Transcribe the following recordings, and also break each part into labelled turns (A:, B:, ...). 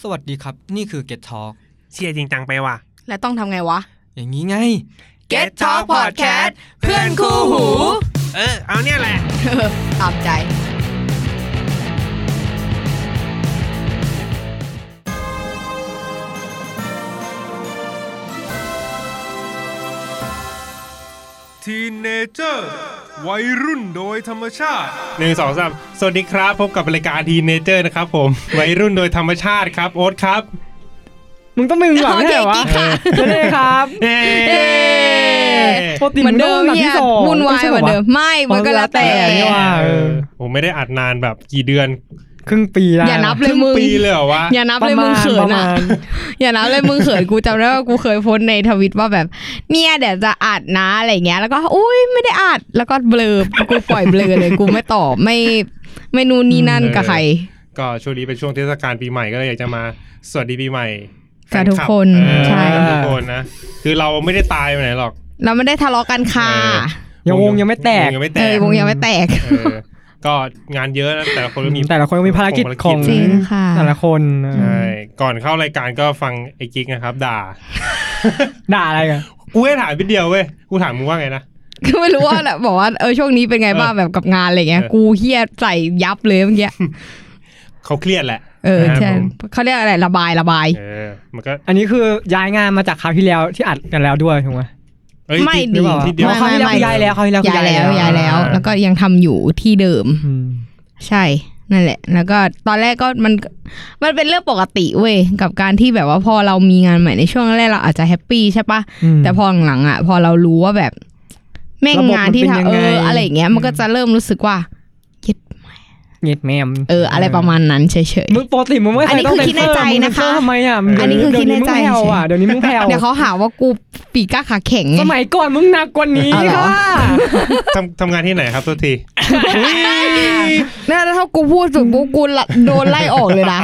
A: สวัสดีครับ นี่คือ Get Talk
B: เชียร์จริงจังไปว่ะ
C: และต้องทำไงวะ
A: อย่างนี้ไง
B: Get Talk Podcast เพื่อนคู่หู เออ เอาเนี่ยแหละ
C: ตามใจ
D: ทีเนเจอร์วัยรุ่นโดยธรรมชาติ
B: หนึ่งสองสามสวัสดีครับ พบกับรายการทีเนเจอร์นะครับผม วัยรุ่นโดยธรรมชาติครับ โอ๊ตครับ
E: มึงต้องดึงหลัง
C: โอเค
E: แน่วะ
C: กิ๊กค่ะ
E: ไม่ได้ครับ
B: เอ้
C: เย้
E: ปกติ
C: เหมือนเดิม
E: งต้งแบบ
C: เฮีย
E: ที่สอง
C: วุ่นวาย
E: ไใช่
C: เหมือนเดิม
E: ร
C: ไม่มันก็แล้วแต่
E: เออแล้วแต่นี่ว่ะ
B: เออผมไม่ได้อัดนานแบบกี่เดือน
E: วะครึ่งปีแล้ว
C: อย่านับ
B: ค
C: เลย
B: รึ่ง
C: มึง
B: ปีเลยเหรอวะ
C: อย่านับ
E: ประ
C: เลย
E: มา
C: มึ
E: ณ
C: งเขิ
E: ป
C: น
E: ระมา
C: อ่ะ
E: ณ
C: อย่านับเลยมึงเขินกูจำได้ว่ากูเคยโพสต์ในทวิตว่าแบบ เนี่ยเดี๋ยวจะอัดนะอะไรเงี้ย แล้วก็อุ้ยไม่ได้อัดแล้วก็เบลอกูปล่อยเบลอเลยกูไม่ตอบไม่ไม่นู่นนี่นั่นกับใคร
B: ก็ช่วงนี้เป็นช่วงเทศกาลปีใหม่ก็เลยอยากจะมาสวัสดีปีใหม่
C: สาธุ
B: แฟลับ
C: คน
B: เออ
C: ใช่
B: ทุกคนนะ คือเราไม่ได้ตายไปไหนหรอก
C: เราไม่ได้ทะเลาะกันค่ะ
B: เออ
E: ยังวงยังไม่แตก
B: วงยังไม่แต
C: เออกวงยังไม่แตก
B: เออก็งานเยอะนะแต่ละคนก็มี
E: แต่ละคนก็มีภารกิจของ
C: จริงค่ะ
E: แต่ละคนเออ
B: ใช่ก่อนเข้ารายการก็ฟังไอ้กิ๊กนะครับ ด่า
E: ด่าอะไรกัน
B: กูให้ถามพี่เดียวเว้ย กูถามมึงว่าไงนะ
C: ก็ไม่รู้ว่าแบบบอกว่าเออช่วงนี้เป็นไงบ้างแบบกับงานอะไรเงี้ย
B: เออ
C: กูเฮียใส่ยับเลยเมื่อกี้
B: เขาเครียดแหละ
C: เออ
B: นะครับ
C: ใช่
B: ผม
C: เขาเรียกอะไรระบายระบาย
B: เออ มันก็
E: อันนี้คือย้ายงานมาจากคราวที่แล้วที่อัดกันแล้วด้วยถูกไหม
B: เอ้ย
C: ไม่
B: ที่
C: ดิ
B: ที่ที่เดียว
E: อ๋อคราวที่แล้ว
C: ไม่
E: คือย้ายแล้วคราวที่แล้วคือ
C: ย้ายแล้ว
B: ย้ายแล้ว
C: ย้ายแล้ว แล้วก็ยังทำอยู่ที่เดิม
E: อืม
C: ใช่นั่นแหละ แล้วก็ตอนแรกก็มันมันเป็นเรื่องปกติเว้ยกับการที่แบบว่าพอเรามีงานใหม่ในช่วงแรกเราอาจจะแฮปปี้ใช่ปะ
E: ม
C: แต่พอหลังๆอ่ะ พอเรารู้ว่าแบบแม่ง
E: ระบบ
C: งานที่
E: มันเป็นยัง
C: ทำเอ
E: ไง
C: ออะไรอย่างเงี้ยมันก็จะเริ่มรู้สึกว่า
E: เงียบแมม
C: เออ อะไรประมาณนั้นเฉย
E: มึงปกติมึงไม่
C: อัน
E: เค
C: นี้
E: ยต้อง
C: คื
E: เป็
C: อ
E: น
C: คิดใน
E: เซอร์
C: ใจ
E: มึงเป็
C: นะ
E: น
C: คะ
E: เซอร์ทำไมอ่ะ
C: อันนี้คือคิดในใจ
E: เดี๋ยวนี้มึงแผ่วอ่ะเดี๋ยวนี้มึงแผ่ว
C: ๆเดี๋ยวเขาหาว่ากูปีกก้าขาแข็งไง
E: สมัยก่อนมึงหนักกว่านี้
C: เอาเหรอ
E: ค่ะ
B: ทำทำงานที่ไหนครับตัวที
C: น่าจะถ้ากูพูดถึงกูกูละโดนไล่ออกเลยนะ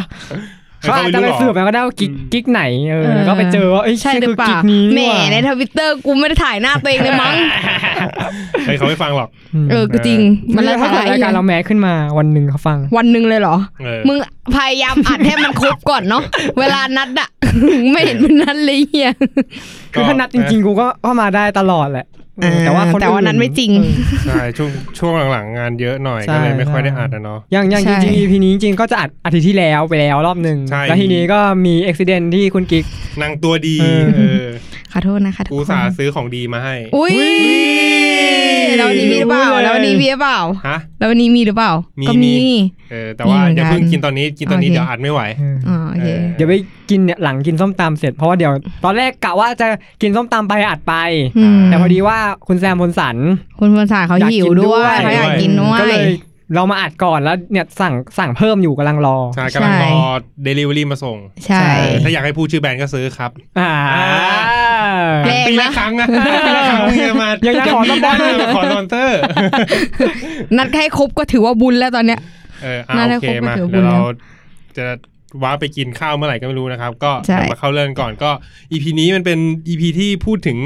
E: เขาอาจจะไป
B: ม่รู้หร
E: สืบมาก็ได้ว่ากิ๊กกิ๊กไหนเออแล้วก็ไปเจอว่าเอ้ย
C: ใช่ห
E: คื
C: รือเปล่า
E: กิ๊กนี้
C: แหม
E: นี่ว่า
C: ในทวิตเตอร์กูไม่ได้ถ่ายหน้าตัวเองเลยมั้ง
B: เฮ้ยเขาไม่ฟังหรอก
E: ม
C: เออกูจริง
E: มั
C: มันน
E: แล้
C: ละ
E: วถ้า
C: สา
E: เกิด
C: ระอี
E: รายการเราแม้ขึ้นมาวันหนึ่งเขาฟัง
C: วันหนึ่งเลยเหรอ
B: เออ
C: มึงพยายามอัดให้มันครบก่อนเนาะ เวลานัดอะ ไม่เห็นมันนัดเลยเฮีย
E: คือถ้านัดจริงๆ กูก็เข้ามาได้ตลอดแหละเออแต่ว่าคนอื่
C: แต่ว่านัดไม่จริง
E: เออ
B: ใช่ช่วงช่วงหลังๆงานเยอะหน่อย
E: ใช่
B: ก็เลยไม่ค่อยได้อัดนะเนาะ
E: อย่างอย่าง
C: ใช่
E: จริงๆ EP นี้จริงๆก็จะอัดอาทิตย์ที่แล้วไปแล้วรอบหนึ่ง
B: ใช่
E: แล้วทีนี้ก็มีอุบิเหตุที่คุณกิ๊ก
B: นางตัวดี
E: เออ
B: เออ
C: ขอโทษนะคะทุก
B: กู
C: คน
B: สาซื้อของดีมาให้
C: อุ้ยแล้ววันนี้มีหรือเปล่า แล้ววันนี้มีหรือเปล่า
B: ฮะ
C: แล้ววันนี้มีหรือเปล่า
B: มี
C: ก็
B: มี
C: มี
B: เออแต่ว่า
C: มีเหมือน
B: อย่าเพิ่ง
C: กัน
B: กินตอนนี้กินตอนนี้
C: โอเค
B: เดี๋ยวอัดไม่ไหว
C: อ๋อโอเค
B: เออ
E: เดี๋ยวไปกินเนี่ยหลังกินส้มตำเสร็จเพราะว่าเดี๋ยวตอนแรกกะว่าจะกินส้มตำไปอัดไป
C: อืม
E: แต่พอดีว่าคุณแซมพลสัน
C: คุณภาษาเขา
E: อยาก
C: หิ
E: กิ
C: วน
E: ด้
C: ด้ว
E: วย
C: ยเขาอยากกินด้ว
E: ก็เลย ยเรามาอัดก่อนแล้วเนี่ยสั่งสั่งเพิ่มอยู่กำลังรอ
B: ใช่กำลัง
C: ใช่
B: รอเดลิเวอรี่มาส่ง
C: ใช่
E: ใช่
B: ถ้าอยากให้พูดชื่อแบรนด์ก็ซื้อครับ
E: อ่า
C: แรงนะ
B: ปีละครั้งนะ ปีละครั้งมึงจะมา
E: ยั
B: ยัง
E: จะขอสปอนเซอร์
B: ขอสปอนเซอร์
C: นัดให้ครบก็ถือว่าบุญแล้วตอนเนี้ย
B: เอออ่ะ
C: น่าได้
B: โอเค
C: ครบ
B: มา
C: ก็ถือว่าบุ
B: เดี๋ยว
C: ญแล้ว
B: เราจะว้าไปกินข้าวเมื่อไหร่ก็ไม่รู้นะครับ ก็
C: ใช่
B: กลับมาเข้าเรื่องก่อนก็อีพีนี้มันเป็นอีพีที่พูดถึง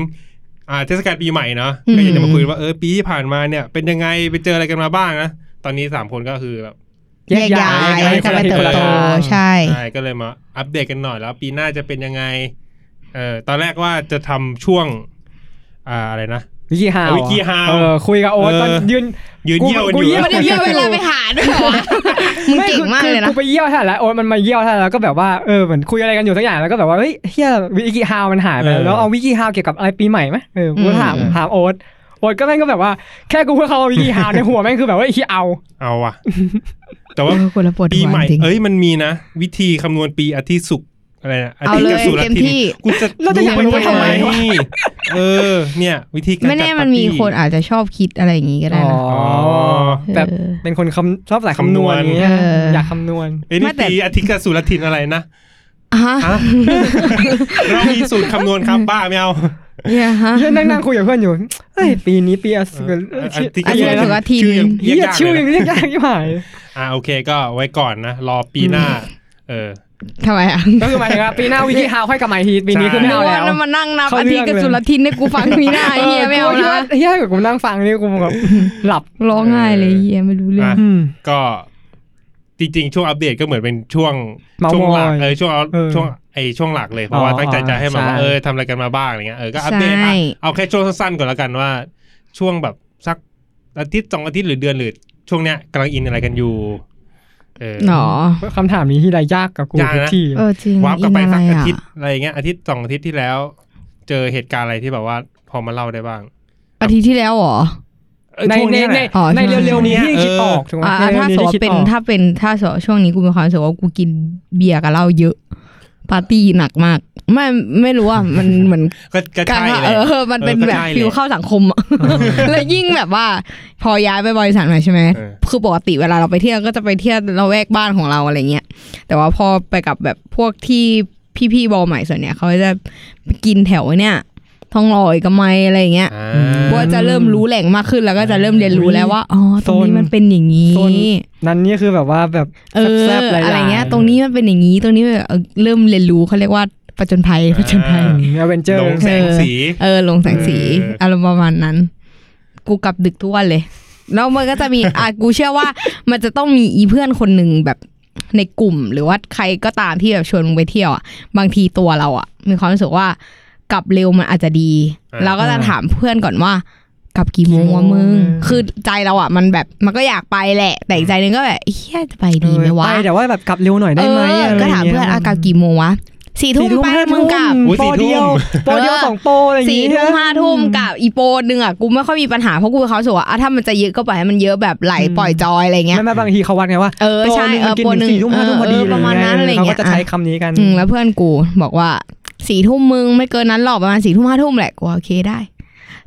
B: อ่าเทศกาลปีใหม่เนาะก็อยากจะมาคุยว่าเออปีที่ผ่านมาเนี่ย เป็นยังไงไปเจออะไรกันมาบ้างนะตอนนี้สามคนก็คือแบบ
C: แยกย้าย
B: แยกย้าย
C: จะไปเติบโตใช่
B: ใช่ก็เลยมาอัปเดตกันหน่อยแล้ว ปีหน้าจะเป็นยังไงเออตอนแรกว่าจะทำช่วง อ่าอะไรนะ
E: วิกิฮาว
B: เอาวิกิฮาว
E: เออคุยกับโอ๊ต
B: เออ
E: ตอนยืน
B: ยืนเยี่ยวกันอ
E: กู
B: ยู่
E: เยี่ยว
C: มันเยอะเวลาไปหาด้วยเหรอวะมึงเก่งมากเล
E: ไคื
C: ย
E: อ
C: นะ
E: กูไปเยี่ยวท่าแล้วโอ๊ตมันมาเยี่ยวท่าแล้วก็แบบว่าเออเหมือนคุยอะไรกันอยู่สักอย่างแล้วก็แบบว่าเฮ้ยเฮียวิกิฮาวมันหายไปแล้วเอาวิกิฮาวเกี่ยวกับอะไรปีใหม่ไหมเออกูถาม
C: อืม
E: ถามโอ๊ตโอ๊ตก็แม่งก็แบบว่าแค่กูพูดคำว่าวิกิฮาวในหัวแม่งคือแบบว่าไอ้เฮียเอา
B: เอาว่ะ แต่
C: เอ
B: ว่า
C: อคนละปวด
B: ปี
C: หัว
B: ใหม่
C: จริง
B: เอ้ยมันมีนะ วิธีคำนวณปีอาทิตย์สุขอะไรนะอา
C: เอา
B: ทิตย์
C: เลย
B: กับสุร
C: เต็ม
B: ทิน
C: ที่
B: กูจะ
E: เราจะอยากรู้ไปทำไมวะ
B: เออ เนี่ย วิธีการ
C: ไม่แน่
B: จัดปาร์ตี้
C: มันมีคนอาจจะชอบคิดอะไรอย่างงี้ก็ได้
E: อ๋อ
C: นะ
E: แบบเป็นคนคำชอบสายคำนวณอย่างเงี้ย
C: เอออ
E: อยากคำนวณ
B: เอ้ยนี่
C: ไม่แต่
B: ปีอาทิตย์กับสุรทินอะไรนะ
C: ฮะ
B: ฮะ เรามีสูตรคำนวณครับบ้าไม่เอา
C: เนี่ยฮะ
E: เพื่อนนั่งนั่งคุยกับเพื่อนอยู่เอ้ยปีนี้ปีอสุร
B: อาทิตย์กับ
C: อาทิตย์กับสุรทิน
B: ชื่อยัง
E: เฮี
B: เรี
E: ย
B: ยกยาก
E: ชื่อ
B: เล
E: ยั
B: ย
E: ง
B: นะ
E: เรียกยากที่หาย
B: อ่าโอเคก็ไว้ก่อนนะ รอปีหน้า เออ
C: ทำไมอ่ะ
E: ก็คือหมายถึงว่าปีหน้าวิกิฮาวค่อยกลับมาอีกทีปีนี้คือไม่
C: นึก
E: เอาแล้
C: ว่าว นั่นมานั่งนับ
E: เขา
C: อา
E: เลื
C: ทิ
E: อก
C: ตย์กับ
E: เลย
C: สุรทินเนี่ยกูฟังมี หน้าเฮียไม่เอา
E: กูคิด
C: นะ
E: ว่เฮียกูนั่งฟังนี่กูแบบ
C: ร้องไห้เลยเฮียไม่รู้เรื่อง
B: อ่ะ ก็ จริงๆ ช่วงอัปเดตก็เหมือนเป็นช่วง
E: เมาส์
B: ช่วงหลัก
E: มอย
B: เออช่วง
E: เออ
B: ช่วงไอช่วงหลักเลยเพราะว่า
E: อ๋อ
B: ตั้งใจจะให้มันว่า
E: ใช่
B: เออทำอะไรกันมาบ้างอะไรเงี้ยเออก็อัปเดต
C: ใช่
B: อ่ะเอาแค่ช่วงสั้นๆก่อนละกันว่า ช่วงแบบสักอาทิตย์สองอาทิตย์หรือเดือนหรือช่วงเนี้ยกำลังอินอะไรกันอยู่เออ
C: หนอ
E: คำถามนี้ที่ไรยากกับกู
B: ยากนะ
E: ทุกที่
C: เออจริง
B: วาร์ปกลับไป
C: น
B: สัก
C: อะ
B: อา
C: ระ
B: ทิตย์อะไรเงี้ยอาทิตย์สองอาทิตย์ที่แล้ว เจอเหตุการณ์อะไรที่แบบว่าพอมาเล่าได้บ้าง
C: อาทิตย์ที่แล้วเหรอ
B: เออ
E: ใน
B: ช่วง
E: ใน
B: เนี้ย
E: ใน
B: แหละ
C: อ๋อ
E: ใน
C: ช่วงนี้
E: เร็วๆนี้ที่คิด
B: เออ
E: ออกถูกไหม
C: อ่า
E: ในเร็
C: ถ้าว
E: ๆนี้ที่
C: สมมติ
E: คิด
C: เป็น
E: ออก
C: ถ้าเป็นถ้าสมมติช่วงนี้กูมีความรู้สึกว่ากูกินเบียร์กับเหล้าเยอะ ปาร์ตี้หนักมาก ไม่ไม่รู้อ่ะ มันเหมือน
B: ก็ก็
C: การ
B: ใช่
C: ว่า
B: แห
C: เอ
B: ละ
C: อ มันเป็น
B: เออก็
C: แบบ
B: ใช่แหละ
C: ฟิลเข้าสังคม อะแล้วยิ่งแบบว่า พอย้ายไปบริษัทใหม่ใช่ไหม
B: เออ
C: คือปกติเวลาเราไปเที่ยวก็จะไปเที่ยวเราแวกบ้านของเราอะไรเงี้ย แต่ว่าพอไปกับแบบพวกที่พี่ๆบอลใหม่ส่วนเนี้ยเขาจะไปกินแถวเนี่ยทองหล่อเอกมัยอะไรเงี้ย
B: อ่า
C: ก็จะเริ่มรู้แหล่งมากขึ้นแล้วก็จะเริ่มเรียนรู้แล้วว่า อ๋อ ตรงนี้
E: โซน
C: มันเป็นอย่างนี้
E: โซน นั่นนี่คือแบบว่าแบบ
C: เออ
E: แซ่บๆหลายๆ
C: อะไรเงี้ย ตรงนี้มันเป็นอย่างนี้ ตรงนี้แบบเออเริ่มเรียนรู้เขาเรียกว่าประจนภัยประจนภัย
E: อเวนเจอร์
B: ลงแสงสี
C: เออลงแสงสี
B: เอออ
C: อารมณ์ประมาณนั้น กูกลับดึกทุกวันเลย แล้วมันก็จะ มี อ่ะกูเชื่อว่า มันจะต้องมีอีเพื่อนคนหนึ่งแบบในกลุ่ม หรือว่าใครก็ตามที่แบบชวนมึงไปเที่ยวอ่ะบางทีตัวเราอ่ะ มีความรู้สึกว่ากลับเร็วมันอาจจะดี เราก็จะถามเพื่อนก่อนว่า กลับกี่โมงวะมึง
E: เออ
C: คือใจเราอ่ะ มันแบบมันก็อยากไปแหละ แต่อีกใจหนึงก็แบบเฮียจะไปดีไหมวะ
E: ไปแต่ว่าแบบกลับเร็วหน่อยได้ไหม
C: เออ
E: อะไร
C: ก็
E: ย่ง
C: ถาม
E: งี้ย
C: เพื่อนอากลับกี่โมงวะสี่ทุ่มไปมึงกลับ
B: อุ๊ย
E: โปร
B: สี่
E: เดีย
B: ทุ่ม
E: วโปรเดียวส องโปรอะไรอย่าง
C: สี่
E: งี้
C: ทุ่มห้าทุ่ม
E: ก
C: กับอีโปนหนึ่งอ่ะกูไม่ค่อยมีปัญหาเพราะกูเขาสูว่าอ่ะถ้ามันจะเยอะก็ปล่อยให้มันเยอะแบบไหล
E: อืม
C: ปล่อยจอยอะไรเงี้ย
E: ไม่ไม่บางทีเขาวัดไงว่า
C: เออใช่เออโปรหนึ่ง
E: สี่ทุ่มห้าทุ่มพอดี
C: เออประมาณนั้นอะไร
E: เขา
C: เงี้
E: ก็
C: ย
E: จะใช้คำนี้กัน
C: อืมแล้วเพื่อนกูบอกว่าสี่ทุ่มมึงไม่เกินนั้นหรอกประมาณสี่ทุ่มห้าทุ่มแหละกูว่าโอเคได้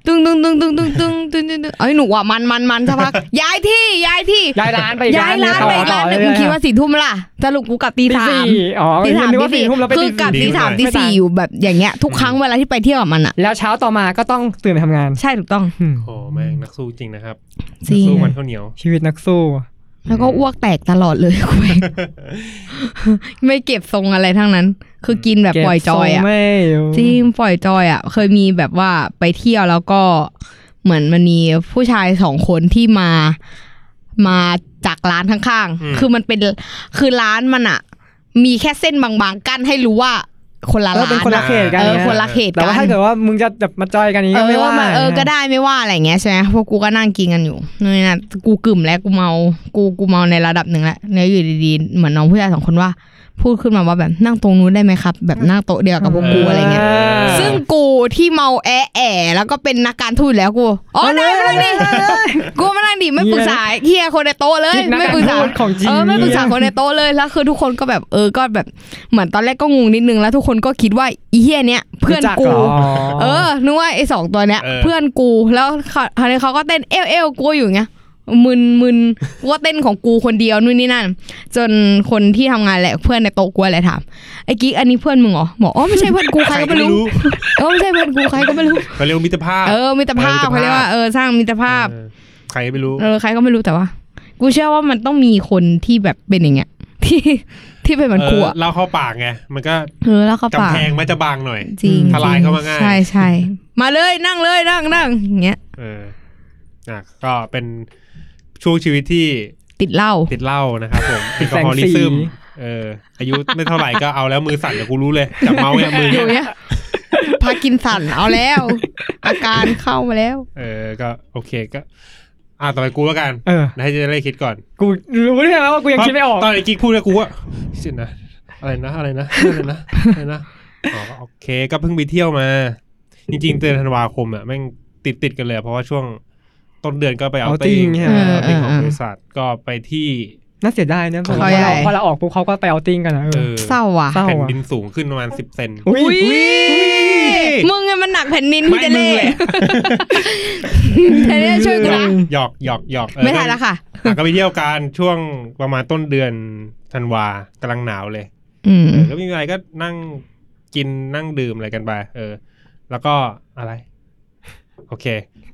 C: ตึ้งตึ้งตึ้งตึ้งตึ้งตึ้งตึ้งตึ้งตึ้งเอ้ยหนูว่ามันมันมันสักพักย้ายที่ย้ายที่
E: ย้ายร้านไปอีก
C: ย้ายร้าน
E: ห
C: ไป
E: ง
C: อีกร้านหนึ่ง
E: ต่อ
C: มึง
E: เรื่อยๆ
C: คิดว่าสี่ทุ่มล่ะสรุปกูกลับตี
E: ตี
C: สาม
E: สี่อ๋อ
C: ตีสาม
E: นึก
C: ตี
E: ว่า
C: สี่
E: สี่ทุ่มเราไป
C: คื
E: ตี
C: อกลับ
E: สี่
C: ตีสามตีสี่อยู่แบบอย่างเงี้ยทุกครั้งเวลาที่ไปเที่ยวกับมันอ่ะ
E: แล้วเช้าต่อมาก็ต้องตื่นไปทำงาน
C: ใช่ถูกต้อง
E: อืม
B: โอ้แม่งนักสู้จริงนะครับ
C: จริง
B: สู้มันข้าวเหนียว
E: ชีวิตนักสู้
C: แล้วก็อ้วกแตกตลอดเลย กูเอง ไม่เก็บทรงอะไรทั้งนั้น คือกินแบบปล่อยจอย
E: เก็บทร
C: อะ
E: งไม่ยู่
C: จริงปล่อยจอยอะเคยมีแบบว่าไปเที่ยวแล้วก็เหมือนมันมีผู้ชายสองคนที่มา มาจากร้านข้าง
B: อืม
C: ๆ คือมันเป็นคือร้านมันอะมีแค่เส้นบางๆกั้นให้รู้ว่า คนละ
E: เออ
C: ร้า
E: เป็น
C: น
E: คนละ
C: อะ
E: เขตกัน
C: เออ
E: ไง
C: คนละเขต
E: แต่
C: กั
E: ว่าน ถ้าเกิดว่ามึงจะแบบมาจอยกันนี้ก็ไม่ว่า
C: เออก็ได้ไม่ว่าอะไรอย่างเงี้ยใช่ไหมพวกกูก็นั่งกินกันอยู่นี่นนะกูกึ่มแล้วกูเมา กูกูเมาในระดับหนึ่งแล้วแล้วอยู่ดีๆ เหมือนน้องผู้ชายสองคนว่า พูดขึ้นมาว่าแบบนั่งตรงนู้นได้ไหมครับ แบบนั่งโต๊ะเดียวกับพวกกูอะไรเงี้ย ซึ่งกูที่เมาแอะแอะแล้วก็เป็นนักการทูตแล้วกู อ๋อได้มานั่งดิกูมานั่งดิไม่ปรึกษาเฮียคนในโต๊ะเลย
E: คิดนัก
C: ไม่
E: การ
C: ปรึกษา
E: ทูตของจริง
C: เออไม่ปรึกษาคนในโต๊ะเลยแล้วคือทุกคนก็แบบเออก็แบบเหมือนตอนแรกก็งงนิดนึงแล้วทุกคนก็คิดว่าอีเฮียเนี้ยเพื่อนกู เออ นึกว่าไอ้สองตัวเนี้ย
B: เออ
C: เพื่อนกู แล้วเขาคราวนี้เขาก็เต้นเอวเอวกูอยู่อย่างเงี้ย มึนมึนกูก็เต้นของกูคนเดียวนู่นนี่นั่น จนคนที่ทำงานแหละเพื่อนในโต๊ะกูแหละถามไอ้กิ๊กอันนี้เพื่อนมึงเหรอบอกอ๋อไม่ใช่เพื่อนกู ใครก็ไม่รู้เออไม่ใช่เพื่อนกูใครก็ไม่รู้
B: เขาเรียกว่ามิตรภาพ
C: เออมิตรภาพ
B: เออมิตรภาพ
C: เขาเรียกว่าเออสร้างมิตรภาพ
B: เออใครไม่รู้
C: เออใครก็ไม่รู้แต่ว่า กูเชื่อว่ามันต้องมีคนที่แบบเป็นอย่างเงี้ย ที่ที่เป็นเหมือนกูอะ
B: เออเล่าเข้าปากไง มันก็
C: เออแล้วเขาปาก
B: ำ
C: ก
B: แพงมันจะบางหน่อย
C: จริง
B: ทลายเข้ามาง่าย
C: ใช่ใช่มาเลยนั่งเลยนั่งนั่งอย่างเงี้ย
B: เอออ่ะก็เป็นช่วงชีวิตที่
C: ติดเหล้า
B: ติดเหล้านะครับ ผมแอลก
E: แส
B: องฮอลิ
E: สี
B: ซึมเออ อายุไม่เท่าไหร่ก็เอาแล้วมือสั่นเดี๋ยวกูรู้เลยจับเมาส์เนี่ยมือ
C: อ
B: เนี่
C: ยู่
B: ย
C: เนี่ยพากินสั่นเอาแล้ว อาการเข้ามาแล้ว
B: เออก็โอเคก็ อ่ะต่อไปกูแล้วกัน
E: เออ
B: ให้เจะได้คิดก่อน
E: กูรู้เรื่องแล้วว่ากูยังคิดไม่ออก
B: ตอนไอ้กิ๊กพูดแล้วกูว่าสินะอะไรนะอะไร นะอะไรนะอะไรนะอ๋อโอเคก็เพิ่งไปเที่ยวมา จริงๆเดือนธันวาคมอ่ะแม่งติดติดๆกันเลยอะเพราะว่าช่วงต้นเดือนก็ไปเอาติ้ง
E: outing ใช่ไหม
B: เอาติ้งของ
C: เออเออ
B: บริษัทก็ไปที่
E: น่าเสียดายนะพอ
B: เขา
E: เรา
B: ใหญ่
E: พอเราออกปุ๊บเขาก็ไปเอาติ้งกันนะเอ
B: เอ
E: อ
B: อ
C: เศร้าว่ะ
E: เศร้า
B: แผ่นดินสูงขึ้นประมาณสิบเซน
E: อุ้ย
C: มึงไงมันหนักแผ่นดินพี่
B: ไม่
C: เด
B: มึง
C: เล่
B: แหละ
C: เดเล่ช่วยกูนะ
B: หยอกหยอกหยอกเออ
C: ไม่ทันละค่ะ
B: อ่ะก็ไปเที่ยวกันช่วงประมาณต้นเดือนธันวากำลังหนาวเลย
C: อืม
B: เออก็ไมมีอะไรก็นั่งกินนั่งดื่มอะไรกันไปเออ แล้วก็อะไร โอเค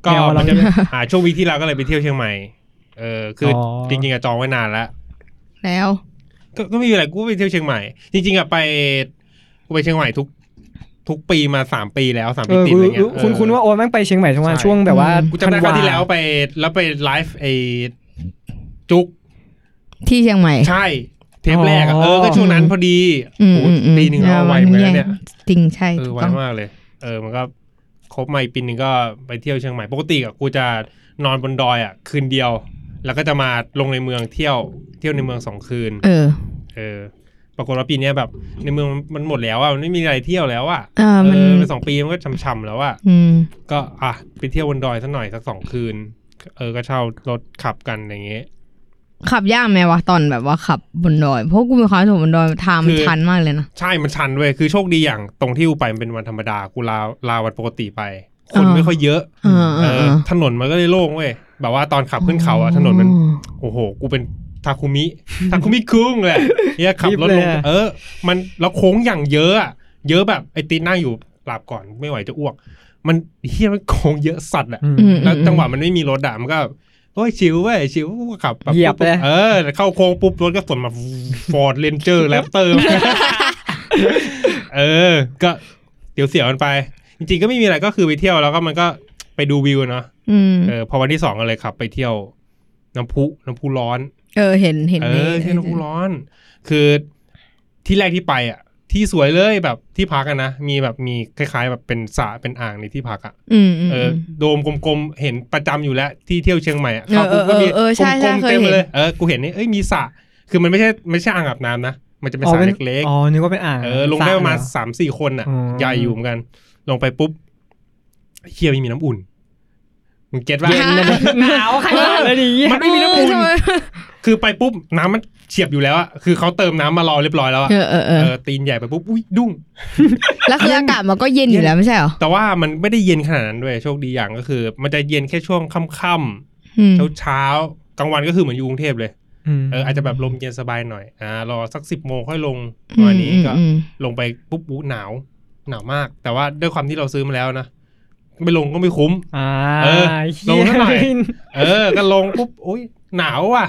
B: ก็
E: แนวเรา
B: มันจะ
E: เนี่ย
B: หาช่วงวีคที่เราก็เลยไปเที่ยวเชียงใหม่ เออ คืออ
E: อ
B: จริงๆอะจองไว้นานแล้ว
C: แล้ว
B: ก็ก็ไม่มีอะไรกูไปเที่ยวเชียงใหม่ จริงๆอะไปกูไปเชียงใหม่ทุก ทุกปีมาสามปีแล้วสาม
E: เออ
B: ปีติด
E: กู
B: อะไรเงี้ย
E: คุณคุณว่า
B: เออ
E: โอ้แม่งไปเชียงใหม่ช่วง
B: ใช่
E: ช่วงแบบว่า
C: อืม
B: กูจำได้ครั้งที่แล้วไป แล้วไปไลฟ์ไอ้จุก
C: ที่เชียงใหม่
B: ใช่ เทปแรกอะเออก็ช่วงนั้นพอดี
C: อืม
B: โอ้โห
C: อืมอืม
B: ปีหนึ่งเราไวเหมือนกันเนี่ย
C: จริงใช่
B: เอ
C: ถู
B: อก ไว
C: ต้อง
B: มากเลย เออ มันก็ครบมาอีกปีหนึงก็ไปเที่ยวเชียงใหม่ ปกติอะกูจะนอนบนดอยอะคืนเดียว แล้วก็จะมาลงในเมืองเที่ยว เที่ยวในเมืองสองคืน
C: เออ
B: เออ ปรากฏว่าปีเนี้ยแบบ ในเมืองมันหมดแล้วอะมันไม่มีอะไรเที่ยวแล้วอะ
C: เออ
B: เอ
C: มัน
B: อเป็นสองปีมันก็ช่ำๆแล้วอะ
C: อืม
B: ก็อ่ะไปเที่ยวบนดอยสักหน่อยสักสองคืน เออ ก็เช่ารถขับกันอย่างเงี้ย
C: ขับยากไหมวะตอนแบบว่าขับบนดอย เพราะกูมีความรู้สึกบนดอยทางมัน
B: คือ
C: ชันมากเลยนะ
B: ใช่ มันชันเว้ย คือโชคดีอย่างตรงที่กูไปมันเป็นวันธรรมดา กูลาลาวันปกติไป คน
C: อ่า
B: ไม่ค่อยเยอะ
C: เออเอ
B: เอ
C: อเอ
B: อ
C: อ
B: ถนนมันก็เลยโล่งเว้ย แบบว่าตอนขับขึ้นเขาอะถนนมัน โอ้โห กูเป็นทาคุมิ ทาคุมิคุ้งแหละเนี่ยขับรถลง
E: รีบเลยอะ
B: เออ มันแล้วโค้งอย่างเยอะอะเยอะแบบไอ้ตีนนั่งอยู่หลับก่อนไม่ไหวจะอ้วก มันเฮียมันโค้งเยอะสัตว์อะ
C: อืม
B: แล้วจังหวะมันไม่มีรถอะมันก็โอ้ยชิวเว้ยชิวกูก็ขับแบบ
E: เหยียบเลย
B: เออเข้าโค้งปุ๊บรถก็สวนมาฟอร์ดเรนเจอร์แรปเตอร์ เออ ก็เดี๋ยวเสียวมันไป จริงๆก็ไม่มีอะไรก็คือไปเที่ยวแล้วก็มันก็ไปดูวิวเนาะ
C: อืม
B: เออพอวันที่สองก็เลยขับไปเที่ยวน้ำพุน้ำพุร้อน
C: เออเห็นเห็น
B: เอ
C: ใน
B: อเที่ยวน้ำพุร้อน คือที่แรกที่ไปอ่ะ ที่สวยเลยแบบที่พักอะนะมีแบบมีคล้าย ๆ แบบเป็นสระเป็นอ่างในที่พักอ่ะ
C: อืมอืม
B: เออ
C: ม
B: โดมกลมๆเห็นประจำอยู่แล้วที่เที่ยวเชียงใหม่อ่ะ
C: เออ
B: ปุ๊บก็มี
C: เออเออใช่ใช่
B: กลมๆ
C: เคย
B: เต็ม
C: เห็น
B: เลยเออกูเห็นนี่เอ้ยมีสระคือมันไม่ใช่ไม่ใช่อ่างอาบน้ำนะมันจะเป็นสระเล็กๆ
E: อ๋อนึกว่าเป็นอ่าง
B: เออลงได้ประมาณ
E: สระเหรอ
B: สามสี่คนอ่ะ
E: อืม
B: ใหญ่อยู่เหมือนกัน ลงไปปุ๊บเฮียไม่มีน้ำอุ่นมึงเก็ตว่า
E: หนาวขนาดเลยดิเหี้ย
B: มันไม่มีน้ำอุ่น
C: เออ
B: คือไปปุ๊บน้ำมันเฉียบอยู่แล้วอ่ะคือเขาเติมน้ำมารอเรียบร้อยแล้วอ่ะ
C: เออเออเออ
B: เออตีนใหญ่ไปปุ๊บอุ้ยดุ้ง
C: แล้วคืออากาศมันก็เย็นอยู่แล้วไม่ใช่เหรอ
B: แต่ว่ามันไม่ได้เย็นขนาดนั้นด้วยโชคดีอย่างก็คือ มันจะเย็นแค่ช่วงค่ำ
C: อืม
B: ๆเช้าๆกลางวันก็คือเหมือนอยู่กรุงเทพเลยเอออาจจะแบบลมเย็นสบายหน่อยอ่ารอสักสิบโมงค่อยลงวันนี้ก็
C: อืม
B: ลงไปปุ๊บปุ๊บหนาว หนาวมาก แต่ว่าด้วยความที่เราซื้อมาแล้วนะไม่ลงก็ไม่คุ้ม
E: อ่า
B: เออลงเท่าไหร่
E: เหี้ย
B: เออ ก็ลงปุ๊บอุ้ยหนาวอ่ะ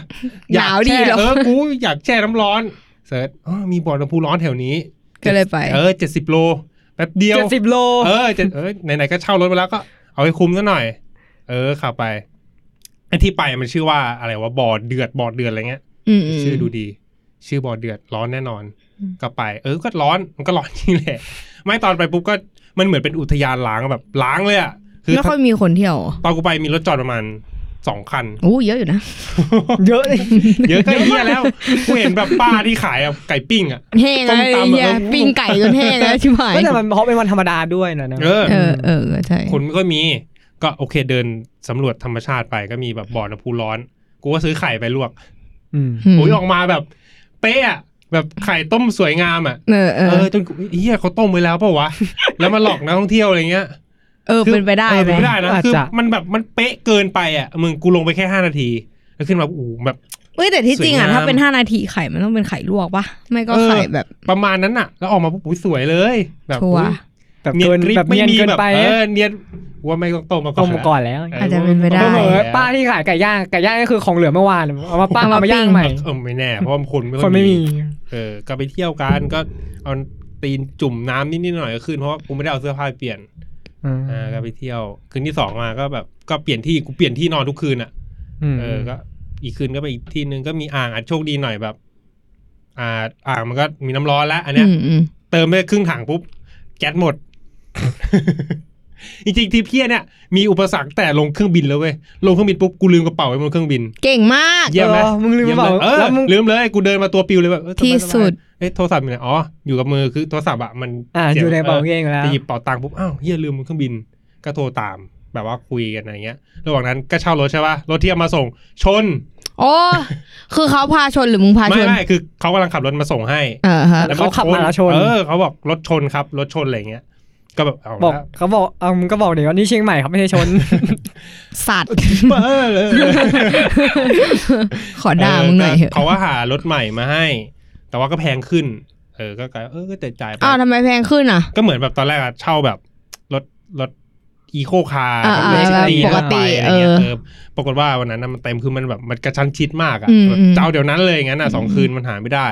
C: ห
B: อย
C: นาก วดี
B: แช่
C: เหรอ
B: เออกูอยากแช่น้ำร้อนเสิร์ชอ๋อมีบ่อน้ำพุร้อนแถวนี้
C: ก็เลยไป
B: เออเจ็ดสิบโลแป๊บเดียว
E: เจ็ดสิบโล
B: เออเจ็ดเออไหนๆก็เช่ารถมาแล้วก็เอาให้คุ้มซะหน่อย เออขับไปไอ้ที่ไปมันชื่อว่าอะไรว่าบ่อเดือดบ่อเดือดอะไรเงี้ย
C: มม
B: ชื่อดูดี ชื่อบอเดือดร้อนแน่นอน
C: อืม
B: ก็ไป เออก็ร้อนมันก็ร้อนจริงแหละ ไม่ตอนไปปุ๊บก็มันเหมือนเป็นอุทยานล้างแบบล้างเลยอะคือ
C: ไม่ค่อยมีคนเที่ยวเหรอ
B: ตอนกูไปมีรถจอดประมาณสอง คัน
C: อู้เยอะอยู่นะ
E: เยอะเลย
B: เยอะก็เยอะแล้วกูเห็นแบบป้าที่ขายอะไก่ปิ้งอะ
C: แห้ง
B: ส้ม
C: แล้วไอ้
B: ตำ
C: เหี้ย
B: เออ
C: ปิ้งไก่จนแห้ง แล้วชิบหาย
E: ไม่แต่มันเพราะเป็นวันธรรมดาด้วยนะนะ
B: เออ
C: เออเออใช่
B: คนไม่ค่อยมี ก็โอเคเดินสำรวจธรรมชาติไปก็มีแบบบ่อน้ำพุร้อน กูก็ซื้อไข่ไปลวก
E: ม
B: โอ้ยออกมาแบบ เป๊ะอะแบบไข่ต้มสวยงามอะ
C: เออเออ
B: เออจนกูเฮียเขาต้มไว้แล้วเปล่าวะแล้วมาหลอกนักท่องเที่ยวอะไรเงี้ย
C: เออเป็นไปได้
B: เออ
C: ไหม
B: เป็นไปได้นะ
E: อาจ
B: คือ
E: จะ
B: มันแบบมันเป๊ะเกินไปอ่ะมึงกูลงไปแค่ห้านาที แล้วขึ้นมาโอ้โหแบบ
C: เอ้ยแต่ที่จริงอ่ะ
B: สวยงาม
C: ถ้าเป็นห้านาทีไข่มันต้องเป็นไข่ลวกปะไม่ก็
B: เออ
C: ไข่แบบ
B: ประมาณนั้นอ่ะ แล้วออกมาปุ๊บอุ๊ยสวยเลย แบบ
C: ชัวร์
B: อุ๊ย
E: แบบ
B: เนีย
E: เกิน
B: นกริบ
E: แบบ
B: ไม่
E: เนียน
B: มี
E: เกิน
B: แบบ
E: ไป
B: เออเนียนว่าไม่ต้องต้มมาก่อน
E: ต้มก่อนแล้ว
C: อาจจะเป็นไปได้
E: เผลอๆป้า
B: ป้า
E: ที่ขายไก่ย่างไก่ย่างก็คือของเหลือเมื่อวานเอามาป้า
C: เอา
E: เอา
C: มา
E: มา
C: ปิ้ง
E: ย่างใหม่
B: เออไม่แน่ เพราะว่าคนไม่
E: ค
B: อย
E: นไม่มี
B: เออก็ไปเที่ยวกันก็เอาตีนจุ่มน้ำนิดๆหน่อยๆก็ขึ้นเพราะว่ากูไม่ได้เอาเสื้อผ้าไปเปลี่ยนอ่าก็ไปเที่ยวคืนที่สองมาก็แบบก็เปลี่ยนที่กูเปลี่ยนที่นอนทุกคืนอ่ะ เออ ก็อีกคืนก็ไปอีกที่หนึ่งก็มีอ่างอาจโชคดีหน่อยแบบ อ่า อ่างมันก็มีน้ำร้อนแล้วอันเนี้ย
C: อืมอืม
B: เติมไปครึ่งถังปุ๊บ แก๊สหมด จริงๆทริปเพี้ยเนี่ยมีอุปสรรคแต่ลงเครื่องบินแล้วเว้ยลงเครื่องบินปุ๊บกูลืมกระเป๋าไว้บนเครื่องบิน
C: เก่งมาก
B: เยี่ยมไหม
E: เออมึงลืม
B: เยี่ยไห
E: กระเป๋า
B: เออ
E: แล้วมึง
B: ลืมเลยกูเดินมาตัวปิวเลยแบบเออสบายๆ
C: ที่สุด
B: เอ้ยโทรศัพท์อยู่ไหนอ๋ออยู่กับมือคือโทรศัพท์อ่ะมัน
E: อ่า
B: สี
E: อยู่ในกระเป๋า
B: ออ
E: เองอยู่แล้ว
B: ไปหยิบเป๋าตังค์ปุ๊บ อ้าวเฮียลืมบนเครื่องบิน ก็โทรตาม แบบว่าคุยกันอะไรเงี้ย ระหว่างนั้นก็เช่ารถใช่ป่ะ รถที่เอามาส่ง ชน
C: โอ้คือเขาพาชนหรือมึงพาช
B: ไม่
C: น
B: ไม่คือเขากำลังขับรถมาส่งให้
C: เออฮะ
E: แล้วเขาขับมาแล้วชน
B: เออเขาบอกรถชนครับ รถชนอะไรเงี้ย ก็แบบเอา
E: บอก
B: ละ
E: เขาบอกเอามึงก็บอกเดี๋ยวว่านี่เชียงใหม่ครับไม่ใช่ช น
C: สัตว์
B: เบ้อเลย
C: ขอด่ามึงหน่อยเถอะ
B: ก็เขาว่าหารถใหม่มาให้ แต่ว่าก็แพงขึ้น เออ ก็กลายเออก็แต่จ่ายไป
C: อ้าวทำไมแพงขึ้นอ่ะ
B: ก็เหมือนแบบตอนแรกอะเช่าแบบรถรถอีโคคาร์
C: อ่า
B: เลสตี
C: อ่าปกติ
B: อะไรเงี้ย
C: เออ
B: เออปรากฏว่าวันนั้นน่ะมันเต็มคือมันแบบมันกระชั้นชิดมากอะ
C: อืม
B: แบบ
C: อืม
B: เจ้าเดี๋ยวนั้นเลยงั้นอะสอง
C: อืม
B: คืนมันหาไม่ได้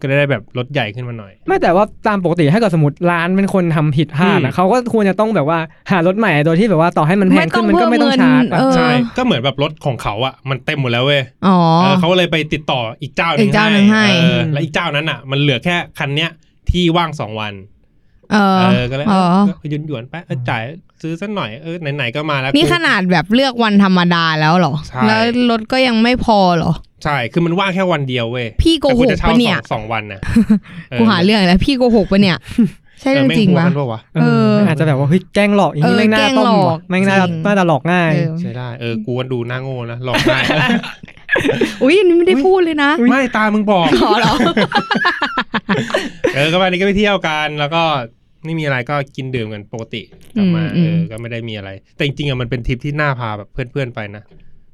B: ก็เลยได้แบบรถใหญ่ขึ้นมาหน่อย
E: ไม่แต่ว่าตามปกติถ้าเกิดสมมติร้านเป็นคนทำผิดพลาด
B: อื
E: อะ
B: ม
E: เขาก็ควรจะต้องแบบว่าหารถใหม่โดยที่แบบว่าต่อให้มันแพงขึ้นมันก็ไม่ต้องชาร์จ
C: เอ
E: ปะ
C: อ
B: ใช่ ก็เหมือนแบบรถของเขาอ่ะมันเต็มหมดแล้วเว้ย
C: อ๋อ
B: เออเขาเลยไปติดต่ออีกเจ้าหนึ่
C: อี
B: ง
C: กเจ้าหนึ่งให้
B: เออแล้วอีกเจ้านั้นอ่ะ มันเหลือแค่คันเนี้ยที่ว่างสองวัน
C: เออ
B: เออ ก็เลย
C: เอ
B: เอา
C: อ
B: ก็หยุนหยวนๆไปเออจ่ายซื้อสักหน่อย เออ ไหน ๆ ก็มาแล้ว
C: นี่
B: กู
C: ขนาดแบบเลือกวันธรรมดาแล้วเหรอ
B: ใช่
C: แล้วรถก็ยังไม่พอเหรอ
B: ใช่ คือมันว่างแค่วันเดียวเว้ย
C: พี่โก
B: แต่
C: ห
B: คุณ
C: ก
B: จะเช่า
C: ปะ
B: ส
C: เนี่
B: อย งสองวันนะเออ
C: กูหาเรื่องอีกแล้ว พี่โกหกปะเนี่ย ใช่
B: เอ
C: เรื่
B: อ
C: อง
B: แม่
C: จริง
B: หัว
C: ปะ
B: กันปะวะ
E: เออ
C: เออ
E: อาจจะแบบว่าเฮ้ยแกล้งหลอกอย่างนี้
C: เออ
E: แม่งน่าต้ม
C: แกล้งหลอ
E: ว่ะ
C: ก
E: แม่งน่า
C: จริง
E: น่าจะหลอกง่าย
C: เออ
B: ใช่ได้ เออ กูก็ดูหน้าโง่นะ หลอก ง่าย
C: อุ้ยอันนี้ไม่ได้พูดเลยนะ
B: ไม่ตามึงบอก
C: ขอเหรอ
B: เออ ก็วันนี้ก็ไปเที่ยวกัน แล้วก็ไม่มีอะไรก็กินดื่มกันปกติกลับมา
C: อืมอื
B: เอ
C: ม
B: อ ก็ไม่ได้มีอะไร แต่จริงๆอ่ะมันเป็นทริปที่น่าพาแบบเพื่อนๆไปนะ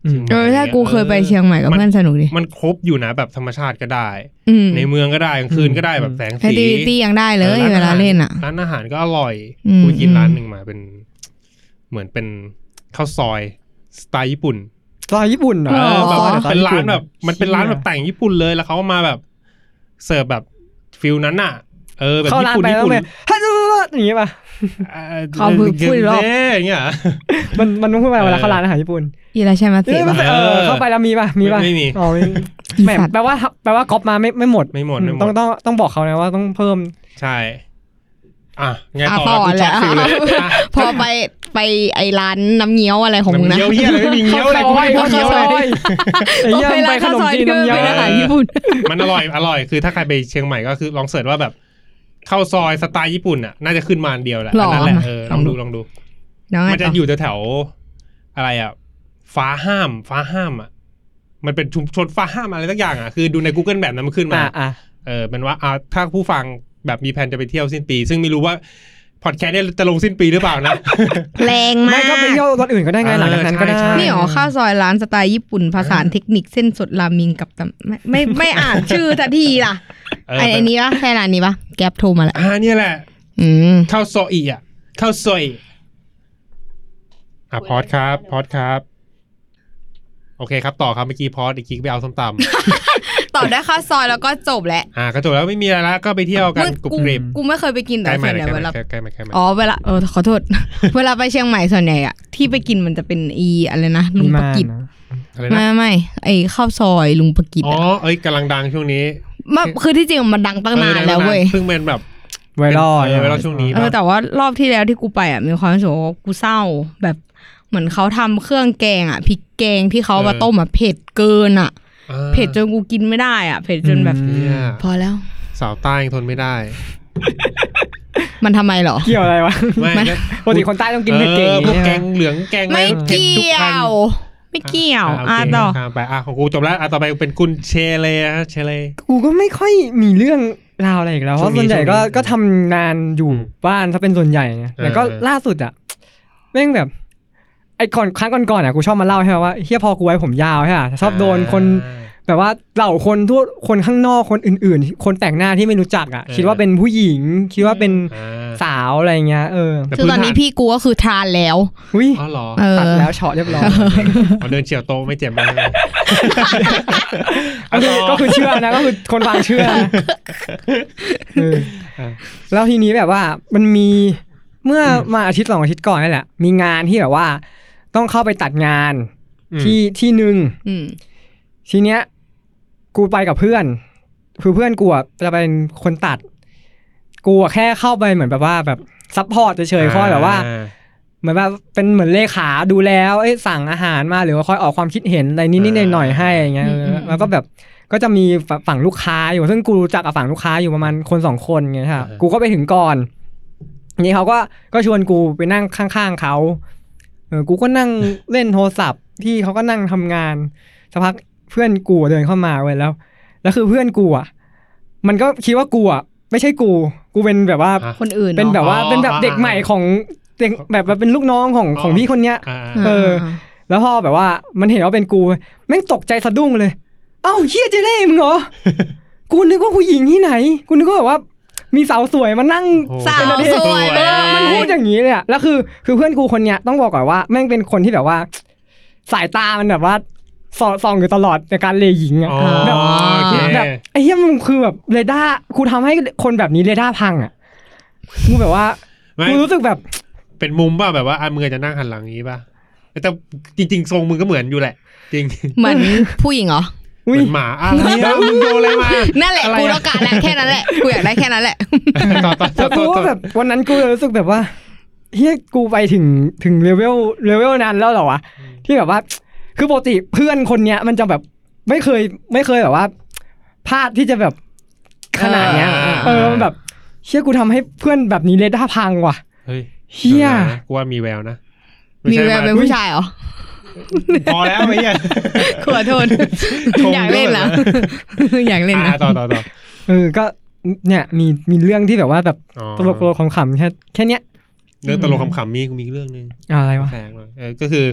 E: อืม
C: เออถ้ากูเคยไปเชียงใหม่กับเพื่อนสนุกดิ
B: มันครบอยู่นะแบบธรรมชาติก็ได้
C: อืม
B: ในเมืองก็ได้กลางคืนก็ได้แบบแสง
C: แอค
B: สี
C: ทิวิตี้ยังได้เลย
B: ออ
C: เวลาเล่นอ่ะ
B: ร้านอาหารก็อร่อย
C: อืม
B: กูกิน
C: อืม
B: ร้านหนึ่งมาเป็น เหมือนเป็นข้าวซอยสไตล์ญี่ปุ่น
E: ซอยญี่ปุ่นเหรอ
B: เออแบบ
E: ซอย
B: เป็นร้าน
E: ญี่ปุ่
B: แบบ มันเป็นร้านแบบแต่งญี่ปุ่นเลยแล้วเขามาแบบเสิร์ฟแบบฟิลนั้นอ่ะ เออแบบ
E: เข้า
B: ญี่
E: ร้าน
B: ปุ่น
E: ไปแล้ว
B: ญี่ปุ่น
E: ไงฮัลโหล อย่างงี้ป่ะ
B: อ่อ
C: เขาพูดพูดอีกรอบ
B: เด้อย่างเงี้ยเหรอ
E: มันมันต้องพูดไปเวลา
B: เออ
E: เข้าร้านอาหารญี่ปุ่น
C: อีราชัยมาเสี
E: เอ้ย
C: ย
E: มัน
C: ปะ
E: เออเข้าไปแล้วมีป่ะมีป่ะ
B: ไม่ไม่มี
E: อ๋อไม่
C: อี
E: แหม
C: สัตว์
E: แปลว่าแปลว่าก๊อปมาไม่ไม่หมด
B: ไม่หมดไม่หม
E: ต้อง
B: ด
E: ต้องต้องบอกเขานะว่าต้องเพิ่ม
B: ใช่ อ่ะไง
C: อ่ะ
B: ต่อ
C: ต่
B: ค
C: อ
B: รับกูช็อตฟิลเล
C: แหละ
B: ยอ่ะ
C: พอไปไปไอ้ร้านน้ำเงี้ยวอะไรของมึงนะ
B: เงี้ยวเหี้ยอะไรไม่มีเงี้ยวอะไรกูไม่มี
E: ข้าวซ
B: เงี้ยว
E: อยไอ้
B: อะไร
E: เหี้ยมึงไป
C: ไปร้าน
E: ข
C: ข้าวน
E: ม
C: ซอย
E: จีนน้ำ
C: ไป
E: เยา
C: ร้านอาหารญี่ปุ่น
B: มันอร่อยอร่อยคือถ้าใครไปเชียงใหม่ก็คือลองเสิร์ชว่าแบบข้าวซอยสไตล์ญี่ปุ่นอ่ะ น่าจะขึ้นมาอันเดียวแหละ
C: หรอ
B: อันนั้นแหละ
C: มา
B: เออล
C: ล
B: อ
C: อง งดู
B: ดูลองดู
C: แล้วไง
B: มัน
C: ต่
B: จะ
C: อ
B: อยู่แถวๆอะไรอ่ะฟ้าห้ามฟ้าห้ามอ่ะ มันเป็นชุมชนฟ้าห้ามอะไรสักอย่างอ่ะคือดูใน Google แบบนั้นมันขึ้นมา
E: อ่ะอ่ะ
B: เออเป็นว่าอ่าถ้าผู้ฟังแบบมีแผนจะไปเที่ยวสิ้นปี ซึ่งไม่รู้ว่าพอดแคสต์เนี่ยจะลงสิ้นปีหรือเปล่านะ
C: แรง
E: ไม่
C: มาก
E: ก็ไปเที่ยวรถอื่นก็ได้ไง
B: เออ
E: หลังจากนั้นก็ได้
B: ใช่ใช่
C: นี่หรอข้าวซอยร้านสไตล์ญี่ปุ่นผสานเทคนิคเส้นสดราเมิงกับตำไม่ไม่ไม่อ่านชื่อทันทีล่ะ
B: เออ
C: ไอ้
B: เป็
C: ไอ้
B: น
C: นี้ปะใช่ร้านนี้ปะแก๊ปโทรมาแล้ว
B: อ่าเนี่ยแหละ
C: อืม
B: ข้าวซอยอ่ะข้าวซอยอ่ะพอดครับพอดครับ โอเคครับต่อครับเมื่อกี้พอดอีกทีก็ไปเอาส้มตำ
C: ตอบได้ข้าวซอยแล้วก็จบแหละ
B: อ่าก็จบแล้วไม่มีอะไรละก็ไปเที่ยวกัน
C: มึง
B: กรุบ
C: กู
B: กริบ
C: กูไม่เคยไปกิน
B: ใก
C: แต่
B: ล้ไหม
C: ส่วนใหญ่
B: ใกล้
C: เว
B: ไหม
C: ลา
B: ใกล้ไหมใกล้ไหม
C: อ๋อเวลาเออขอโทษ เวลาไปเชียงใหม่ส่วนใหญ่อะที่ไปกินมันจะเป็นอีอะไรนะลุงประกิต
B: อะไร
C: ไม่
B: นะ
C: ไม่ไอข้าวซอยลุงประกิต
B: อ๋อ
C: อะ
B: เอ้ยกำลังดังช่วงนี้
C: มันคือที่จริงมันดังตั้งนา
B: ออ
C: น
B: ดัง
C: แล้วเว้ย
B: เพิ่งเป็นแบบ
E: ไวรัล
B: เออไวรัลช่วงนี้
C: เออแต่ว่ารอบที่แล้วที่กูไปอ่ะมีความรู้สึกว่ากูเศร้าแบบเหมือนเขาทำเครื่องแกงอ่ะพริกแกงที่เขามา
B: เออ
C: ต้มอ่ะเผ็ดเกินอ่ะ
B: อ่า
C: เผ็ดจนกูกินไม่ได้อ่ะ เผ็ดจนแบบ
B: เนี่ย
C: พอแล้ว
B: สาวใต้ยังทนไม่ได้
C: มันทำไมเหรอ
E: เกี่ยวอะไรวะ
B: ไม่
C: มัน
B: ก็
E: ปกติคนใต้ต้องกินเผ็ดเก่ง
B: ออพวก
E: ใช่ไหม
B: แกงเหลืองแกงอะร
C: ไม่
B: เผ็ด
C: เกี่
B: ทุ
C: ย
B: อัน
C: ว ไม่เกี่ยวอ่ะ
B: โเค
C: ต่อ
B: ข้ามไปอ่ะของกูจบแล้วอ่ะต่อไปเป็นกุนเชเลฮะเชเล
E: กูก็ไม่ค่อยมีเรื่องราวอะไรอีกแล้วเพ
B: ช่ว
E: ราะ
B: งนี้
E: ส่วนใหญ่ก็
B: ช่วงนี้
E: ก็ทำงานอยู่บ้านถ้าเป็นส่วนใหญ่ไง
B: เออ
E: แต่ก็
B: เออ
E: ล่าสุดอ่ะแม่งแบบไอ้ก่อนครั้งก่อนๆอ่ะกูชอบมาเล่าใช่ไหมว่าเฮียพอกูไว้ผมยาวใช่ป่ะชอบโดนคน แบบว่าเหล่าคนทั่วคนข้างนอกคนอื่นๆ คนแต่งหน้าที่ไม่รู้จักอ่ะ
B: เออ
E: คิดว่าเป็นผู้หญิง คิดว่าเป็น
B: อ่า
E: สาวอะไรเงี้ยเออ
B: แต่
C: คือตอน
B: พื้นฐาน
C: นี้พี่กูก็คือทานแล้ว
E: อุ้ย
B: อ๋อเหรอ
C: เออ
E: ตัดแล้วเฉาะเรียบร้อย
B: เอาเดินเฉียวโตะไม่เจ็บมากเลยเอา
E: ก็คือ
B: ต่อ
E: ก็คือเชื่อนะก็คือคนฟังเชื่อเออแล้วทีนี้แบบว่ามันมีเมื่อมาอาทิตย์สองอาทิตย์ก่อนนี่แหละ มีงานที่แบบว่า ต้องเข้าไปตัดงาน
B: อืม
E: ที่ที่หนึ่ง
C: อืม
E: ทีเนี้ยกูไปกับเพื่อนคือเพื่อนกูอะจะเป็นคนตัด กูอะแค่เข้าไปเหมือนแบบว่าแบบซัพพอร์ตเฉยๆคอยแบบว่า เหมือนแบบเป็นเหมือนเลขาดูแล้วเอ้ยสั่งอาหารมาหรือว่าคอยออกความคิดเห็นอะไรนิดๆหน่อยๆให้อย่างเงี้ย
C: อืมอืม
E: แล้วก็แบบก็จะมีฝั่งลูกค้าอยู่ซึ่งกูรู้จักกับฝั่งลูกค้าอยู่ประมาณคนสองคนเงี้ยค่ะ
B: อ่าฮะ
E: กูก็ไปถึงก่อนทีนี้เขาก็ก็ชวนกูไปนั่งข้างๆเขาเออกูก็นั่ง เล่นโทรศัพท์ ที่เขาก็นั่งทำงานสักพักเพื่อนกูเดินเข้ามาเว้ยแล้ว แล้วคือเพื่อนกูอ่ะมันก็คิดว่ากูอ่ะไม่ใช่กู กูเป็นแบบว่า
B: อ่ะ
C: คนอื่นหรอ
E: เป็นแบบว่า
B: อ๋อ
E: เป็นแบบเด็กใหม่ของเด็กแบบว่าเป็นลูกน้องของ
B: อ๋อ
E: ของพี่คนเนี้ย
B: อ่า
E: เออ แล้วพ่อแบบว่ามันเห็นว่าเป็นกูแม่งตกใจสะดุ้งเลย เอ้าเฮียเจเล่มึงเหร อ กูนึกว่าผู้หญิงที่ไหน กูนึกว่าแบบว่า มีสาวสวยมานั่ง
C: สาวสวย
B: เอ
C: มา
B: อ
E: มันพูด
C: ก
E: อย่างนี้เลยอะแล้วคือคือเพื่อนกูคนเนี้ยต้องบอกก่อนว่าแม่งเป็นคนที่แบบว่า สายตามันแบบว่า สอดส่องอยู่ตลอดในการเลหญิงอ่ะ
B: อ๋อ
E: แบบ
B: โอเค
E: แบบไอ้เหี้ยมึงคือแบบเรดาร์กูทำให้คนแบบนี้เรดาร์พังอ่ะกูแบบว่า
B: ไม่
E: กูรู้สึกแบบ
B: เป็นมุมป่ะแบบว่าอ่ะมือจะนั่งหันหลังอย่างนี้ป่ะแต่จริง ๆ ทรงมึงก็เหมือนอยู่แหละ จริง
C: เหมือนผู้หญิงเหรอ
B: เห
E: อุ้
B: มื
E: ย
B: อนหมาอะไรอะมึงโยนอะไรมา
C: นั่นแหละ
B: อะไรอะ
C: กูต้องการแหละแค่นั้นแหละกูอยากได้แค่นั้นแหละ
B: ต่อต่อต่
E: แต่
B: อ
E: กู
B: ต่อ
E: ว่า
B: ต่อ
E: แบบวันนั้นกูรู้สึกแบบว่าเฮียกูไปถึงถึงเลเวลเลเวลนั้นแล้วเหรอวะที่แบบว่า คือปกติเพื่อนคนเนี้ย มันจะแบบไม่เคยไม่เคยแบบว่าพลาดที่จะแบบขนาดเนี้ย
B: อ่า
E: เออมันแบบเฮียกูทำให้เพื่อนแบบนี้เลด้าพังว่ะ
B: เฮ้ย
E: เฮีย
B: ดี๋วนะกูว่ามีแววนะไ
C: มีแววเป็น
B: มา
C: ผู้ชายเหรอ
B: พอแล้วไอ้เหี้ย
C: ขอโทษ
B: ชม
C: อยากเล่นนะ
B: ด้วย
C: อยากเล่น
B: อ่ะ
C: นะ
B: ต่อต่อต่อ
E: เออก็เนี่ยมีมีเรื่องที่แบบว่าแบบ
B: อ๋อ
E: ตลกตลกขำๆแค่แค่เนี้ย
B: เรื่องตลกขำๆมีกูมีเรื่องหนึง
E: อะไรวะ
B: แพงเลยเออก็คือ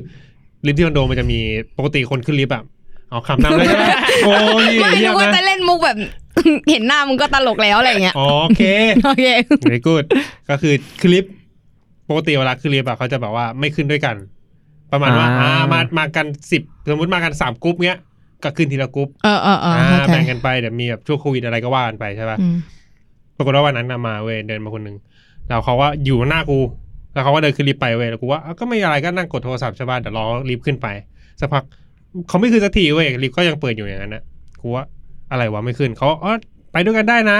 B: ลิฟต์ที่คอนโดมันจะมีปกติคนขึ้นลิฟต์แบบเอาคำนำเลยใช่ไหมโอ้ย
C: ไม่
B: เยี่ย
C: รู้
B: ม
C: ว่าจะ
B: นะ
C: เล่นมุกแบบ เห็นหน้ามึงก็ตลกแล้วอะไรอย่างเงี้ย
B: อ๋อโอเค
C: โอเค
B: เ y กูดก็คือขึ้นลิฟต์ปกติเวลาขึ้นลิฟต์อะเขาจะแบบว่าไม่ขึ้นด้วยกัน ประมาณว่า
E: า
B: อ่ามามากันสิบสมมติมากันสามกรุ๊ปเงี้ย ก็ขึ้นทีละกรุ๊ป
C: เออเออเออ
B: อ่า
C: เข้าใจ
B: แบ่งกันไปเดี๋ยวมีแบบช่วงโควิดอะไรก็ว่ากันไปใช่ปะ
C: อืม
B: ปรากฏว่าวันนั้นนะมาเว้ยเดินมาคนหนึ่งแล้วเขาว่าอยู่หน้ากู แล้วเขาก็เดินขึ้นลิฟต์ไปเว้ยแล้วกูว่าอ้าวก็ไม่อะไรก็นั่งกดโทรศัพท์ใช่ป่ะเดี๋ยวรอลิฟต์ขึ้นไปสักพักเขาไม่ขึ้นสักทีเว้ยลิฟต์ก็ยังเปิดอยู่อย่างนั้นนะกูว่าอะไรวะไม่ขึ้นเขาอ๋อไปด้วยกันได้นะ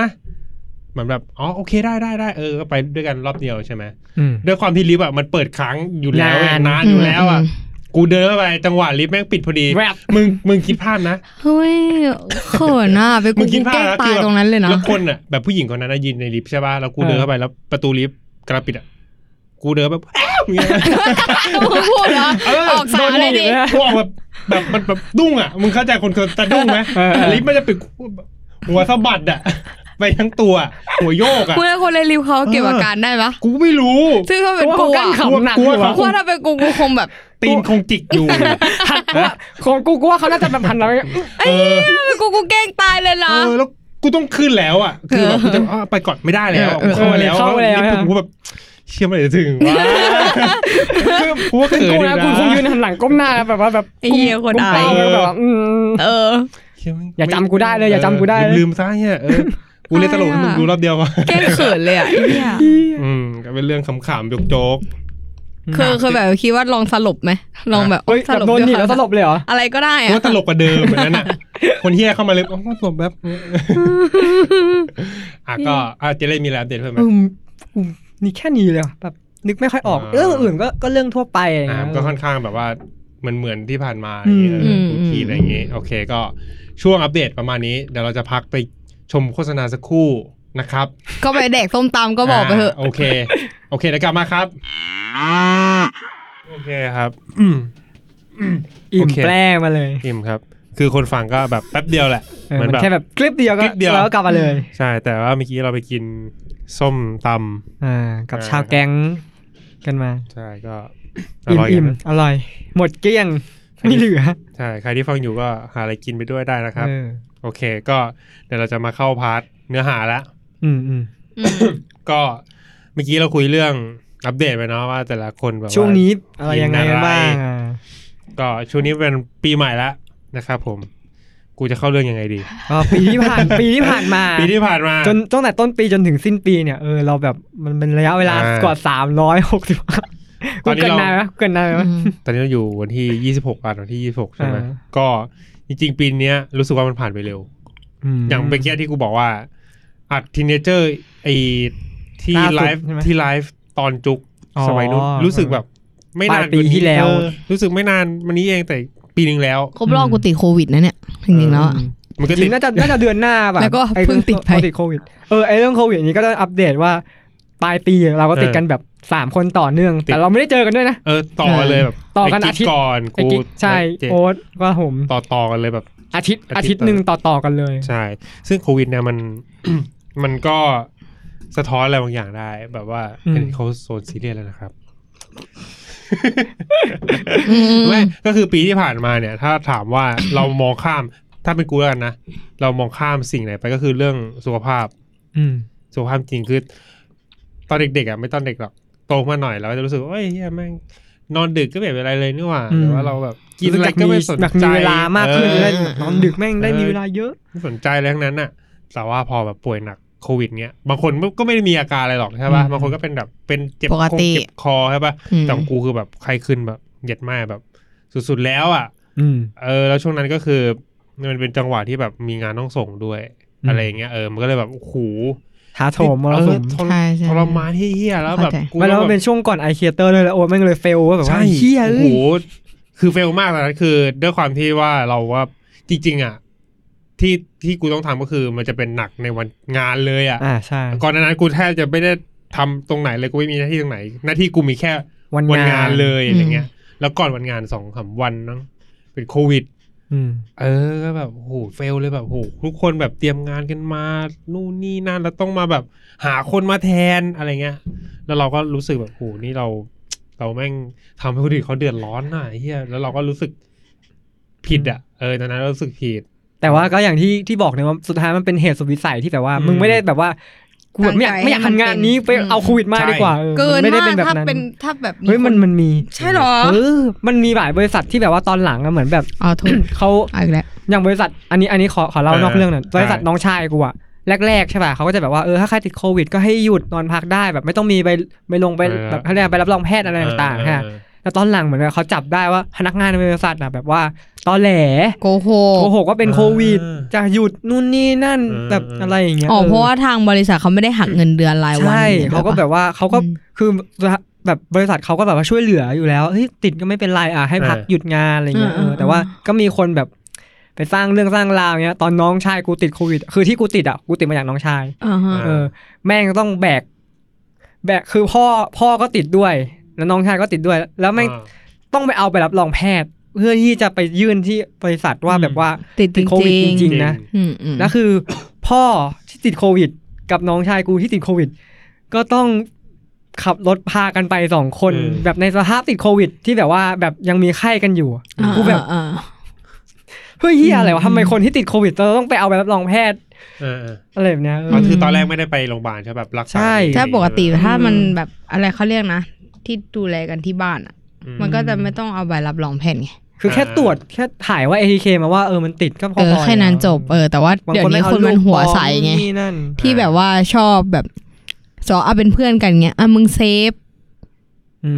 B: เหมือนแบบอ๋อโอเคได้ได้ได้เออก็ไปด้วยกันรอบเดียวใช่ไหม
E: อืม
B: ด้วยความที่ลิฟต์อ่ะมันเปิดค้างอยู่แล้วเว้ย
E: นาน
B: นานอยู่แล้วอ่ะ
C: อืม
B: กูเดินเข้าไปจังหวะลิฟต์แม่งปิดพอดี
E: แรป
B: มึงมึงคิดภาพนะ
C: เฮ้ยเขินอ่ะไป
B: มึ
C: กู
B: งคิดภาพ
C: แก้
B: นะ
C: ตา
B: คือ
C: ย
B: แบบ
C: ตรงนั้นเลยนะ
B: แล้วคนอ่ะแบบผู้หญิงคนนั้นนะยืนในลิฟต์ใช่ป่ะแล้วกูเดินเข้าไปแล้วประตูลิฟต์กระปิดอ่ะกูเดินแบบอ้าวอย่างเงี้ย
C: พูดเหรอออกสารเลยดิ
B: กูออกแบบแบบมันแบบดุ้งอ่ะมึงเข้าใจคนคนตะดุ้งไหม
E: เออเออ
B: ลิฟต์มันจะปิดกูแบบหัวสะบัดอ่ะ ไปทั้งตัว หัวโยกอ่ะ
C: เมื่อคนในรีวิวเขาเก็บอาการได้ปะ
B: กูไม่รู้
C: ซึ่งถ้าเป็นกูอะ
E: ขำหนัก
B: กลั
E: เลย
B: ว
E: วะ
C: กูว่าถ้าเป็นกูกูคงแบบ
B: ตีนคงจิก อยู่
E: ของกูกูว่าเขาน่าจะแบบพันแล้ว
B: เออ
C: กูกูแกล้งตายเลยนะ
B: เออแล้วกูต้องขึ้นแล้วอ่ะคือแบบกูจะอ้าวไปก่อนไม่ได้แล้ว
C: เออเออ
B: เข้ามาแล้ว
E: เข้ามาแล้ว
B: ลิฟต์กูแบบเชี่ยไม่ได้ถึงวะคือกูว่า
E: เป็น
B: เขิน
E: กูนะกู
B: อีกนะ
E: คงยืนหันหลังก้มหน้าแบบว่าแบบ
C: ไอ้เหี้ยคน
E: กุม
C: อา
E: เป้าย แล้วแบบว่าอืม
C: เออ
B: เชี่แม่ง
E: อย่าจำกูได้เลยอย่าจำกูได้เลย
B: ลืมลืมซะเนี่ยเอ อกูเล่นตลกให้มึงดูรอบเดียววะ
C: แกล้งเขินเลยอ่ะไอ้เหี้ย
B: อืมก็เป็นเรื่องขำๆโจ๊ก
C: เคยเคยแบบคิดว่าลองสลบไหมลองแบบ
E: เฮ้ยแบบโดนหนีบแล้วสลบเลยเหรอ
C: อะไรก็ได้
B: ๆ
C: อะ
B: ว่าตลกกว่าเดิมเหมือ นนั้นอ่ะ คนเฮี้ยเข้ามาเลยอ๋อตลกแบบ อ่ะก็อ่ะเจเล่นมีอะไรอัปเดตเพิ่มไหม
E: อืมอืมนี่แค่นี้เลยเหรอแบบนึกไม่ค่อยออก
B: อ่า
E: เรื่องอื่นก็ก็เรื่องทั่วไปอะไร
B: อ่ะ
E: เงี้ย
B: มันก็ค่อนข้างแบบว่าเหมือนเหมือนที่ผ่านมาอย่างเงี้ย
E: อืม
B: เออทุกทีอะไรอย่างงี้ โอเคก็ช่วงอัปเดตประมาณนี้เดี๋ยวเราจะพักไปชมโฆษณาสักครู่นะครับ
C: ก็ไปแดกส้มตำก็บอกไปเถอะ
B: าโอเค โอเคเดี๋ยวกลับมาครับ โอเคครับ
E: อิ่
B: โอ
E: ม
B: เค
E: แปรมาเลย
B: อิ่มครับ คือคนฟังก็แบบแป๊บเดียวแหละ
E: เออ
B: เหมือน
E: มัน
B: แบบ
E: แค่แบบคลิปเดียวก็
B: คลิปเดียว
E: แล้วก็กลับมาเลย
B: ใช่ แต่ว่าเมื่อกี้เราไปกินส้มต
E: อ่ากับชาวแก๊งกันมา
B: ำใช่ก็
E: อิ่ม
B: ร่อย
E: อิ่ม
B: นะ
E: อร่อย หมดเกลี้ยงไม่เหลือ
B: ใช่ ใครที่ฟังอยู่ก็หาอะไรกินไปด้วยได้นะครับ
E: เออ
B: โอเค ก็เดี๋ยวเราจะมาเข้าพาร์ทเนื้อหาละ
E: อืมอืม
B: ก็เมื่อกี้เราคุยเรื่องอัปเดตไปเนาะว่าแต่ละคนแบบา
E: ช่วงนี้อะไรยังไงกันบ้าง
B: กินอะไร
E: อ่า
B: ก็ช่วงนี้เป็นปีใหม่ละนะครับผม กูจะเข้าเรื่องยังไงดี
E: ก็ปีที่ผ่านปีที่ผ่านมา
B: ปีที่ผ่านมา
E: จนตั้งแต่ต้นปีจนถึงสิ้นปีเนี่ยเออเราแบบมันเป็นระยะเวลา
B: อ่าก
E: กว่าสามร้อยห กสิบ
B: ตอนนี้
E: เกิน
B: เรา
E: นานไหมเกินนานไหม
B: ตอนนี้เราอยู่วันที่ 26วันวันที่ 26 ใช่ไหม
E: อ่า
B: ก็จริงๆ ปีเนี้ยรู้สึกว่ามันผ่านไปเร็ว อย่างเมื่อกี้ที่กูบอกว่าอัดทีเนเจอร์ไอที่
E: ล่าสุด
B: ไลฟ์
E: ใช่ไหม
B: ที่ไลฟ์ตอนจุก
E: อ๋อ
B: สมัยนู้นรู้สึกแบบ ไม่นาน
E: ปลายปีที่แล้ว
B: เออรู้สึกไม่นานวันนี้เองแต่ปีหนึ่งแล้ว
C: ครบรอบกูติดโควิดนะเนี่ยจริงๆแล้วอะ
B: มันก็
E: จ
B: ติ
E: ริ
B: ด
E: งๆน่าจะน่าจะเดือนหน้าป่ะ
C: แล้วก็
E: ไอ้
C: เพิ่งติดไป
E: เรื่องโควิดเออไอเรื่องโควิดนี้ก็ต้องอัปเดตว่าปลายปีเราก็ติดกันแบบสามคนต่อเนื่อง แต่เราไม่ได้เจอกันด้วยนะ
B: เออต่อกันเลยแบบ
E: ต่อกัน
B: ไ
E: อาทิตย์
B: ก่อน
E: ไอ้
B: กู
E: กิ๊กใช่
B: เจ๊
E: โอ๊ตว่าผม
B: ต่อต่อกันเลยแบบ
E: อาทิตย์
B: อา
E: อาทิ
B: ทิต
E: ต
B: ย์
E: ย์หนึ่งต่อต่อกันเลย
B: ใช่ ซึ่งโควิดเนี่ยมัน มันก็สะท้อนอะไรบางอย่างได้ แบบว่าเห็นเขาโซนซีเรียสแล้วนะครับ
C: อืม
B: ไม่ก็คือปีที่ผ่านมาเนี่ย ถ้าถามว่า เรามองข้าม ถ้าเป็นกูแล้วกันนะ เรามองข้ามสิ่งไหนไปก็คือเรื่องสุขภาพ
E: อืม
B: สุขภาพจริงคือ ตอนเด็กๆอ่ะไม่ตอนเด็กหรอกโตมาหน่อยเราก็จะรู้สึกว่าเอ้ยเหี้ยแม่ง นอนดึกก็ไม่เป็นไรเลยนี่หว่า
E: อืม
B: หรือว่าเราแบบกินอะไรก็ไม่สน
E: แบบ
B: ใจ
E: มีเวลามากขึ้น
B: เออ
E: ได้นอนดึกแม่งได้
B: เออ
E: มีเวลาเยอะ
B: ไม่สนใจอะไรทั้งนั้นน่ะ แต่ว่าพอแบบป่วยหนักโควิดเนี้ย บางคนก็ไม่ได้มีอาการอะไรหรอกใช่ป่ะ
E: อืม
B: บางคนก็เป็นแบบเป็นเจ็บ
C: ปกติ
B: คงเจ็บคอใช่ป่ะ
C: อืม
B: แต่ของกูคือแบบไข้ขึ้นแบบเหย็ดมากแบบ สุดๆแล้วอ่ะ
E: อืม
B: เออแล้วช่วงนั้นก็คือมันเป็นจังหวะที่แบบมีงานต้องส่งด้วย
E: อืม
B: อะไรอย่างเงี้ยเออมันก็เลยแบบโอ้โห
E: ท้าโถมมร
B: เอ
E: สุ
B: อ
E: ม
B: ทร
C: ใช่ใช่
B: ทรมานที่เฮียแล้วแบบ
C: เข้าใจ
B: กู
E: ไม่แล้วมันเป็นช่วงก่อนไอเคียเตอร์ด้วยแล้วโอ้แม่งเลยเฟลว่าแบบว่า
B: ใช่
E: เฮีย
B: โอ้
E: เอ้
B: โห
E: ย
B: คือเฟลมากตอนนั้นคือด้วยความที่ว่าเราว่าจริงๆอ่ะที่ที่กูต้องทำก็คือมันจะเป็นหนักในวันงานเลยอ่ะ
E: อ่าใช่
B: ก่อนหนานั้นกูแทบจะไม่ได้ทำตรงไหนเลยกูไม่มีหน้าที่ตรงไหน หน้าที่กูมีแค่
E: วัน
B: วั
E: งาง
B: นาน นเลย
C: อืม
B: อะไรเงี้ย แล้วก่อนวันงานสองสามวันนั้งเป็นโควิด
E: อืม
B: เออก็แบบโหเฟลเลยแบบโหทุกคนแบบเตรียมงานกันมานู่นนี่นั่นแล้วต้องมาแบบหาคนมาแทนอะไรเงี้ย แล้วเราก็รู้สึกแบบโหนี่เรา เราแม่งทำให้คนอื่นเขาเดือดร้อนน่ะไอ้เฮียแล้วเราก็รู้สึกผิดอ่ะเออตอนนั้นเรารู้สึกผิด
E: แต่ว่าก็อย่างที่ที่บอกเนี่ยว่าสุดท้ายมันเป็นเหตุสุดวิสัยที่แบบว่า
B: อืม
E: มึงไม่ได้แบบว่ากูแบบไม่อยาก
C: ตั้ง
E: ไม่อยากทำ
C: ใจ
E: งานนี้ไป
C: ให้มันเป็น
E: เอาโควิดมาดีกว่าออ
C: เกิน
E: มัไม่ได้
C: มา
E: เป็
C: ก
E: นแบบ
C: ถ้า
E: นั้น
C: เป็นถ้าแบบ
E: เฮ้ยมัน
C: ค
E: มันมี
C: ใช่เหรอ
E: เออ มันมีหลายบริษัทที่แบบว่าตอนหลังอะเหมือนแบบ
C: อ๋อถูก
E: เขา
C: เอาอีกแล้ว
E: อย่างบริษัท อันนี้อันนี้ขอขอเล่านอก
B: เออ
E: เรื่องหน่อยบริษัท
B: ใช่
E: น้องชายกูอะแรกๆใช่ป่ะเขาก็จะแบบว่าเออถ้าใครติดโควิด ก็ให้หยุดนอนพักได้แบบไม่ต้องมีไปไปลงไปแบบเขาเรียกอะไรไปรับรองแพทย์อะไรต่างๆฮะ
B: เออ
E: แต่ตอนหลังเหมือนกับเขาจับได้ว่าพนักงานในบริษัทอะแบบว่าตอแหล
C: โกหก
E: โกหกว่าเป็นโควิด
B: อ่า
E: จะหยุดนู่นนี่นั่น
B: เออ
E: แบบอะไรอย่างเงี้ย
C: อ๋อ
E: ออ
C: เพราะว่าทางบริษัทเขาไม่ได้หักเงินเดือนรายวัน
E: ใช่
C: นี่ย
E: เขาก็
C: ด้วยปะ
E: แบบว่าเขาก็
C: อืม
E: คือแบบบริษัทเขาก็แบบว่าช่วยเหลืออยู่แล้วเฮ้ยติดก็ไม่เป็นไรอ่ะให้พัก
B: เออ
E: หยุดงานอะไรเงี้ยเออแต่ว่าก็มีคนแบบไปสร้างเรื่องสร้างราวเงี้ยตอนน้องชายกูติดโควิด คือที่กูติดอ่ะกูติดมาจากน้องชาย
C: อ่าฮะ
E: เออ แม่งต้องแบก แบกคือพ่อพ่อก็ติดด้วย แล้วน้องชายก็ติดด้วย แล้วแม่ง
B: อ่า
E: ต้องไปเอาไปรับรองแพทย์ เพื่อที่จะไปยื่นที่บริษัทว่า
B: อืม
E: แบบว่า
C: ติดจ
E: ติดโควิดจ
C: ริง
E: ริงๆนะ
C: ๆอืมอืม
E: แล้วคือ พ่อที่ติดโควิด กับน้องชายกูที่ติดโควิด ก็ต้องขับรถพากันไปสองคน
B: เออ
E: แบบในสภาพติดโควิด ที่แบบว่าแบบยังมีไข้กันอยู่อะ
C: อ่า
E: กูแบบ
C: อ่า
E: เฮ้ยเฮียอะไร
C: อื
E: วะ
C: ม
E: ทำไมคนที่ติดโควิดเราต้องไปเอาไปรับรองแพทย์
B: เออเออ
E: อะไรแบบเนี้ยเออ
B: ก็คือตอนแรกไม่ได้ไปโรงพยาบาลใช่ปะแบบรักษา
E: ใช่
B: อยู่
C: อ่าถ้าปกติถ้ามัน
E: อืม
C: แบบอะไรเขาเรียกนะ ที่ดูแลกันที่บ้านอ่ะ
B: อื
C: มันก็จะไม่ต้องเอาใบรับรองแพทย์ไง
E: คือแค่ตรวจแค่ถ่ายว่าเอทีเคมาว่าเออมันติดก็พอ
C: เออ
E: ๆ
C: แค่นั้น
E: ล้ว
C: จบเออแต่ว่า
E: บาง
C: เดี๋ยวนี้
E: ไม่เอา
C: คนมัน
E: รูป
C: หัว
E: ปลอม
C: ใสไง
E: นี่นั่น
C: ที่แบบว่าชอบแบบสอเอาเป็นเพื่อนกันเงี้ยอ่ะมึงเซฟ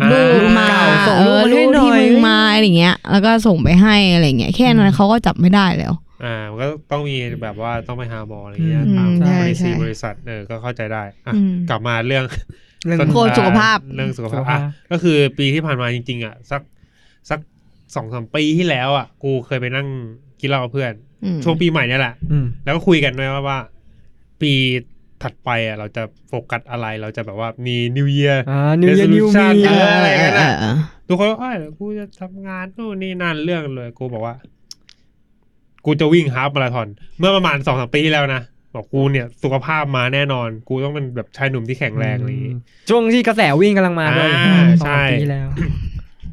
B: า
C: รูปมา
E: เก่าส่ง
C: เอ
E: รูปมาให้
C: อรูป
E: หน่อย
C: ที่มึงมาอะไรเงี้ย แล้วก็ส่งไปให้อะไรเงี้ยแค่นั้นเขาก็จับไม่ได้แล้ว
B: อ่ามันก็ต้องมีแบบว่าต้องไปหาหมออะไรอย่างเงี้ย
E: อืม
B: ตาม
E: ใช่
B: บริษั
C: ใช่
B: ทบริษัทเออก็เข้าใจได้อ่ะ
C: อืม
B: กลับมาเรื่อง
E: เรื่อง
B: ต้น
C: โค สุขภาพ
B: เรื่องสุขภา
E: สุข
B: พ
E: ภาพ
B: อ่ะก็คือปีที่ผ่านมาจริงๆอ่ะสักสักสองสามปีที่แล้วอ่ะกูเคยไปนั่งกินเหล้ากับเพื่อน
C: อืม
B: ช่วงปีใหม่เนี่ยแหละ
E: อืม
B: แล้วก็คุยกันด้วยว่าว่า ปีถัดไปอ่ะเราจะโฟกัสอะไรเราจะแบบว่ามี New Year
E: อ่า New Year New Me
B: Resolution
E: เออ
B: ะไรกันน่ะ
C: เออ
B: ทุกคนก็เอ้ยเดี๋ยวกูจะทำงานนู่นนี่นั่นเรื่องเลย กูบอกว่า กูจะวิ่งฮาล์ฟมาราธอน เมื่อประมาณสองสามปีที่แล้วนะ บอกกูเนี่ย สุขภาพมาแน่นอน กูต้องเป็นแบบชายหนุ่มที่แข็งแรงอะไรอย่างงี้
E: ช่วงที่กระแสวิ่งกำลังมาด้วย
B: อ่า
E: สอง
B: ใช่
E: ปีแล้ว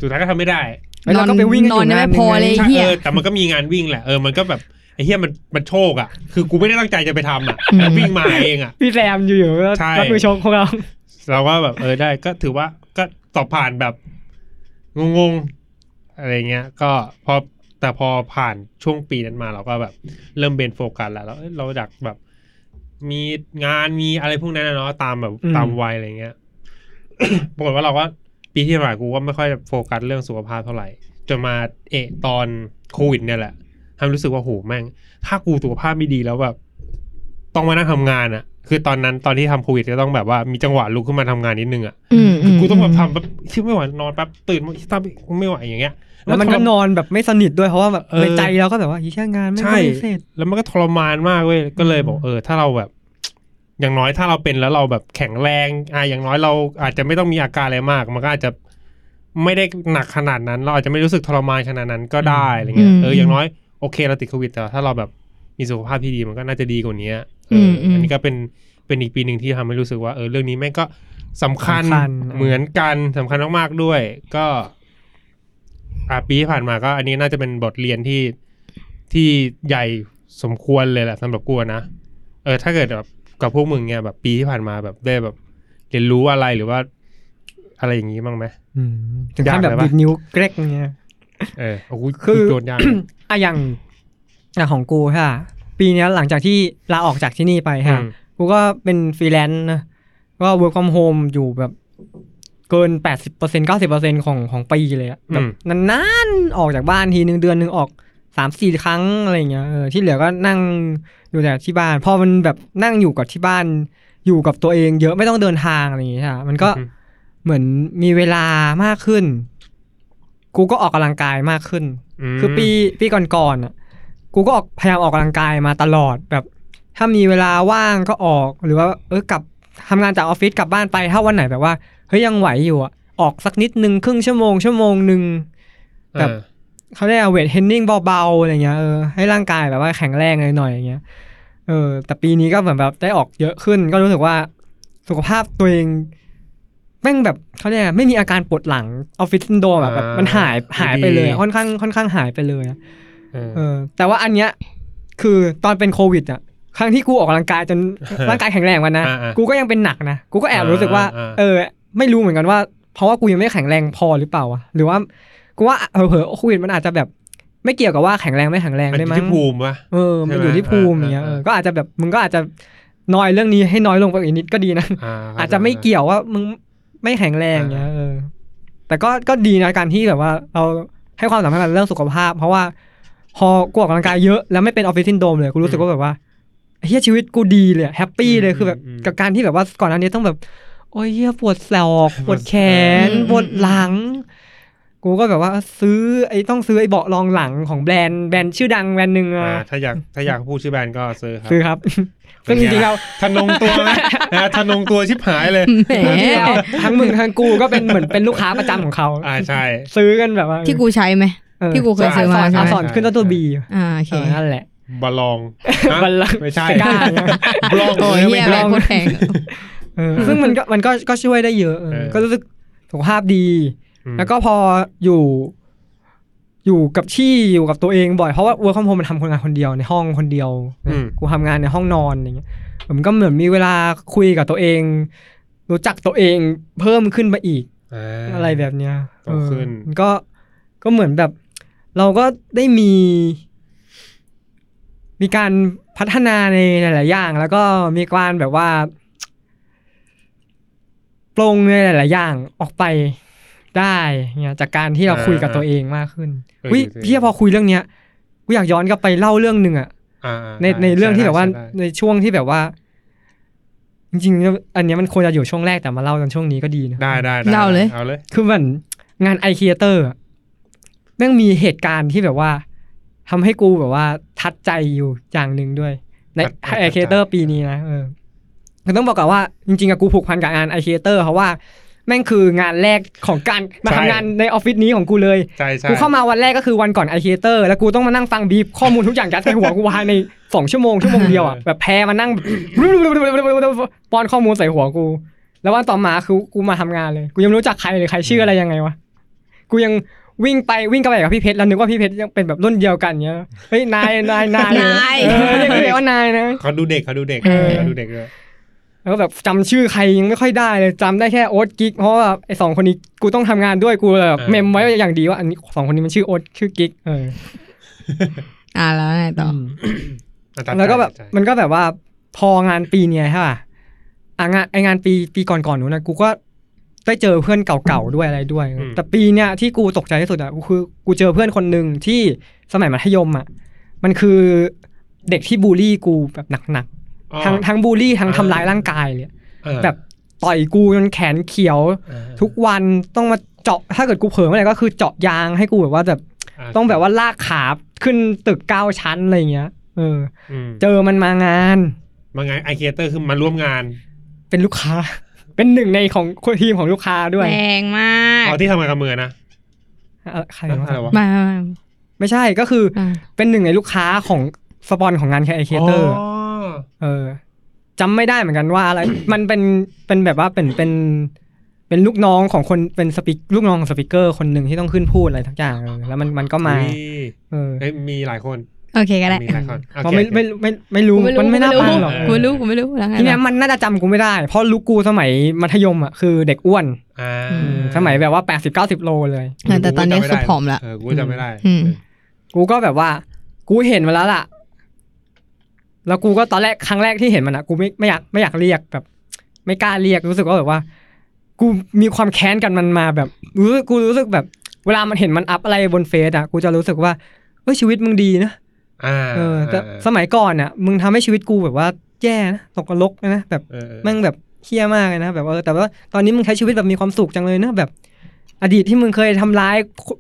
B: สุดท้ายก็ทำไม่ได้
E: แล้วเราก็ไปวิ่งกัยู่
C: นอนยังไม่
E: าหง
C: พอเลย
E: ใช่
B: ใช่
C: เหี้ย
B: เออแต่มันก็มีงานวิ่งแหละเออมันก็แบบไอ้เฮียมันมันโชคอ่ะ คือกูไม่ได้ตั้งใจจะไปทำอ่ะ
C: อืม
B: มันวิ่งมาเองอ่ะ
E: พี่แซมอยู่ๆก็
B: ใช่
E: รับมือชกของเรา
B: เราก็แบบเออได้ก็ถือว่าก็สอบผ่านแบบงงๆอะไรเงี้ย ก็พอแต่พอผ่านช่วงปีนั้นมาเราก็แบบ เริ่มเบนโฟกัสแล้วแล้วเอ้ยเราอยากแบบ มีงานมีอะไรพวกนั้นนะเนาะตามแบบ
E: อืม
B: ตามวัยอะไรเงี้ย ปรากฏว่าเราก็ปีที่ผ่านมากูก็ไม่ค่อยโฟกัสเรื่องสุขภาพเท่าไหร่ จนมาเอะตอนโควิดเนี่ยแหละทำให้รู้สึกว่าโหแม่ง ถ้ากูสุขภาพไม่ดีแล้วแบบ ต้องมานั่งทำงานอะคือตอนนั้นตอนที่ทำโควิดก็ต้องแบบว่ามีจังหวะลุกขึ้นมาทำงานนิดนึงอะ
C: อืม
B: คือกูต้องแบบทำแบบชื่อไม่ไหวนอนแป๊บตื่นมาทำอีกไม่ไหวอย่างเงี้ย
E: แล้วมันก็นอนแบบไม่สนิทด้วยเพราะว่าแบบ
B: เออ
E: ในใจเราก็แบบว่าอีช่างงานไม่
B: ใช่
E: ค่อยเสร็จ
B: แล้วมันก็ทรมานมากเว้ย ก็เลยบอก
E: อืม
B: เออ ถ้าเราแบบ อย่างน้อยถ้าเราเป็นแล้วเราแบบแข็งแรงอ่ะอย่างน้อยเราอาจจะไม่ต้องมีอาการอะไรมาก มันก็อาจจะไม่ได้หนักขนาดนั้น เราอาจจะไม่รู้สึกทรมานขนาดนั้นก็ได้อะไรเงี้ย เออ อย่างน้อยโอเคเราติดโควิดแต่ถ้าเราแบบมีสุขภาพที่ดีมันก็น่าจะดีกว่านี้เอออ
C: ม
B: อันนี้ก็เป็นเป็นอีกปีหนึ่งที่ทำให้รู้สึกว่า เออ เรื่องนี้แม่งก็สำคัญ
E: สำคัญ
B: เหมือนกันสำคัญมากๆด้วย ก็ อ่าปีที่ผ่านมาก็ อันนี้น่าจะเป็นบทเรียนที่ที่ใหญ่สมควรเลยแหละสำหรับกูอะนะเออ ถ้าเกิดแบบกับพวกมึงเนี่ยแบบปีที่ผ่านมาแบบได้แบบ เรียนรู้อะไรหรือว่า อะไรอย่างนี้บ้างไหม
E: อืมถึงขั้น
B: ยาก
E: แบบ
B: เลยปะ
E: บิดนิ้วเกร็กอย่างเงี้ย
B: เออโอ้โห
E: คือ
B: โยน ยาก
E: อะอย่างอย่างของกูค่ะ ปีเนี้ยหลังจากที่ลาออกจากที่นี่ไปค่ะ
B: อืม
E: กูก็เป็นฟรีแลนซ์นะก็ work from home อยู่แบบเกิน 80% 90%ของของปีเลยอะแบบนานๆ ออกจากบ้านทีนึงเดือนนึงออกสามสี่ครั้งอะไรเงี้ยเออที่เหลือก็นั่งอยู่แต่ที่บ้าน พอมันแบบนั่งอยู่กับที่บ้าน อยู่กับตัวเองเยอะไม่ต้องเดินทางอะไรอย่างเงี้ยค่ะมันก็
B: อืม
E: เหมือนมีเวลามากขึ้น กูก็ออกกำลังกายมากขึ้น
B: ม
E: คือปีปีก่อนๆอ่ะ กูก็ออกพยายามออกกำลังกายมาตลอดแบบ ถ้ามีเวลาว่างก็ออกหรือว่า เออกลับทำงานจากออฟฟิศกลับบ้านไปถ้าวันไหนแบบว่าเฮ้ยยังไหวอยู่อะออกสักนิดนึงครึ่งชั่วโมงชั่วโมงหนึ่ง แบบ
B: เออ
E: เขาได้เอาเวทเฮนนิ่งเบาๆอะไรเงี้ยเออให้ร่างกายแบบว่าแข็งแรงหน่อยๆอย่างเงี้ยเออ แต่ปีนี้ก็เหมือนแบบได้ออกเยอะขึ้น ก็รู้สึกว่าสุขภาพตัวเองแม่งแบบเขาเรียกอะไรไม่มีอาการปวดหลังออฟฟิศซินโดรมอะแบบมันหายหายไปเลยอะค่อนข้างค่อนข้างหายไปเลยอะ
B: เออ
E: เออแต่ว่าอันเนี้ยคือตอนเป็นโควิดอ่ะ ครั้งที่กูออกกำลังกาย จน ร่างกายแข็งแรงวันนะ
B: อ่าๆ
E: กูก็ยังเป็นหนักนะกูก็แอบ
B: อ่าๆ
E: รู้สึกว่า
B: อ่า
E: เออ ไม่รู้เหมือนกันว่า เพราะว่ากูยังไม่แข็งแรงพอหรือเปล่าวะหรือว่ากูว่าเผลอๆโควิดมันอาจจะแบบ ไม่เกี่ยวกับว่าแข็งแรงไม่แข็งแรง
B: มันอ
E: ได้
B: ยู่
E: มั้ง
B: ที่ภูมิวะ
E: เออ
B: ใช่ไหม
E: มันอยู่ที่ภูมิอย่างเงี้ยเอ
B: อ่าๆ
E: อก็อาจจะแบบมึงก็อาจจะน้อยเรื่องนี้ให้น้อยลงไปอีกนิดก็ดีนะ อาจจะไม่เกี่ยวว่ามึงไม่แข็งแรงเงี้ยเออ แต่ก็ก็ดีนะการที่แบบว่า เราให้ความสำคัญกับเรื่องสุขภาพ เพราะว่า พอกูออกกำลังกายเยอะแล้วไม่เป็นออฟฟิศซินโดรมเลยกูรู้สึกว่าแบบว่าเฮียชีวิตกูดีเลยแฮปปี้เลย
B: อืม
E: คือแบบ
B: อืม
E: กับการที่แบบว่าก่อนหน้านี้ต้องแบบ โอ้ยเฮียปวดศอกปวดแขน
C: อืม
E: ปวดหลัง กูก็แบบว่าซื้อไอ้ต้องซื้อไอ้เบาะรองหลังของแบรนด์แบรนด์ชื่อดังแบรนด์หนึ่งอะ
B: าถ้าอยากถ้าอยากพูดชื่อแบรนด์ก็ซื้อครับ
E: ซื้อครับซึ่งจริงๆแล้ว
B: ทะนงตัว นะนะทะนงตัวชิบหายเลย
C: แหม
E: ทั้งที่เราทั้งมึงทั้งกูก็เป็นเหมือนเป็นลูกค้าประจำของเขา
B: อ่าใช่
E: ซื้อกันแบบว่า
C: ที่กูใช้ไหม
E: ออ
C: ที่กูเคยซื้อมาใช่ไหม
E: อักษรขึ้นต้นตัวบี
C: อ่าโอเค
E: นั่นแหละ
B: บอลลองฮะ
E: บัลลังก์
B: ไม่ใช่
E: สก้าเนี่ย
B: บลอง
C: โอ้ย
B: ไม่
C: เฮีย
B: ใช่
C: แม่งโคตรแพง
E: เออซึ่งมันก็มันก็ก็ช่วยได้เยอะเออ
B: เออ
E: ก็รู้สึกสุขภาพดี
B: อืม
E: แล้วก็พออยู่ อยู่กับที่อยู่กับตัวเองบ่อยเพราะว่า work from home มันทำคนงานคนเดียวในห้องคนเดียว
B: อืม
E: กูทำงานในห้องนอนอย่างเงี้ยผมก็เหมือนมีเวลาคุยกับตัวเอง รู้จักตัวเองเพิ่มขึ้นมาอีก อะไรแบบเนี้ย
B: โตขึ้น
E: เออมันก็ก็เหมือนแบบ เราก็ได้มี มีการพัฒนาในหลาย ๆ อย่าง แล้วก็มีการแบบว่าปลงในหลาย ๆ อย่างออกไปได้เนี่ยจากการที่เราคุยกับตัวเองมากขึ้น
B: เออ
E: วิ
B: จริงๆ
E: พี่พอคุยเรื่องเนี้ยกูอยากย้อนกลับไปเล่าเรื่องหนึ่งอะ
B: อ่า
E: ใน
B: ช่
E: ในเรื่องที่แบบว่า
B: ใช่
E: ในช่วงที่แบบว่า จริงๆแล้วอันเนี้ยมันควรจะอยู่ช่วงแรกแต่มาเล่าตอนช่วงนี้ก็ดีนะ
B: ได้ได้ได้
C: เล่าเลย
B: เอาเลย
E: คือมันงานไอเคียเตอร์แม่งมีเหตุการณ์ที่แบบว่าทำให้กูแบบว่าทัดใจอยู่อย่างหนึ่งด้วย ใน
B: ทัดใจ
E: ไอเคียเตอร์ปีนี้นะเออคือต้องบอกก่อนว่าจริงๆอะกูผูกพันกับงานไอเคียเตอร์เพราะว่าแม่งคืองานแรกของการมา
B: ใช่
E: ทำงานในออฟฟิศนี้ของกูเลย
B: ใช่ใช่
E: กูเข้ามาวันแรกก็คือวันก่อนไอเ a เตอร์แล้วกูต้องมานั่งฟังบีบข้อมูลทุกอย่างยัดในหัวกูภายใน สองชั่วโมงชั่วโมงเดียวอ่ะแบบแพรมานั่ง ป้อนข้อมูลใส่หัวกู แล้ววันต่อมาคือกูมาทำงานเลย กูยังไม่รู้จักใครเลยใครชื่ออะไรยังไงวะกูยังวิ่งไปวิ่งกลับไปกับพี่เพชรแล้วนึกว่าพี่เพชรยังเป็นแบบรุ่นเดียวกันเนี้ยเฮ้ยนายนายนาย
C: นาย
E: เออเรียกพี่เพชรว่านายนะ
B: เขาดูเด็กเขาดูเด็ก
E: เออ
B: เขาดูเด็กด้วย
E: แล้วก็แบบจำชื่อใครยังไม่ค่อยได้เลยจำได้แค่โอ๊ตกิ๊กเพราะว่าไอ้สองคนนี้กูต้องทำงานด้วยกูแบบ
B: เออ
E: เมมไว้อย่างดีว่าอันนี้สองคนนี้มันชื่อโอ๊ตชื่อกิ๊กเออ
C: อ่าแล้วไงต่อ
B: อ่ะตัด
E: แล้วก็แบบ
B: ใจ
E: มันก็แบบว่าพองานปีเนี้ยใช่ป่ะอ่ะงานไองานปีปีก่อนๆหนูนนะกูก็ได้เจอเพื่อนเก่าๆด้วยอะไรด้วย แต่ปีเนี้ยที่กูตกใจที่สุดอ่ะคือกูเจอเพื่อนคนหนึ่งที่สมัยมัธยมอ่ะมันคือเด็กที่บูลลี่กูแบบหนัก
B: อ๋อ
E: ๆทั้งทั้งบูลลี่ทั้ง
B: เออ
E: ทำร้ายร่างกายเลย
B: เออ
E: แบบต่อยกูจนแขนเขียว
B: เออ
E: ทุกวันต้องมาเจาะถ้าเกิดกูเผลอเมื่อไหร่ก็คือเจาะยางให้กูแบบว่าแบบ
B: ะ
E: ต้องแบบว่าลากขาขึ้นตึกเก้าชั้นอะไรเงี้ยเออ
B: อืม
E: เจอมันมางาน
B: มาไงไอเคียเตอร์คือมาร่วมงาน
E: เป็นลูกค้า เป็นหนึ่งในของทีมของลูกค้าด้วย
C: แพงมาก
B: อ๋อที่ทำงานกับมือนะ
E: อะไรใครวะ
B: อะไรวะ
C: มา
E: ไม่ใช่ก็คือ
C: อ่า
E: เป็นหนึ่งในลูกค้าของสปอนของงานแคไอเคเตอร์
B: อ๋อ
E: เออจำไม่ได้เหมือนกันว่าอะไร มันเป็นเป็นแบบว่าเป็นเป็นเป็นลูกน้องของคนเป็นสปิกลูกน้องของสปิเกอร์คนหนึ่งที่ต้องขึ้นพูดอะไรทั้งอย่างเออแล้วมันมันก็มา
B: อุ๊ย
E: เออ
B: เอ้ยมีหลายคน
C: โอเคก็ได้
B: มีหลายคนโอ
E: เพราะ
B: เค
E: ไม่
B: โอเค
E: ไม่ไม่ไม่รู้มันไม่น่าปังหรอก
C: กูไม่รู้กูไม่รู้แล้วไง
E: ทีเนี้ยมันน่าจะจำกูไม่ได้ เพราะลูกกูสมัยมัธยมอ่ะคือเด็กอ้วน
B: อ่า
E: สมัยแบบว่าแปดสิบเก้าสิบโลเลย
C: เออแต่ตอนเนี้ยคือผอมละ
B: เออกูก็จำไม่ได้
C: อืม
E: กูก็แบบว่า กูเห็นมาแล้วล่ะ แล้วกูก็ตอนแรกครั้งแรกที่เห็นมันอ่ะกูไม่ไม่อยากไม่อยากเรียกแบบ ไม่กล้าเรียกรู้สึกว่าแบบว่า กูมีความแค้นกันมันมาแบบรู้สึกกูรู้สึกแบบ เวลามันเห็นมันอัพอะไรบนเฟซอ่ะกูจะรู้สึกว่าเอ้ยชีวิตมึงดีนะ
B: อ่า
E: เออ แต่
B: อ่า
E: สมัยก่อนอ่ะ มึงทำให้ชีวิตกูแบบว่าแย่นะตกนรกนะแบบ
B: เออเออ
E: แม่งแบบเฮี้ยมากเลยนะแบบว่าเออแต่ว่าตอนนี้มึงใช้ชีวิตแบบมีความสุขจังเลยนะแบบ อดีตที่มึงเคยทำร้าย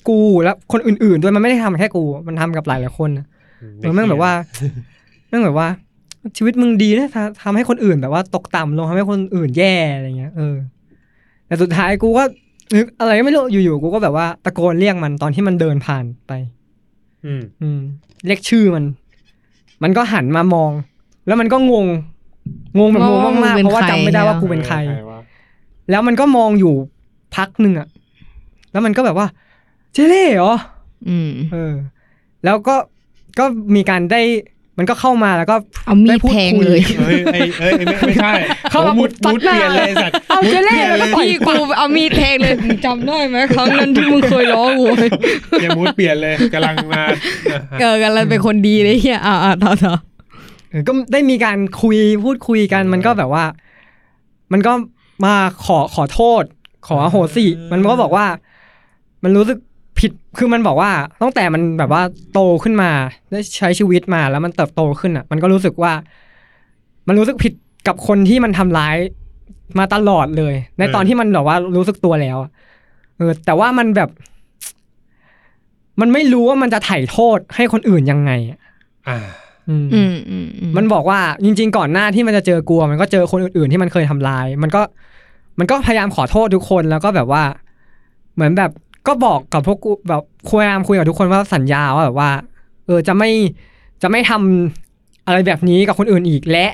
E: กูแล้วคนอื่นๆด้วยมันไม่ได้ทำแค่กู มันทำกับหลายหลายๆคนนะเออแม่งแบบว่าแม่งแบบว่า ชีวิตมึงดีนะทำทำให้คนอื่นแบบว่าตกต่ำลงทำให้คนอื่นแย่อะไรเงี้ยเออแต่สุดท้ายกูก็นึกอะไรไม่รู้อยู่ๆกูก็แบบว่าตะโกนเรียกมันตอนที่มันเดินผ่านไป
B: อืม
E: อืมเรียกชื่อมัน มันก็หันมามอง แล้วมันก็งง งงแบบงง
C: ว่ามึง
E: มากๆ
C: เป็น
E: เพราะว่าจำไม่ได้
C: ใคร
E: ว่ากูเป็นใคร
B: ออวะ
E: แล้วมันก็มองอยู่พักหนึ่งอะแล้วมันก็แบบว่า เจเล่เหรอ
C: อืม
E: เออ แล้วก็ก็มีการได้ มันก็เข้ามาแล้วก็
C: เอามีดแทงเลย
B: เฮ้ยไอ้เอ้ยไอ้ไม่ไม่ใช่
E: เขามา
B: โอ้มุด
E: ปัด
B: มุด
E: หน้า
B: เปลี่ยนเลยไอ้สัตว์
E: เอาเจเล่แล้วก็ต่อย
C: พี่กูเอามีดแทงเลยมึงจำได้ไหมครั้งนั้นที่มึงเคยร้องกู
B: อย่ามุดเปลี่ยนเลยกำลังมา
C: เออกันเลยเป็นคนดีเลยเฮียอ่าอ่าต่อต่อ
E: เออก็ได้มีการคุยพูดคุยกัน มันก็แบบว่า มันก็มาขอขอโทษ ขออโหสิมันก็บอกว่า มันรู้สึกผิดคือมันบอกว่าตั้งแต่มันแบบว่าโตขึ้นมาได้ใช้ชีวิตมาแล้วมันเติบโตขึ้นอ่ะ มันก็รู้สึกว่า มันรู้สึกผิดกับคนที่มันทำร้ายมาตลอดเลย ในตอนที่มันแบบว่ารู้สึกตัวแล้วอะเออ แต่ว่ามันแบบ มันไม่รู้ว่ามันจะไถ่โทษให้คนอื่นยังไงอะ
B: อ่า
E: อืม
C: อืมอืมอืม
E: มันบอกว่าจริง ๆ ก่อนหน้าที่มันจะเจอกลัว มันก็เจอคนอื่นๆที่มันเคยทำร้าย มันก็มันก็พยายามขอโทษทุกคนแล้วก็แบบว่า เหมือนแบบก็บอกกับพวกกูแบบพยายามคุยกับทุกคนว่าสัญญาว่าแบบว่า เออจะไม่จะไม่ทำอะไรแบบนี้กับคนอื่นอีกและ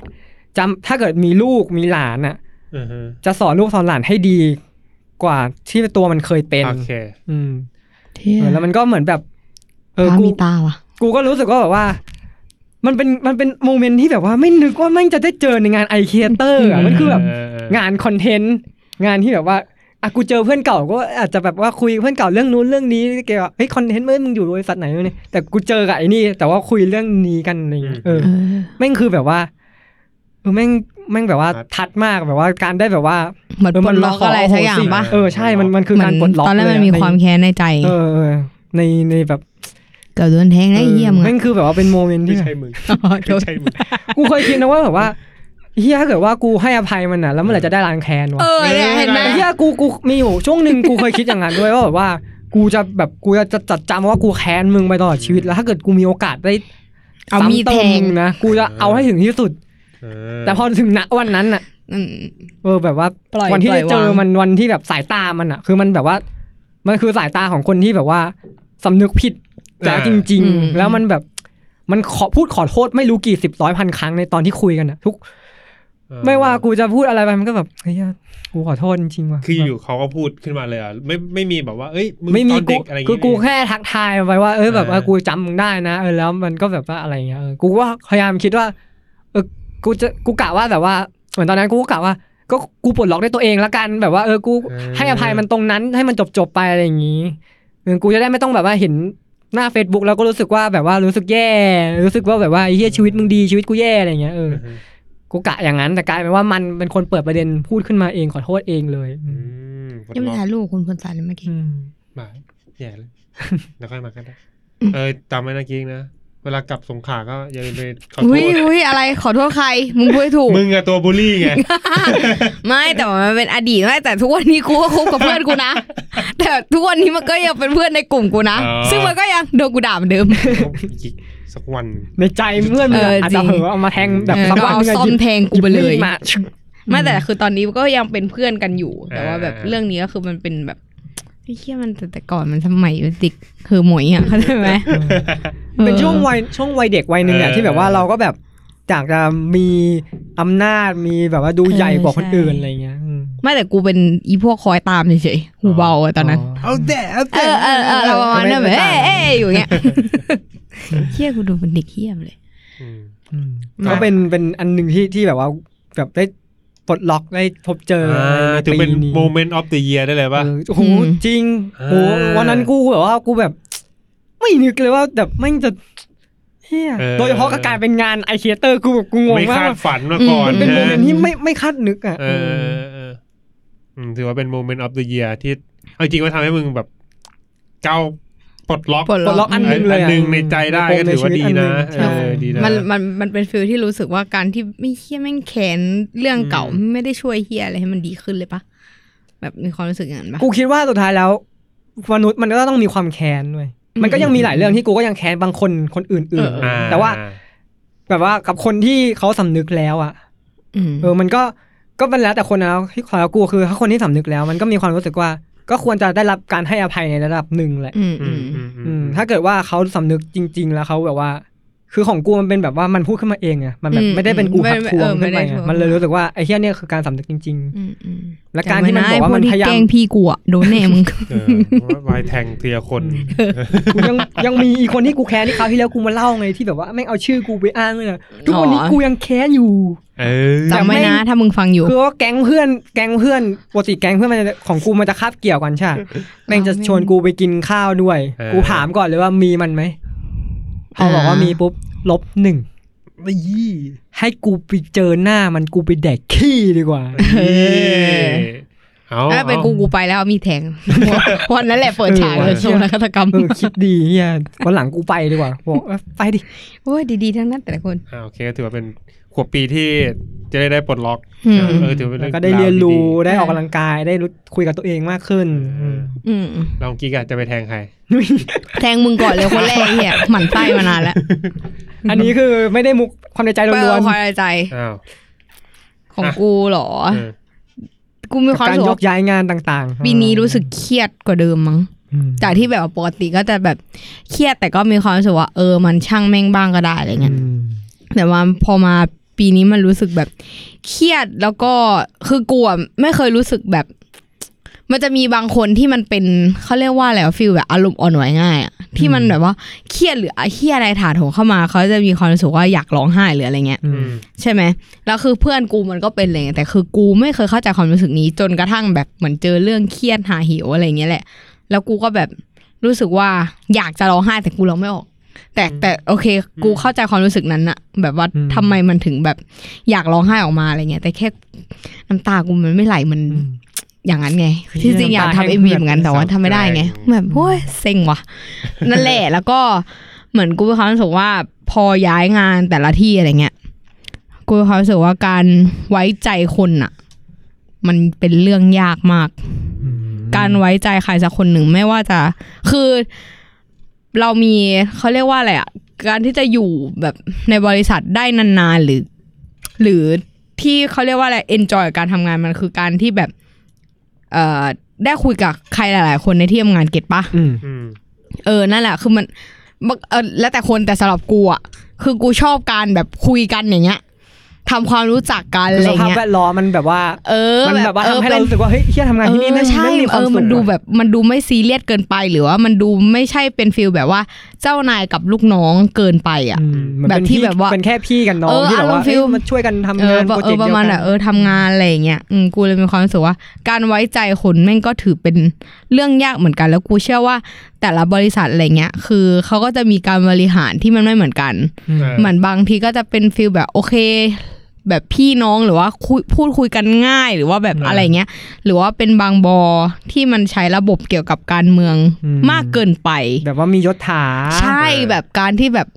E: จำถ้าเกิดมีลูกมีหลานอ่ะ
B: อือฮึ
E: จะสอนลูกสอนหลานให้ดีกว่าที่ตัวมันเคยเป็น
B: โอเค
E: อืม
C: เที่ย
E: เออแล้วมันก็เหมือนแบบ เออ
C: ตา
E: กู
C: มีตาว่ะ
E: กูก็รู้สึกว่าแบบว่า มันเป็นมันเป็นโมเมนต์ที่แบบว่าไม่นึกว่าแม่งจะได้เจอในงานไอเคียเตอร์
C: อืม
E: มันคือแบบ
B: เเ
E: งานคอนเทนต์งานที่แบบว่าอ่ะกูเจอเพื่อนเก่าก็อาจจะแบบว่าคุยกับเพื่อนเก่าเรื่องนู้นเรื่องนี้เกี่ยวกับเฮ้ยคอนเทนต์เมื่อมึงอยู่บริษัทไหนวะเนี่ยแต่กูเจอกับไอ้นี่ แต่ว่าคุยเรื่องนี้กันอะไรอย่างเงี้ยเออ
C: เออ
E: แม่งคือแบบว่าเออแม่งแม่งแบบว่า
B: ครับ
E: ทัดมากแบบว่าการได้แบบว่า
C: เหมือน
E: เออ
C: ปล
E: มั
C: ดล็อกอะไรสักอย่างปะ
E: เออใช่มันมันคือ
C: เหมื
E: กาน รปลดล็อก
C: ตอนแรก
E: เลย
C: มั
E: อะ
C: นมีความแค้นในใจ
E: เออเออในในแบบ
C: เกือบโดนแทงได้เยี่ยม
E: แม่
C: อ่ะ
E: งคือแบบว่าเป็นโมเมนต์
B: ไม่
E: ที่แบบ
B: ใช่มึง
C: อ๋อโด
B: ไม่
C: น
B: ใช่มึง
E: กูเคยคิดนะว่าแบบว่าเฮียถ้าเกิดว่ากูให้อภัยมันนะแล้วเมื่อไหร่จะได้ล้างแค้นวะ
C: เออเนี่ยเห็นไหม
E: แต่เฮียกูกูมีอยู่ช่วงหนึ่งกูเคยคิดอย่างนั้นด้วยว่าแบบว่า กูจะแบบกูจะจะจัดจำว่ากูแค้นมึงไปตลอดชีวิตแล้วถ้าเกิดกูมีโอกาสได้
C: เอามีด
E: ซ้ำ
C: แท
E: เติ
C: ง
E: มึนะกูจะ
B: เออ
E: เอาให้ถึงที่สุด
B: เออ
E: แต่พอถึงณวันนั้นน่ะ
C: อืม
E: เออแบบว่า
C: ปล่อย
E: วันที่
C: ปล่อ
E: ได้
C: ยวาง
E: เจอมันวันที่แบบสายตามันอ่ะ คือมันแบบว่า มันคือสายตาของคนที่แบบว่าสำนึกผิดแล้วจริง ๆ แล้วมันแบบ มันขอพูดขอโทษไม่รู้กี่สิบร้อยพันครั้งในตอนที่คุยกันอ่ะทุก
B: เออ
E: ไม่ว่ากูจะพูดอะไรไปมันก็แบบเฮ้ยกูขอโทษจริงๆว่ะ
B: คืออยู่เขาก็พูดขึ้นมาเลยอ่ะไม่ไม่มีแบบว่าเอ้ยมึง
E: ไม่
B: ต
E: มี
B: อน
E: กู
B: เด็กอะไรอย่าง
E: คือ
B: งี้
E: กูแค่ทักทายไปว่าเออแบบว่า
B: เออ
E: กูจำมึงได้นะเออแล้วมันก็แบบว่าอะไรเงี้ยเออกูว่าพยายามคิดว่าเออกูจะกูกะว่าแบบว่าเหมือนตอนนั้นกูก็กะว่า ก็กูปลดล็อกได้วยตัวเองละกันแบบว่าเออกูให้อภัยมันตรงนั้นให้มันจบจบๆไปอะไรอย่างงี้เออกูจะได้ไม่ต้องแบบว่าเห็นหน้า Facebook แล้วก็รู้สึกว่าแบบว่ารู้สึกแย่ รู้สึกว่าแบบว่าไอ้เฮียชีวิตมึงดีชีวิตกูแย่อะไรเงี้ยเออ
B: อือฮึ
E: กูกะอย่างนั้นแต่กลายเป็นว่ามันเป็นคนเปิดประเด็นพูดขึ้นมาเองขอโทษเองเลย
B: อืมปลด
C: ยัง
B: ล็
C: ไม่
B: อก
C: ถ่ายรูปกับคุณคนสารเลยเมื่อกี้
E: อืม
B: มาแย่เลย แล้วค่อยมากันได้
C: อืม
B: เออจำไว้นะกิ๊กนะ เวลากลับสงขลาก็อย่าลืมไปขอโท
C: อุ้
B: ษ
C: ยอุ้ยอะไรขอโทษใคร มึงพูดถูก
B: มึงอะตัวบูลลี่ ไง
C: ไม่แต่ว่ามันเป็นอดีตไม่แต่ทุกวันนี้กูก็คบกับเพื่อนกูนะ แต่ทุกวันนี้มันก็ยังเป็นเพื่อนในกลุ่มกูนะ
B: อ๋อ
C: ซึ่งมันก็ยังโดนกูด่าเหมือนเดิม
B: กิ๊กสักวัน
E: ในใจเพื่อนมัน
C: เออ
E: อาจ
C: จริ
E: จะ
C: ง
E: เผลอเอามาแทงแบบ
C: เออ
E: สัก
C: ก็
E: วัน
C: เอา
E: หนึ่ง
C: ซ่
E: อะ
C: อ
E: ห
C: ม
E: ยิบ
C: แทงกูไปเล
E: หบด
C: ย
E: มาชึก
C: ไม่แต่คือตอนนี้ก็ยังเป็นเพื่อนกันอยู่ แต่ว่าแบบ
B: อ่า
C: เรื่องนี้ก็คือมันเป็นแบบไอ้เหี้ยมันแต่แต่ก่อนมันสมัยเด็กคือหมวยอ่ะเข้าใจไหม
E: เป็นช่วงวัยช่วงวัยเด็กวัยหนึ่งอะ
B: เออ
E: ที่แบบว่าเราก็แบบอยากจะมีอำนาจมีแบบว่าดูใหญ่กว่าคนอื่นอะไรเงี้ยอืม
C: ไม่แต่กูเป็นอีพวกคอยตามเฉยๆหูเบาอะตอนนั้น
B: เอาแดดเอา
C: เอ
B: แต่
C: อเออเออเราประมาณนั้
E: ไม่
C: นแบบ
E: ไม่
C: เอ้
E: ต่าง
C: ยเอ้ยอยู่เงี้ยเฮี้ยกูดูเป็นเด็กเฮี้ยมเลย
E: ก็เป็นเป็นอันหนึ่งที่ที่แบบว่าแบบได้ปลดล็อกได้พบเจอใน
B: ถือเป็น
E: ปี
B: โมเมนต์ออฟเดอะเยียได้เลยป่ะ
E: เออโอ้โห
C: อืม
E: จริง
B: อ่า
E: โหวันนั้นกูแบบว่ากูแบบ ไม่นึกเลยว่าแบบไม่งจะเฮียโดยเฉพาะกับการเป็นงานไอเคียเตอร์กูแบบกูงง
B: ไม่
E: มา
B: คาก ดฝันมาก่อน
E: มันเป็นโมเมนต์ที่ไม่ไม่คาดนึกอ่ะ
B: เออเออเอออืมถือว่าเป็นโมเมนต์ออฟเดอะเยียที่เอาจริงว่าทำให้มึงแบบเก้าวปลดล็อก
C: ปลด
E: ปลดล็อกอันหนึงเลย
B: อันหนึ่งในใจได้ก็ถือว่าดีนะ
E: ใช่
B: เออดีะ
C: มันมันมันเป็นฟิลที่รู้สึกว่าการที่ไม่เฮี้ยแม่งแขนเรื่องเก่าไม่ได้ช่วยเฮี้ยอะไรให้มันดีขึ้นเลยปะแบบมีความรู้สึกอย่างนั้นปะ
E: กูคิดว่าสุดท้ายแล้วมนุษย์มันก็ต้องมีความแค้นด้วยมันก็ยังมีหลายเรื่องที่กูก็ยังแค้นบางคนคนอื่น
C: เออ
B: อ่
E: ๆแต่ว่า แบบว่ากับคนที่เขาสำนึกแล้วอะ
C: อืม
E: เออมันก็ก็เป็นแล้วแต่คนนะที่ขอกูคือถ้าคนที่สำนึกแล้ว มันก็มีความรู้สึกว่า ก็ควรจะได้รับการให้อภัยในระดับหนึ่งแหละ
C: อืม
B: อื
C: อื
B: ม
C: ม
B: อืมอืม
E: อืมถ้าเกิดว่าเขาสำนึกจริง ๆ แล้วเขาแบบว่า คือของกูมันเป็นแบบว่ามันพูดขึ้นมาเองอะมันแบบไม่ได้เป็นกูหักทวงขึ้นไปอะมันเลยรู้สึกว่าไอ้เหี้ยเนี่ยคือการสำนึกจริง
C: อืมอืม
E: และการที่มัน
C: จำ
E: บ
C: ไนะ
E: อกว่ามัน
C: ไอ้
E: พยายาม
C: ที่แกล้งพี่กูอะโดนแน่ มึง
B: เออวายแทงเทียคน
E: ๆกูยังยังมีอีกคนที่กูแค้นที่คราวที่แล้วกูมาเล่าไงที่แบบว่าไม่งเอาชื่อกูไปอ้างเลยนะทุกวันนี้กูยังแค้นอยู่
B: เออ
C: จำไว้นะ ถ้ามึงฟังอยู่
E: คือว่าแก๊งเพื่อนแก๊งเพื่อนปกติแก๊งเพื่อนมันจะของกูมันจะคาบเกี่ยวกันใช่ปะ แม่งจะชวนกูไปกินข้าวด้วย
B: เออ
E: กูถามก่อนเลยว่ามีมันไหมพอบอกว่ามีปุ๊บลบหนึ่ง
B: ไม่ยี่
E: ให้กูไปเจอหน้ามันกูไปแดกขี้ดีกว่า
C: เออ
B: เอา
C: ถ้าเป็นกูกูไปแล้วมีแทง วันนั้นแหละเปิดฉากเลย
E: เออ
C: โชว์นักฆาตกรรม
E: เออคิดดีเฮียวันหลังกูไปดีกว่าบอกเออไปดิ
C: โอ้ยดีๆทั้งนั้นแต่ละคน
B: อ่าโอเคถือว่าเป็นขวบปีที่จะได้ได้ปลดล็อก
C: อืม
B: เออถือว่า
E: แล้
B: เป็
E: วน ก็ได้เรียนรู้
B: าว
E: ได้ออกกำลังกายได้รู้คุยกับตัวเองมากขึ้นอืม
C: อืม
B: ดีๆลองกี้กอะจะไปแทงใคร
C: แทงมึงก่อนเลยคนแรกไอ้เหียหมั่นไส้มานานแล้ว
E: อันนี้คือไม่ได้มุกความในใจ
C: เปิ
E: ล้วน
C: ดความในใจ
B: อ้าว
C: ของกูเหรอ
B: เออ
C: กู
E: ๆ
C: มี
E: กับ
C: ความ
E: การ
C: รู้
E: ย
C: สึกว่าก
E: ย้ายงานต่างๆ
C: ปีนี้รู้สึกเครียดกว่าเดิมมั้ง
E: อืม
C: จากที่แบบว่าปกติก็จะแบบเครียดแต่ก็มีความรู้สึกว่าเออมันช่างแม่งบ้างก็ได้อะไรเงี้ย แต่ว่าพอมาปีนี้มันรู้สึกแบบเครียดแล้วก็คือกลัวไม่เคยรู้สึกแบบ มันจะมีบางคนที่มันเป็นเขาเรียกว่าอะไรฟิลแบบอารมณ์อ่อนไหวง่ายอะที่มันแบบว่าเครียดหรือเฮียอะไรถาโถมเข้ามาเขาจะมีความรู้สึกว่าอยากร้องไห้หรืออะไรเงี้ย
B: อืม
C: ใช่ไหมแล้วคือเพื่อนกูมันก็เป็นอะไรเลยแต่คือกูไม่เคยเข้าใจความรู้สึกนี้ จนกระทั่งแบบเหมือนเจอเรื่องเครียดหาหิวอะไรอย่างเงี้ยแหละ แล้วกูก็แบบรู้สึกว่าอยากจะร้องไห้แต่กูร้องไม่ออก แต่แต่โอเค กูเข้าใจความรู้สึกนั้นอะแบบว่า
E: อืม
C: ทำไมมันถึงแบบอยากร้องไห้ออกมาอะไรเงี้ย แต่แค่น้ำตากูมันไม่ไหลมัน
E: อืม
C: อย่างนั้นไง ที่จริงอยาก
E: น้ำตา
C: ทำ
E: แห้
C: เอ็
E: ง
C: ม
E: เหื
C: วี
E: อด
C: เหมือนกันแต่ว่าทำไม่ได้ไงแบบโอ้ยเซ็งว่ะ นั่นแหละแล้วก็เหมือนกูมีความรู้สึกว่าพอย้ายงานแต่ละที่อะไรเงี้ย กูมีความรู้สึกว่าการไว้ใจคนอะมันเป็นเรื่องยากมาก การไว้ใจใครสักคนหนึ่งไม่ว่าจะ คือเรามีเขาเรียกว่าอะไรอะการที่จะอยู่แบบในบริษัทได้นานๆหรือ หรือที่เขาเรียกว่าอะไร enjoy กับการทำงานมันคือการที่แบบ เอ่อได้คุยกับใครหลาย ๆ คนในที่ทำงานเก็ตปะ
E: อืม
B: อืม
C: เออ นั่นแหละ คือมันบังเออแล้วแต่คน แต่สำหรับกูอ่ะ คือกูชอบการแบบคุยกันอย่างเงี้ยทำความรู้จักกัน
E: คือ
C: อะไร
E: สภาพ
C: เงี้ย
E: แวดล้อมมันแบบว่า
C: เออ
E: มันแบบว่า
C: ออ
E: ทำให้เรา
C: ป็น
E: รู้สึกว่าเฮ้ยเฮียทำงานที่นี่
C: เอ
E: ไม่
C: อใช่
E: ไม่มีค
C: เอ
E: วาม
C: อ
E: สุข
C: มันดู
E: อะ
C: แบบ มันดูไม่ซีเรียสเกินไปหรือว่ามันดูไม่ใช่เป็นฟิลแบบว่า เจ้านายกับลูกน้องเกินไปอ่ะ
E: อืมมัน
C: แบบ
E: เป็น
C: ที่แบบว่า
E: เป็นแค่พี่กันน้อง
C: เออ
E: ที่แบบ
C: อารม
E: ว่า
C: ณ์ฟีล
E: เอ้ยมันช่วยกัน
C: เอง
E: ทำา
C: อน ปะ
E: โปร
C: เอ
E: เจก
C: อ
E: ต์
C: ประ
E: เดียว
C: มาณ
E: กั
C: น่ะ
E: น
C: เออทำงานอะไรอย่างเงี้ยอืมกูเลยมีความรู้สึกว่า การไว้ใจคนแม่งก็ถือเป็นเรื่องยากเหมือนกัน แล้วกูเชื่อว่าแต่ละบริษัทอะไรเงี้ย คือเขาก็จะมีการบริหารที่มันไม่เหมือนกัน
B: อ่า
C: เหมือนบางทีก็จะเป็นฟิลแบบโอเค แบบพี่น้องหรือว่าคุยพูดคุยกันง่ายหรือว่าแบบอะไรเงี้ย หรือว่าเป็นบางบอที่มันใช้ระบบเกี่ยวกับการเมืองมากเกินไป
E: แบบว่ามียศถา
C: ใช่แบบการที่แบบ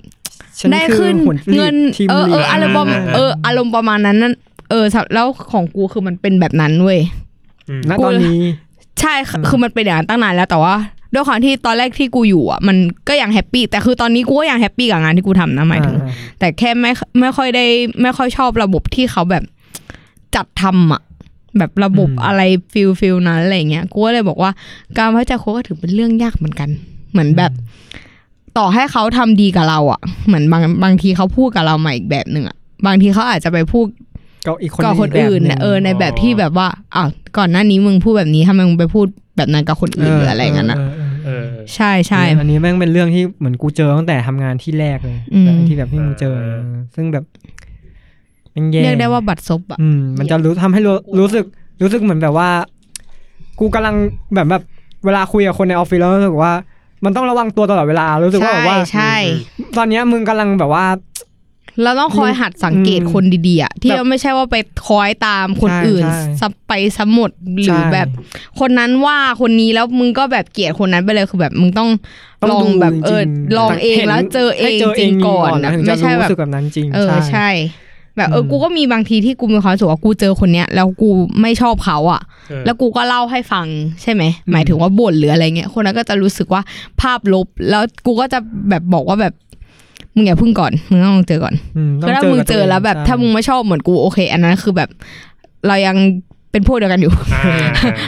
E: ฉัน
C: ได้
E: คือ
C: ขึ้น
E: หัวหลีด
C: เงิน
E: ทีม
C: เออ
E: ลี
C: เอ
E: ด
C: ออารมณ์ประมาณเอออารมณ์ประมาณนั้นนั่นเออสำแล้วของกูคือมันเป็นแบบนั้นเว้ย
B: อืม
E: ณตอนนี้
C: ใช่ค่ะคือมันเป็นอย่างนั้นตั้งนานแล้วแต่ว่าด้วยความที่ตอนแรกที่กูอยู่อ่ะมันก็ยังแฮปปี้แต่คือตอนนี้กูก็ยังแฮปปี้กับงานที่กูทำนะหมายถึง แต่แค่ไม่ไม่ค่อยได้ ไม่ค่อยชอบระบบที่เขาแบบจัดทำอะแบบระบบ
E: อืม
C: อะไรฟิลฟิลนั้นอะไรเงี้ยกูก็เลยบอกว่า การไว้ใจคนก็ถือเป็นเรื่องยากเหมือนกัน เหมือนแบบ ต่อให้เขาทำดีกับเราอะเหมือนบางบางทีเขาพูดกับเรามาอีกแบบหนึ่งอะบางทีเขาอาจจะไปพูด
E: ก็อีกคน
C: กับคน
E: แบบ
C: อื่น
E: หง
C: นะเออในแบบที่แบบว่าอ้าวก่อนหน้านี้มึงพูดแบบนี้ทำไมมึงไปพูดแบบนั้นกับคนอื่นหรืออะไรกันนะ
E: เเออ
B: เออ
C: ใช่ใช่
E: อันนี้แม่งเป็นเรื่องที่เหมือนกูเจอตั้งแต่ทำงานที่แรกเลย
C: อืม
E: แบบที่แบบที่กูเจอ
B: เออ
E: ซึ่งแบบมันแย่
C: เรียกได้ว่าบัตรซบอะ
E: อืม มันจะรู้ทำให้รู้รู้สึก รู้สึกเหมือนแบบว่า กูกำลังแบบแบบ เวลาคุยกับคนในออฟฟิศแล้วรู้สึกว่า มันต้องระวังตัวตลอดเวลารู้สึกว่าแบบว่า
C: ใช่
E: ตอนเนี้ยมึงกำลังแบบว่า
C: เราต้องคอยหัดสังเกต
E: อืม
C: คนดีๆอะที่
E: แบบ
C: เราไม่ใช่ว่าไปคอยตามคน
E: ใช่
C: อื่น
E: ใช่
C: สับไปสมหมดหรือ
E: ใช่
C: แบบ คนนั้นว่าคนนี้แล้วมึงก็แบบเกลียดคนนั้นไปเลยคือแบบมึงต้อง
E: ต้อง
C: ลอง
E: ดู
C: แบบเออ
E: จริงๆ
C: ลองเอง
E: ห็น
C: แล้วเจอเอง
E: ให้
C: จริงก่อน
E: นะ
C: นะ
E: ถึงจะ
C: ไม่ใช่แบ
E: รู้
C: บ
E: สึกแบบนั้นจริง
C: เออใช่ แบบเอออ
E: ม
C: กูก็มีบางทีที่กูมีความรู้สึกว่ากูเจอคนเนี้ยแล้วกูไม่ชอบเขาอะ
B: เออ
C: แล้วกูก็เล่าให้ฟังใช่ไหม หมายถึงว่าบ่นหรืออะไรเงี้ย คนนั้นก็จะรู้สึกว่าภาพลบ แล้วกูก็จะแบบบอกว่าแบบมึงอย่าพึ่งก่อน มึงต้องลองเจอก่อน
E: อืมต้
C: ก็ถ้ามึงเจอแล้วแบบ ถ้ามึงไม่ชอบเหมือนกูโอเค อันนั้นคือแบบ เรายังเป็นพวกเดียวกันอยู่
B: อ่า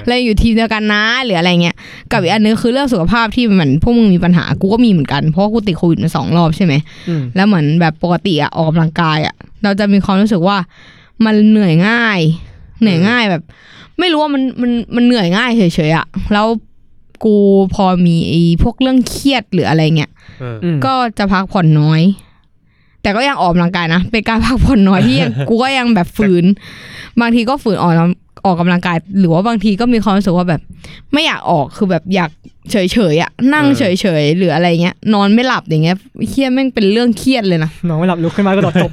C: เรายังอยู่ทีมเดียวกันนะหรืออะไรเงี้ย กับอีกอันนึงคือเรื่องสุขภาพที่เหมือนพวกมึงมีปัญหา กูก็มีเหมือนกัน เพราะว่ากูติดโควิดมาสองรอบใช่ไหม
E: อืม
C: แล้วเหมือนแบบปกติอะออกกำลังกายอะเราจะมีความรู้สึกว่ามันเหนื่อยง่าย เหนื่อยง่ายแบบ ไม่รู้ว่ามันมันมันเหนื่อยง่ายเฉยๆอะแล้วกูพอมีไอ้พวกเรื่องเครียดหรืออะไรเงี้ย
B: เออ
E: อืม
C: ก็จะพักผ่อนน้อย แต่ก็ยังออกกำลังกายนะเป็นการพักผ่อนน้ อยที่ยัง กูก็ยังแบบฝืน บางทีก็ฝืนออกกำลังออกกำลังกาย หรือว่าบางทีก็มีความรู้สึกว่าแบบ ไม่อยากออกคือแบบอยากเฉยๆอะนั่ง
B: เออ
C: เฉยๆหรืออะไรเงี้ย นอนไม่หลับอย่างเงี้ยเครียดแม่งเป็นเรื่องเครียดเลยนะ
E: น้องไม่หลับลุกขึ้นมาก็โดดตบ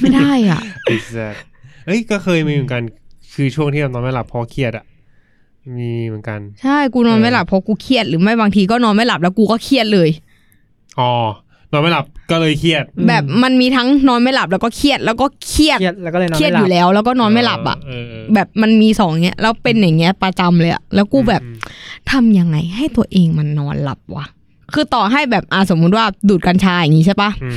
C: ไม่ได้อ่ะ
B: ไอ้แซ่บเอ้ยก็เคยมีเหมือนกัน คือช่วงที่แบบนอนไม่หลับเพอเครียดอ่ะ มีเหมือนกัน
C: ใช่กูนอนไม่หลับเพราะกูเครียดหรือไม่บางทีก็นอนไม่หลับแล้วกูก็เครียดเลย
B: อ๋อ นอนไม่หลับก็เลยเครียด
E: อืม
C: แบบมันมีทั้งนอนไม่หลับแล้วก็เครียดแล้วก็เครียด
E: เครียดแล้วก็เลยนอน
C: เครียด
E: ไม่หลับ
C: อยู่แล้ว แล้วก็นอนไม่หลับอ่ะ
B: เเอ
C: แบบมันมีสองเงี้ยแล้วเป็นอย่างเงี้ยประจำเลยอะแล้วกูแบบ
B: อืม
C: ทำยังไงให้ตัวเองมันนอนหลับวะคือต่อให้แบบอ่ะสมมุติว่าดูดกัญชาอย่างนี้ใช่ปะ
B: อืม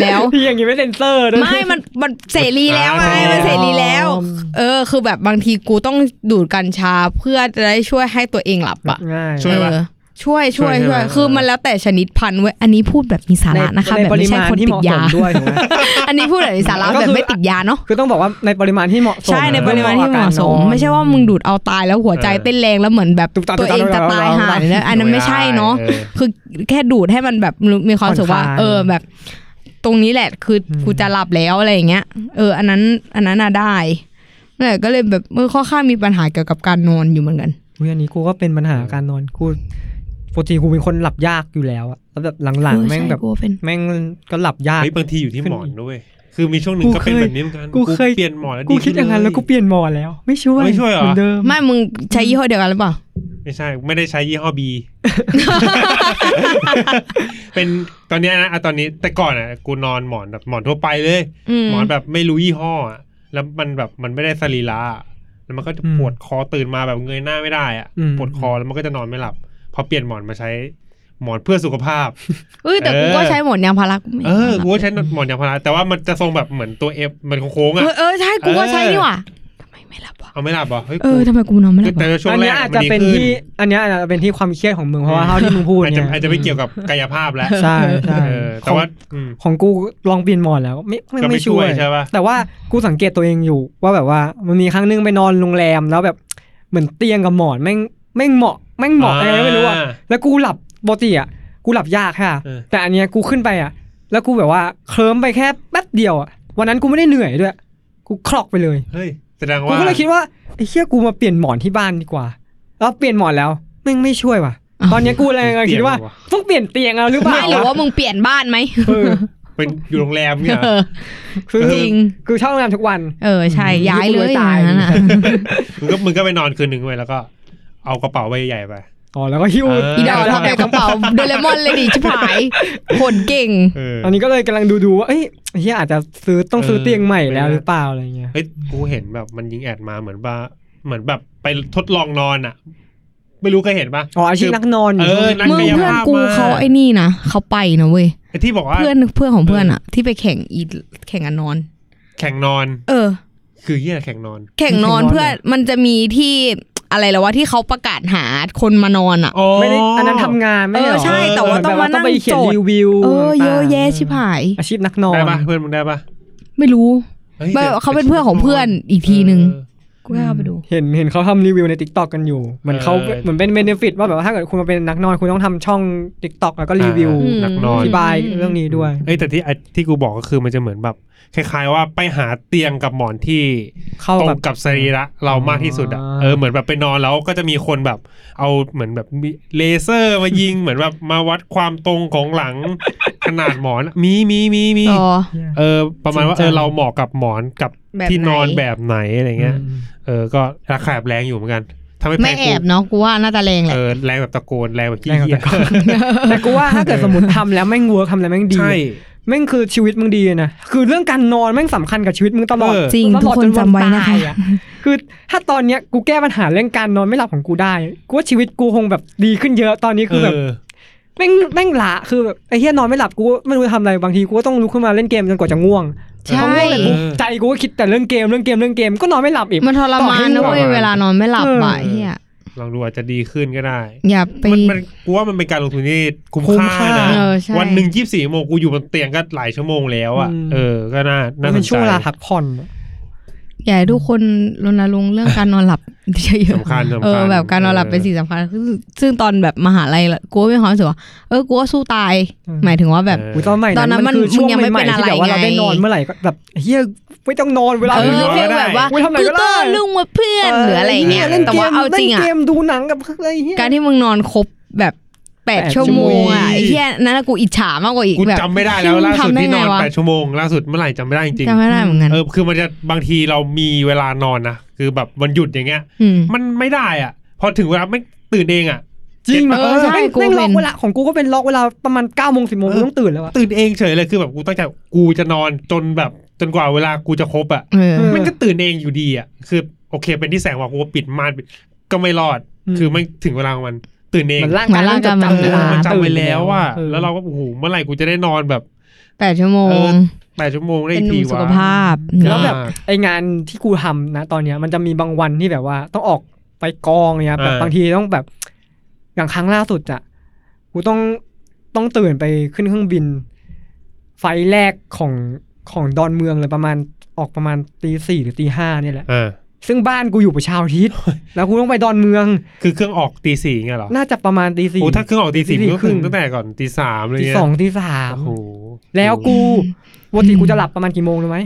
C: แล้ว
E: พี่อย่างนี้ไม่เซ็นเซอร์ด้วย
C: ไม่มันมันเสรีแล้วไง
B: อ่า
C: มันเสรีแล้ว
E: อ๋อ
C: เออ คือแบบบางทีกูต้องดูดกัญชาเพื่อจะได้ช่วยให้ตัวเองหลับอะ
E: ง่าย
B: ช่วยปะ
C: เออช่วยช่วย
B: ช่วยใช่ไหม
C: ช่วย คือมันแล้วแต่ชนิดพันธุ์เว้ย อันนี้พูดแบบมีสาระนะคะ แบบไม่ใช่คนติดยา
E: ด้วยถูกไหม
C: อันนี้พูดแบบมีสาระ
E: ก็
C: แบบ
E: คือ
C: ไม่ติดยาเนาะ
E: คือต้องบอกว่าในปริมาณที่เหมาะสม
C: ใช่ในปริมาณที่เหมาะสม ไม่ใช่ว่ามึงดูดเอาตายแล้วหัวใจ
B: เออ
C: เต้นแรงแล้วเหมือนแบบ
E: ตุ๊กตา
C: ตัวเองจะตายหา
E: ตุ๊ก
C: ย
E: ต
C: แล้วอันนั้นไม่ใช่เนาะ
B: ออ
C: คือแค่ดูดให้มันแบบมีความรู้สึกว่า
E: ผ่อนคลาย
C: เออแบบ ตรงนี้แหละคืออ
E: ม
C: กูจะหลับแล้วอะไรอย่างเงี้ย เออ อันนั้น อันนั้นน่ะได้นั่นแหละก็เลยแบบเออค่อนข้างมีปัญหาเกี่ยวกับการนอนอยู่เหมือนกัน
E: อุ๊ยอันนี้กูก็เป็นปัญหาการนอนกูปกติกูเป็นคนหลับยากอยู่แล้วอะแล้วแบบหลัง
C: เออ
E: ๆแม่ง
C: ใช่
E: แบบ
C: กูเป็น
E: แม่งก็หลับยาก
B: เฮ้ยบางทีอยู่ที่หมอนด้วย คือมีช่วงหนึ่ง
E: กู
B: ก็เป็น
E: เคย
B: แบบนี้เหมือนกัน
E: กูเคย
B: เปลี่ยนหมอนแล้ว
E: กู
B: ดี
E: คิดอย่างนั้นแล้วกู
B: ขึ้
E: เปลี่ยนหมอนแล้ว ไม่ช่วยมือนเดิม
C: ไม่มึงใช้ยี่ห้อเดียวกันหรือเปล่า
B: นเลยไม่ใช่ ไม่ได้ใช้ยี่ ห้อบี เป็นตอนเนี้ยนะอะตอนนี้แต่ก่อนอ่ะกูนอนหมอนแบบหมอนทั่วไปเลย
C: อืม
B: หมอนแบบไม่รู้ยี่ห้ออะแล้วมันแบบมันไม่ได้สรีระอะแล้วมันก็จะ
E: อืม
B: ปวดคอตื่นมาแบบเงยหน้าไม่ได้อะ
E: อืม
B: ปวดคอแล้วมันก็จะนอนไม่หลับ พอเปลี่ยนหมอนมาใช้หมอนเพื่อสุขภาพ
C: เอ้ยแต่กูก็
B: เออ
C: ใช้หมดยางพารากูไม่
B: เออกูก็ใช้หมอนยางพาราแต่ว่ามันจะทรงแบบเหมือนตัวเอฟมันโค้งๆ
C: เอ
B: อ่ะ
C: อเออใช่กูก็ใช้
B: เออ
C: นี่หว่าทำไมไม่หลับวะ
B: เอาไม่หลับเหรอเฮ้ย
C: เอ
B: กู
C: อทำไมกูนอนไม่หลับ
B: แต่
C: วะ
B: ช่วง
E: อัน
B: แร
E: เนี้
B: ก
E: ยอาจ
B: มัน
E: จะ
B: ดี
E: เป็น
B: ขึ้น
E: ที่อันเนี้ยอาจจะเป็นที่ความเครียดของมึงเพราะว่าเท่าที่มึงพูด
B: อาจ
E: เนี่
B: จะ
E: ย
B: อาจจะไม่เกี่ยวกับกายภาพแล้ว
E: ใช่ใช่
B: เออแต่ว่าอืม
E: ของกูลองเปลี่ยนหมอนแล้วไม่ไม่
B: ก็ไม่
E: ไม่
B: ช่
E: ช่
B: ว
E: วยย
B: ใช่ปะ
E: แต่ว่ากูสังเกตตัวเองอยู่ว่าแบบว่ามันมีครั้งนึงไปนอนโรงแรมแล้วแบบเหมือนเตียงกับหมอนแม่งแม่งเหมาะแม่งเหมาะอะไรไม่รู้อะ แล้วกูหลับปกติอ่ะกูหลับยากค่ะ
B: เออ
E: แต่อันเนี้ยกูขึ้นไปอ่ะ แล้วกูแบบว่าเคลิ้มไปแค่แป๊บเดียวอ่ะวันนั้นกูไม่ได้เหนื่อยด้วย กูคลอกไปเลย
B: เฮ้ยแสดง
E: กู
B: ว่า
E: ก็เลยคิดว่าไอ้เชี่ยกูมาเปลี่ยนหมอนที่บ้านดีกว่าแล้วเปลี่ยนหมอนแล้วแม่งไม่ช่วยว่ะ
C: อ้าว
E: ตอนเนี้ยกูเลยกำลังคิดว่าต้องเปลี่ยนเตียงแล้วหรือเปล่า
C: ไม่หรือว่ามึงเปลี่ยนบ้านไหม
E: เออ
B: เป็นอยู่โรงแรมเนี่ย
C: เออ
E: คือ
C: จริง
E: คือเช่าโรงแรมทุกวัน
C: เออใช่
E: อืม
C: ย้ายเลย
E: อยู่
C: อย่า
E: ตาย
C: งนั้นอ่ะ
B: มึงก็มึงก็ไปนอนคืนหนึ่งไว้ยแล้วก็เอากระเป๋าใบใหญ่ไป
E: อ๋อแล้วก็หิ้ว
B: เออ
C: อีดอกทำแต่กระเป๋าโดเรมอนเลยดิชิบหายคนเก่ง
B: เออ
E: อันนี้ก็เลยกำลังดูดูๆว่าเอ้ยไอ้เฮียอาจจะซื้อต้องซื้อเตียงใหม่แล้วหรือเปล่าอะไรเงี้ย
B: เฮ้ยกูเห็นแบบมันยิงแอดมาเหมือนว่าเหมือนแบบไปทดลองนอนอ่ะ ไม่รู้เคยเห็นปะ
E: อ๋ออาชีพนักนอนยู่
B: เออนัก
C: มึง
B: กายภาพ
C: เพื่อนกู
B: มาก
C: เขาไอ้นี่นะเขาไปนะเว้ย
B: ไอ้ที่บอกว่า
C: เพื่อนเพื่อนของเพื่อนอ่ะ ที่ไปแข่งอีแข่งกันนอน
B: แข่งนอน
C: เออ
B: คือเยี่ยแข่งนอน
C: แข่งนอนเพื่อนมันจะมีที่อะไรแล้ววะที่เขาประกาศหาคนมานอนอ่ะ
B: อ๋อ
E: ไม่ได้อันนั้นทำงานไม่ได้หร
C: เออใช่แต่ว่าต้องมานั่ง
E: แบบว่ไปเขียน
C: จด
E: รีวิว
C: เออเยอะแยะ
E: ต่างๆ
C: ชิบหาย
E: อาชีพนักนอน
B: ได้ปะเพื่อนมึงได้ปะ
C: ไม่รู้
B: ฮ้ย
C: แบบ
B: แต่
C: เขาเป็นเพื่อนของเพื่อนอีกทีนึง
B: เออ
C: กูให้เอาไปดู
E: เห็นเห็นเขาทำรีวิวใน t ิ k t o k กันอยู่เหมือนเขา
B: เออ
E: เหมือนเป็นเบนฟิตว่าแบบว่าถ้าเกิดคุณมาเป็นนักนอนคุณต้องทำช่อง t ิ k t o k แล้วก็รีวิว
C: อืม
B: นักนอ
E: อน ธิบายเรื่องนี้ด้วย
B: เอ้ยแต่ที่ไอ้ที่กูบอกก็คือมันจะเหมือนแบบคล้ายๆว่าไปหาเตียงกับหมอนที่
E: เข้า
B: ตร
E: กั
B: ง
E: บ
B: กับสรีระเรามากที่สุดอ่ะ
E: อ่า
B: เออเหมือนแบบไปนอนแล้วก็จะมีคนแบบเอาเหมือนแบบมีเลเซอร์มายิง เหมือนแบบมาวัดความตรงของหลัง ขนาดหมอนมีมีมีมี
C: อ๋อ
B: เออ ประมาณว่า
E: จ
B: เอ
E: ริงจัง
B: อเราเหมาะกับหมอนกับ
C: แบบ
B: ที่นอน
C: ไหน
B: แบบไหนอะไรเงี้ยเออก็ราคาแบบแรงอยู่เหมือนกันทำให้
C: ไม่แอบเนาะกูว่าน่าจะแรงแห
B: เอ
C: ละ
B: อแรงแบบตะโกนแรงแบบขี้
E: แรงแบบ
B: เกียจ
E: ตะโกน แต่กูว่าถ้าเกิดสมมติทำแล้วแม่งเวิร์กทำแล้วแม่งดี
B: ใช่
E: แม่งคือชีวิตมึงดีนะคือเรื่องการนอนแม่งสำคัญกับชีวิตมึงตลอด
B: เออ
C: จริง
E: ตลอด
C: ทุกคน
E: วั
C: จำไว้นะคะ
E: ตายอคือถ้าตอนเนี้ยกูแก้ปัญหาเรื่องการนอนไม่หลับของกูได้กูว่าชีวิตกูคงแบบดีขึ้นเยอะตอนนี้คือแบบ
B: เออ
E: แม่งแม่งละคือแบบไอ้เฮียนอนไม่หลับกูไม่รู้จะทำอะไรบางทีกูก็ต้องลุกขึ้นมาเล่นเกมจนกว่าจะง่วง
C: ใช่
E: พอง่วงเลยกู
B: เออ
E: ใจกูก็คิดแต่เรื่องเกมเรื่องเกมเรื่องเกมก็นอนไม่หลับอีก
C: มันทรมานนะเว้ย
B: ต่อให้ง่วง
C: เวลานอนไม่หลับอ่ะ
E: เออ
C: เฮีย
B: ลองดูอาจจะดีขึ้นก็ได้
C: อย่าไป
B: มันมันกูว่ามันเป็นการลงทุนที่คุ้ม
E: คุ้ม
B: ค่า
E: ค่า
B: นะ
C: เออใช่
B: วันหนึ่งยี่สี่โมงกูอยู่บนเตียงก็หลายชั่วโมงแล้วอ่ะเออก็น่า
E: มั
B: น่าน ส
E: เป็น
B: น
E: ช่วงเว
B: ใจ
E: ลาพักผ่อน
C: อย่าให้ทุกคนรณรงค์เรื่องการนอนหลับเยอะ
B: สำคัญสำคัญ
C: ๆเออแบบการนอนหลับเป็นสิ่งสำคัญซึ่งซึ่งตอนแบบมหาลัยละกูก็มีความรู้สึกว่าเออกูว่าสู้ตาย
E: อืม
C: หมายถึงว่าแบบ
B: เออ
E: กูตอนใหม่
C: ตอนนั้นมัน
E: คืช่ว
C: มึงยังไม่
E: ใหๆ
C: เป็นอะไร
E: ที่แบบว่าเรา
C: ไง
E: ได้นอนเมื่อไหร่ก็แบบเฮียไม่ต้องนอนเวลา
C: เอ
E: มึง
C: อ
E: น้อย
C: ฟีลแบบว่า
E: กูทำอะไร
C: กู
E: ก็ได้
C: ต้อนลุงมาเพื่อนหรืออะไรเงี้ย
E: ล่น
C: แต่
E: ก
C: ว่ามเอาจริง
E: ล่น
C: อ่ะ
E: เกมดูหนังกับอะไรเฮีย
C: การที่มึงนอนครบแบบแปด
E: แปด
C: ชั่วโมง
E: ชั่วโม
C: อ่ะ
E: ง
C: ไอ้เหี้ยนั่นนะกูอิจฉามากกว่าอีก
B: กู
C: แบบ
B: จำไม่ได้แล้ว
C: มึง
B: ล่าสุด
C: ำไ
B: ที่นอน
C: ไงวะ
B: แปดชั่วโมงล่าสุดเมื่อไหร่จำไม่ได้จริง
C: จำไม่ได้เหมือนกัน
B: ๆเออคือมันจะบางทีเรามีเวลานอนนะคือแบบวันหยุดอย่างเงี้ย
C: ม
B: มันไม่ได้อ่ะ พอถึงเวลาไม่ตื่นเองอ่ะ
E: จริง
C: เออใช่
E: แม่ง
C: กู
E: แม่งล็อก
C: เป็น
E: เวลาของกูก็เป็นล็อกเวลาประมาณ9ก้าโมงสิบโมงกูต้องตื่นแล้วอะ
B: ตื่นเองเฉยเลยคือแบบกูตั้งใจกูจะนอนจนแบบจนกว่าเวลากูจะครบอ่ะ
C: เออ
E: เออ
B: มันก็ตื่นเองอยู่ดีอ่ะ คือโอเคเป็นที่แสงว่ากูปิดม่านปิดก็ไม่รอด
E: อืม
B: คือไม่ถึงเวลาของมันตื่นเอง
E: มันร่าง
C: เหมื
E: กา
C: อยน
E: เริ่มจด
C: ร่างกาย
E: จำเวลา
B: มั
C: มัน
B: นจำไป
E: ตื่น
B: แล้วอ่ะ
E: เ
B: แล้วเราก็โอ้โหเมื่อไหร่กูจะได้นอนแบบ
C: แปดชั่วโมง
B: แปดชั่วโมงได้
C: เป็
B: อี
C: น
B: ก
C: หนุ่
B: ที
C: มสุ
B: วะ
C: ขภาพ
E: แล้วแบบ
B: อ่า
E: ไองานที่กูทำนะตอนเนี้ยมันจะมีบางวันที่แบบว่าต้องออกไปกองเนี่ยแบบ
B: เออ
E: บางทีต้องแบบ อย่างครั้งล่าสุดอะกูต้องต้องตื่นไปขึ้นเครื่องบิน ไฟล์แรกของของดอนเมืองเลยประมาณออกประมาณตีสี่หรือตีห้าเนี่ยแหละ
B: เออ
E: ซึ่งบ้านกูอยู่ประชาอาทิตย์ แล้วกูต้องไปดอนเมือง
B: คือเครื่องออกตีสี่ไงยเหรอ
E: น่าจะประมาณตีสี่
B: โอ้ถ้าเครื่องออกตีสี่
E: ตีสี่
B: ก็
E: ค
B: คือ
E: รึ่ง
B: ตั้งแต่ก่อนตีสามเลย
E: ตี
B: เนี่ย
E: สองตีสาม
B: โอ้โห
E: แล้วกูปกติกูจะหลับประมาณกี่โมงรู้ไหม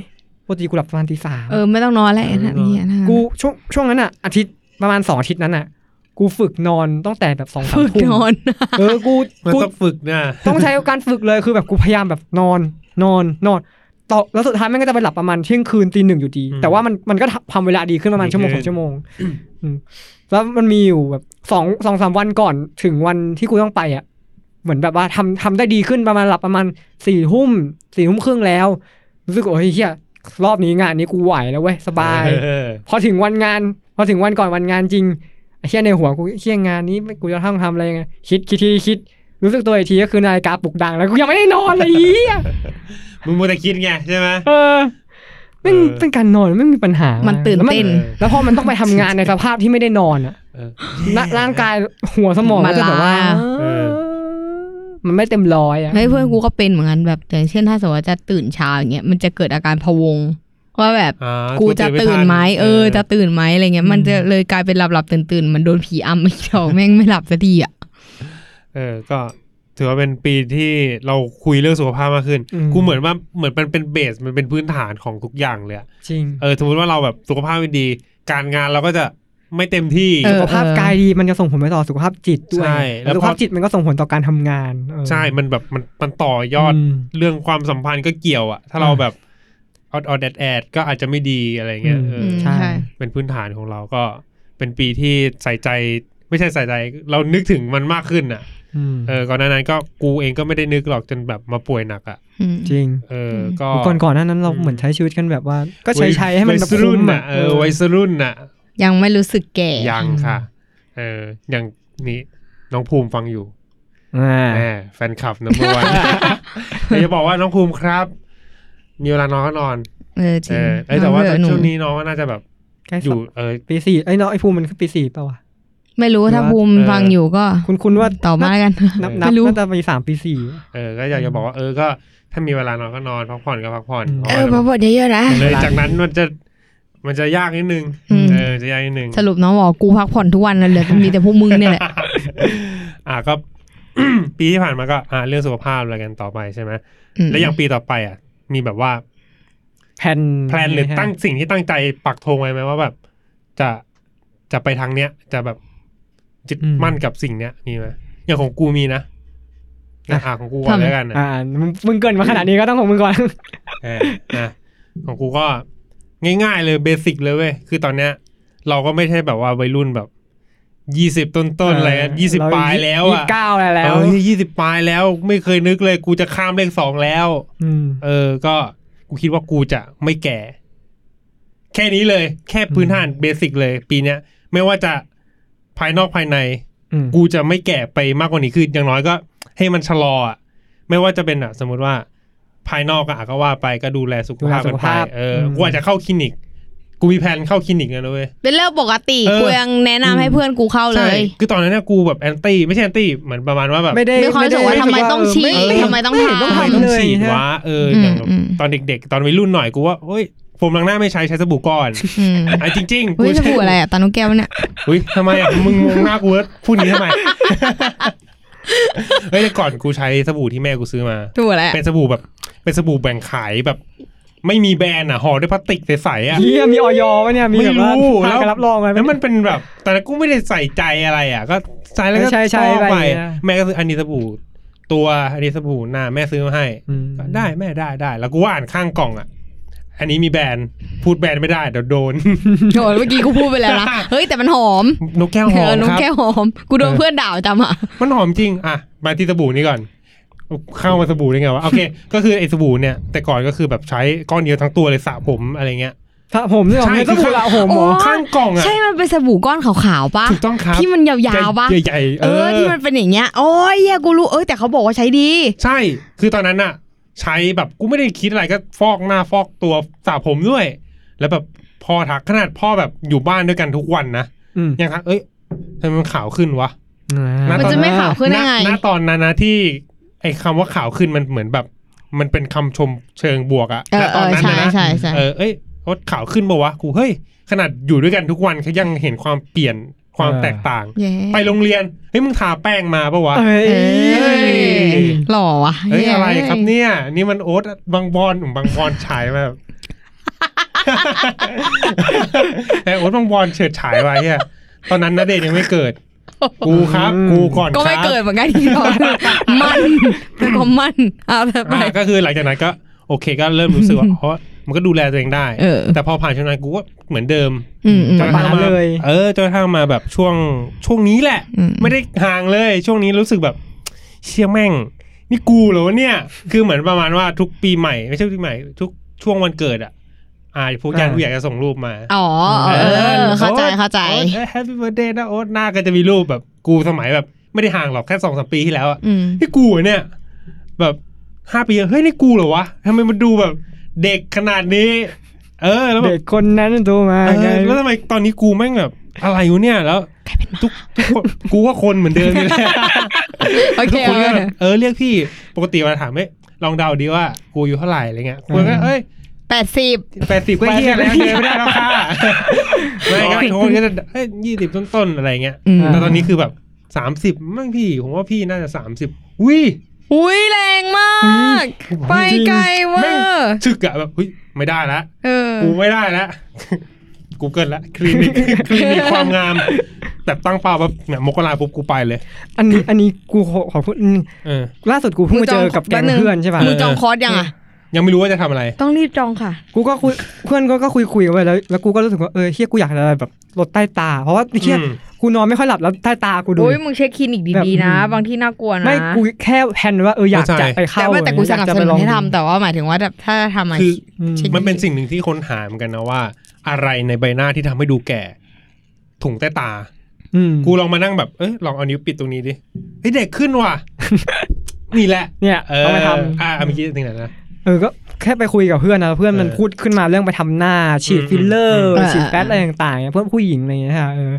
E: ปกติกูหลับประมาณตีสาม
C: เออไม่ต้องนอนแล้วไอ้นั่นเหี้ยนะ
E: กูช่วงช่วงนั้นอ่ะอาทิตย์ประมาณสองอาทิตย์นั้นอ่ะ กูฝึกนอนตั้งแต่แบบสองสาม
C: ฝึก
E: ทุ่ม
C: นอน
E: เออกู
B: มัน
E: กู
B: ต้องฝึกนะ
E: ต้องใช้การฝึกเลยคือแบบกูพยายามแบบนอนนอนนอนต่อแล้วสุดท้ายแม่งก็จะไปหลับประมาณเที่ยงคืนตีหนึ่งอยู่ดี แต่ว่ามันมันก็ทำทำเวลาดีขึ้นประมาณชั่วโมงสองชั่วโมงอืมแล้วมันมีอยู่แบบสองสองสามวันก่อนถึงวันที่กูต้องไปอ่ะ เหมือนแบบว่าทำทำได้ดีขึ้นประมาณหลับประมาณสี่ทุ่มสี่ทุ่มครึ่งแล้วรู้สึกว่าโอ้ยเฮียรอบนี้งานนี้กูไหวแล้วเว้ยสบาย
B: เออ
E: พอถึงวันงาน พอถึงวันก่อนวันงานจริงไอ้เชี่ยในหัวกูเชี่ยงานนี้กูจะต้องทำอะไรไงคิดคิดทีคิด รู้สึกตัวอีกทีก็คือนาฬิกาปลุกดังแล้วกูยังไม่ได้นอนเลยอี๋
B: มึงมัวแต่คิดไงใช่ไหม
E: เออแม่ง
B: เออ
E: เป็นการนอนไม่มีปัญหา
C: มั
E: มัน
C: ตื่นเต้น
E: แล้วพอมันต้องไปทำงานในสภาพที่ไม่ได้น อนอ่ะ
B: เออ
E: ร่าร่างกายหัวสมองก็จะแบบว่า
B: เออ
E: มันไม่เต็มร้อยอ่ะ
C: เฮ้ยเพื่อนกูก็เป็นเหมือนกันแบบอย่างเช่นถ้าสมมติว่าจะตื่นเช้าอย่างเงี้ยมันจะเกิดอาการพะวงว่าแบบ
B: อ่า
C: กูจะตื่นไหมเออ จะตื่นไหมอะไรเงี้ยมันจะเลยกลายเป็นหลับหลับตื่นตื่นๆเหมันโดนผีอำไม่ยอมแม่งไม่หลับสักทีอ่ะ
B: เออก็ถือว่าเป็นปีที่เราคุยเรื่องสุขภาพมากขึ้น กูเหมือนว่าเหมือนมันเป็นเบสมันเป็นพื้นฐานของทุกอย่างเลยอะ
E: จริง
B: เออสมมติว่าเราแบบสุขภาพไม่ดี การงานเราก็จะไม่เต็มที่
C: เออ
E: สุขภาพกายดีมันจะส่งผลไปต่อสุขภาพจิตด้วย
B: ใช่แล้
E: แล้วสุ
B: วพอ
E: ขภาพจิตมันก็ส่งผลต่อการทำงานเออ
B: ใช่มันแบบมันมันต่อยอด
E: ม
B: เรื่องความสัมพันธ์ก็เกี่ยวอะถ้าเราแบบออดออดแอดแอดก็อาจจะไม่ดีอะไรเงี้ย
E: อืม
B: เออ
C: ม
B: อ
E: ใช่
C: ใช่
B: เป็นพื้นฐานของเราก็เป็นปีที่ใส่ใจไม่ใช่ใส่ใจ เรานึกถึงมันมากขึ้นอะ
E: อืม
B: เออก่อนหน้านั้นก็กูเองก็ไม่ได้นึกหรอกจนแบบมาป่วยหนักอะ
C: อืม
E: จริง
B: เออก็
E: ก่อนก่อนหน้านั้นเรา
B: อืม
E: เหมือนใช้ชีวิตกันแบบว่า ก็ใช้ใช้ให้มันแบบ
B: วัยรุ่
E: คุ้
B: น
E: ม
B: น่
E: อ่ะ
B: เออวัยรุ่นน่ะ
C: ยังไม่รู้สึกแก่
B: ยังค่ะ เออ อย่างนี้น้องภูมิฟังอยู่
E: อ่า
B: แหมแฟนคลับนะเมื่อ วานอยากจะบอกว่าน้องภูมิครับ มีเวลานอนก็นอน
C: เออจริ
B: เอง อเอ้ยแต่ว่า
C: เบื่อห
B: ช่วงนี้น้องก็น่าจะแบบ
E: ใกล้
B: อ
E: สอยู่ บ
B: เออ
E: ปีสี่ไอ้ยน้องไอ้ภูมิมันคือปีสี่เปล่าวะ
C: ไม่รู้ถ้าภูมิ
B: เออ
C: ฟังอยู่ก็
E: คุณคุณว่า
C: ต่อมาแล้วกัน
E: นับ
C: ไม่
E: นับ
C: รู้
E: น่าจะมีสามปีสี่
B: เออก็อยากจะบอกว่าเออก็ ถ้ามีเวลานอนก็นอนพักผ่อนก็พักผ่อน
E: เ
C: เออมาบทเยอะๆนะ
B: เลยจากนั้นมันจะมันจะยากนิดนึง
C: อืม
B: เออจะยากนิดนึง
C: สรุปน้องบอกกูพักผ่อนทุกวันนะเหลือมีแต่พวกมึงเนี่ยแหละ
B: อ่ะก็ ปีที่ผ่านมาก็ อ่ะเรื่องสุขภาพอะไรกันต่อไปใช่ไหม
C: อืม
B: แล้วอย่างปีต่อไปอ่ะ มีแบบว่า
E: แผน
B: แพลนหรือตั้งสิ่งที่ตั้งใจปักธงไว้ไหมว่าแบบ จะจะไปทางเนี้ย จะแบบจิตมั่นกับสิ่งเนี้ยมีไหมอย่างของกูมีนะนะอ่ะของกูก่อน
C: ทำ
B: แล้วกันนะ
E: อ่ามึงมึงเกินมาขนาดนี้ก็ต้องของมึงก่อน
B: เออนะของกูก็ง่ายๆเลยเบสิกเลยเว้ยคือตอนเนี้ย เราก็ไม่ใช่แบบว่าวัยรุ่นแบบยี่สิบต้นๆอะไรยี่สิบปลายแล้ว
E: ยี่
B: อ่ะ
E: สิบเก้าแล้ว
B: เออยี่สิบปลายแล้วไม่เคยนึกเลย กูจะข้ามเลขสองแล้ว
E: อืม
B: เออ ก็กูคิดว่ากูจะไม่แก่ แค่นี้เลย แค่พื้นฐานเบสิกเลย ปีเนี้ย ไม่ว่าจะภายนอกภายใน
E: อืม
B: กูจะไม่แก่ไปมากกว่านี้คืออย่างน้อยก็ ให้มันชะลออะไม่ว่าจะเป็นอะสมมติว่า ภายนอกก็อะก็ว่าไปก็ดูแลสุขภาพ
E: ดูแลสุ
B: กัน
E: ข
B: ไป
E: ภาพ
B: เอออ
E: ม
B: กูอาจจะเข้าคลินิก กูมีแผนเข้าคลินิกนะเว้ย
C: เป็นเรื่องปกติ
B: เออ
C: กูยังแนะนำให้เพื่อนกูเข้าเล
B: ใช่
C: ย
B: คือตอนนั้นเนี่ยกูแบบแอนตี้ไม่ใช่แอนตี้เหมือนประมาณว่าแบบ
E: ไม่ได้
C: มีความรู้สึกว่าทำไมต้องฉีด
E: เ
C: ทำไมต้อง
E: เห็น
C: ผ่า
E: ต้องทำ
B: ทำไมต้อง
E: เลย
B: ฉีด
E: ใช่ไหม
B: วะเอออย่างแบบ
C: อืมอืม
B: ตอนเด็ก ๆ ตอนวัยรุ่นหน่อยกูว่าเฮ้ยโฟมล้างหน้าไม่ใช้ใช้สบู่ก่ อน
C: อืม
B: ไอ้จริงๆ
C: เฮ้ยส
B: ใช้
C: บู่อะไรอะตานุแก้วเนี่ย
B: เฮ้ยทำไมอ่ะมึงมองหน้ากูแล้วพูดอย่างนี้ ทำไม เฮ้ยแต่ก่อนกูใช้สบู่ที่แม่กูซื้อมา
C: ถูกแล้ว
B: เป็นสบู่แบบ เป็นสบู่แบ่งขายแบบ ไม่มีแบรนด์อ่ะห่อด้วยพลาสติกใสๆอ่ะ
E: เฮียมีออยอวะเนี่ย มี
B: ไม่
E: แบบว่า
B: รู้
E: ผ่านการรับรองอะไรไหม
B: แล้วมันเป็นแบบตอนนั้นกูไม่ได้ใส่ใจอะไรอ่ะ ก็ใช้แล้วก็
E: ใช่ใช่
B: ชอบ
E: ไป
B: ไป
E: อ่ะ
B: แม่ก็ซื้ออันนี้สบู่ ตัวอันนี้สบู่หน้าแม่ซื้อมาให้
E: อืม
B: ได้แม่ได้ได้แล้วกูว่าอ่านข้างกล่องอ่ะ อันนี้มีแบรนด์พูดแบรนด์ไม่ได้เดี๋ยวโดน
C: โดนเมื่อกี้กูพูดไปแล้วนะเฮ้ยแต่มันหอม
B: นกแก้วหอ
C: เออ
B: ม
C: น้อง
B: ครับ
C: แก้วหอมกูโดน
B: เออ
C: เพื่อนด่าประจำอะ
B: มันหอมจริง อ่ะ มาที่สบู่นี่ก่อน เข้ามาสบู่ได้ไงวะโอเค ก็คือไอ้สบู่เนี่ย แต่ก่อนก็คือแบบใช้ก้อนเดียวทั้งตัวเลยสระผมอะไรเงี้ย
E: สระผมเนี่ย
B: ใช่
E: ผมต้องสระผมเหร
C: โอ้
E: อ
B: ข้างกล่องอ่ะ
C: ใช่มันเป็นสบู่ก้อนขาวๆปะ
B: ถูกต้องครับ
C: ที่มันยาวๆปะ
B: ใหญ่ๆ
C: เอ
B: เอ
C: อ
B: อ
C: ที่มันเป็นอย่างเงี้ยโอ้ยเหี้ยกูรู้เอ้ยแต่เขาบอกว่าใช้ดี
B: ใช่ คือตอนนั้นอ่ะ ใช้แบบกูไม่ได้คิดอะไรก็ฟอกหน้าฟอกตัวสระผมด้วย แล้วแบบพ่อทักขนาดพ่อแบบอยู่บ้านด้วยกันทุกวันนะ
E: อืม
B: ยังทักเอ้ยทำไมมันขาวขึ้นวะ
E: อ่า
C: มันจะไม่ขาวขึ้นได้ไง
B: ณณตอนนั้นนะที่ไอ้คำว่าขาวขึ้นมันเหมือนแบบ มันเป็นคำชมเชิงบวกอะ
C: เอ
B: ณ
C: อเอ
B: ตอน
C: อ
B: นั้น
C: ใช่
B: นะนะ
C: ใช่ใช่
B: เออเอ้ยรถขาวขึ้นปะวะกูเฮ้ยขนาดอยู่ด้วยกันทุกวันเขายังเห็นความเปลี่ยนความแตกต่าง
C: เย้
B: ไปโรงเรียนเฮ้ยมึงทาแป้งมาปะวะ
E: เอ้ย
C: เอ้ยหล่อวะ
B: เฮ้ย
C: หี้
B: อะไรครับเนี่ย นี่มันโอ๊ตบางบอลผมบางบอลฉายมาแบบ แต่โอ๊ตบางบอลเฉิดฉายไว้อะตอนนั้นนะเดชน์ยังไม่เกิด กูครับ กูก่อนครับ
C: ก็ไม่เกิดเหมือนกันที่เรามันก็มันเอาแต่ไป
B: อ่าก็คือหลังจากนั้นก็โอเคก็เริ่มรู้สึก ว่า เพราะมันก็ดูแลตัวเองได้
C: เออ
B: แต่พอผ่านช่วงนั้นกูก็เหมือนเดิม
C: อืมอืม
B: จนกระทั่งมา
E: เลย
B: เออจนกระทั่งมาแบบช่วงช่วงนี้แหละ
C: อืม
B: ไม่ได้ห่างเลย ช่วงนี้รู้สึกแบบ เชี่ยแม่ง นี่กูเหรอวะเนี่ย คือเหมือนประมาณว่าทุกปีใหม่ไม่ใช่ปีใหม่ ทุกช่วงวันเกิดอ่ะอ่าพวกญาติ
E: อ่า
B: ผู้ใหญ่จะส่งรูปมา
C: อ๋อเออ เข้าใจเข้าใจ
B: แฮปปี้เบิร์ดเดย์นะโอ๊ตหน้าก็จะมีรูปแบบกูสมัยแบบ ไม่ได้ห่างหรอกแค่สองสามปีที่แล้วอะ
C: อืม
B: นี่กูเหรอเนี่ย แบบห้าปีเฮ้ยนี่กูเหรอวะทำไมมันดูแบบ เด็กขนาดนี้ เออ แล้วแบ
E: เด็
B: บ
E: กคนนั้นดูมา
B: เอ
E: ไง
B: อแล้วทำไมตอนนี้กูแม่งแบบ อะไรวะเนี่ยแล้วทุกทุกคนกูก็คนเหมือนเดิมนี่แหละ
C: โอเค
B: ทุกคนก็แบบเออเรียกพี่ปกติมาถามเอ้ยลองเดาดีว่า กูอายู่เท่าไหร่อะไรเงี้ยกูก็เอ้ย
C: แปดสิบ
B: แปดสิบก็เฮียแล้วเดินไม่ได้แล้วค่ะไม่ก็ทุกคนก็จะเอ้ยยี่สิบต้นๆอะไรเงี้ย
C: อืม
B: แต่ตอนนี้คือแบบสามสิบมั่งพี่ผมว่าพี่น่าจะสามสิบอุ้ย
C: อุ้ยแรงมาก ไปไกลเวอ
B: แม่ง
C: ร์
B: ชึกอะแบบเฮ้ยไม่ได้ละ
C: เออ
B: กูไม่ได้ละ กูเกินละคลินิก คลินิกความงาม แต่ตั้งเป้าแบบเนี่ยมกราปุ๊บกูไปเลย
E: อันนี้อันนี้กูขอขอพูดอืม
B: เออ
E: ล่าสุดกูเพิ่งมาเจอกับแก๊งเพื่อนใช่ป่ะ
B: เอ
C: มึง
B: อ
C: จองคอร์สยังอ่ะ
B: ยังไม่รู้ว่าจะทำอะไร
C: ต้องรีบจองค่ะ
E: กูก็คุยเพื่อนก็ก็คุยคุยกันไปแล้วแล้วกูก็รู้สึกว่าเออเฮียกูอยากอะไรแบบลดใต้ตา เพราะว่าเฮีย
B: อืม
E: กูนอนไม่ค่อยหลับแล้วใต้ตากูดู
C: โอ้ยมึงเช็คคลินิกดีๆนะ
E: แบบ
C: บางที่น่ากลัวนะ
E: ไม่กูแค่แพลนว่าเอออยาก
B: เข้าใจ
E: จะไปเข้า
C: แต่ว่าแต่กูสนับ
E: อยา
C: ส
E: จะไป
C: นุ
E: ลอน ง
C: ให้ทำแต่ว่าหมายถึงว่าแบบถ้าทำอะ
B: คือ
E: อืม
C: จริง
B: มันเป็นสิ่งหนึ่งที่ค้นหาเหมือนกันนะว่า อะไรในใบหน้าที่ทำให้ดูแก่ ถุงใต้ตา
E: อืม
B: กูลองมานั่งแบบเอ้ยลองเอานิ้วปิดตรงนี้ดิเฮ้ยเด็กขึ้นว่ะ นี่แหละ
E: เนี่ย
B: เออ
E: เอาไปท
B: อ่าเมื่อกี้ถึงไหนนะ
E: ำเออก็แค่ไปคุยกับเพื่อนนะเพื่อนมัน
B: เออ
E: พูดขึ้นมาเรื่องไปทำหน้า ฉีด
B: อืม
E: ฟิลเลอร์
C: อืม
E: ฉีดแฟตอะไรต่างๆเนี่ยเพื่อนผู้หญิงอะไรอย่างเงี้ยค่ะเออ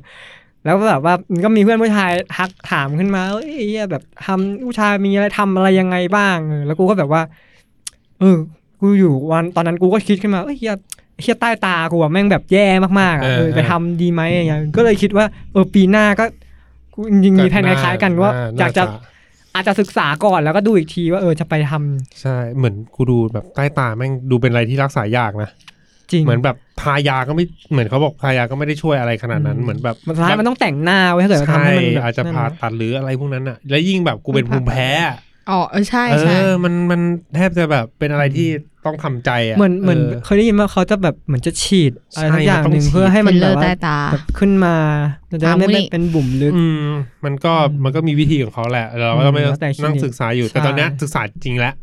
E: แล้วก็แบบว่ามันก็มีเพื่อนผู้ชายทักถามขึ้นมาเอ้ยไอ้เหี้ยแบบทำผู้ชายมีอะไรทำอะไรยังไงบ้างเออแล้วกูก็แบบว่า เออ กูอยู่วันตอนนั้นกูก็คิดขึ้นมาเอ้ยเหี้ยไอ้เหี้ยใต้ตากูอะแม่งแบบแย่มากๆอะ
B: เออ
E: เออไป
B: เออ
E: ทำดีไหมอะไรเงี้ยก็เลยคิดว่าเออปีหน้าก็กูจริงๆมีแผนคล้ายๆกันว่าอยากจะ
B: น่
E: อาจจะศึกษาก่อนแล้วก็ดูอีกทีว่าเออจะไปทำ
B: ใช่เหมือนกูดูแบบใต้ตาแม่งดูเป็นอะไรที่รักษายากนะ
E: จริง
B: เหมือนแบบทายาก็ไม่เหมือนเขาบอกทายาก็ไม่ได้ช่วยอะไรขนาดนั้น
E: อืม
B: เหมือนแบบ
E: มันสุดท้ายมันต้องแต่งหน้าไว้ถ้าเกิดว่าทำ
B: ใช่
E: ให้มันแบบ
B: อาจจะ
E: นั่น
B: ผ่าตัดหรืออะไรพวกนั้นอ่ะ และยิ่งแบบกูเป็นภูมิแพ้อะ
C: อ๋อเออใช่
B: เอ
C: ใช่
B: อมันมันแทบจะแบบเป็นอะไรที่ต้องทำใจอ่ะ
E: เหมือนเหมือน
B: อ
E: เคยได้ยินว่าเขาจะแบบเหมือนจะฉีดอะไร
B: ใช่
E: ทั้งอย่าง
B: มันต้อง
E: หนึ่ง
B: ฉีด
E: เพื่อให้มันแบ
C: ฟิลเลอบ ร์
E: ว่า
C: ใต้ตา
E: แบบขึ้นมาจะได้ไม่
C: อ่ามุ
E: เป็
C: นิ
E: นเป็นบุ่มลึก
B: อืมมันก็
E: อืม
B: มันก็มีวิธีของเขาแหละ เราก็
E: อืม
B: ต้องไป
E: แล้วแต่คลินิก
B: นั่งศึกษาอยู่
E: ใช่
B: แต่ตอนเนี้ยศึกษาจริงแล้ว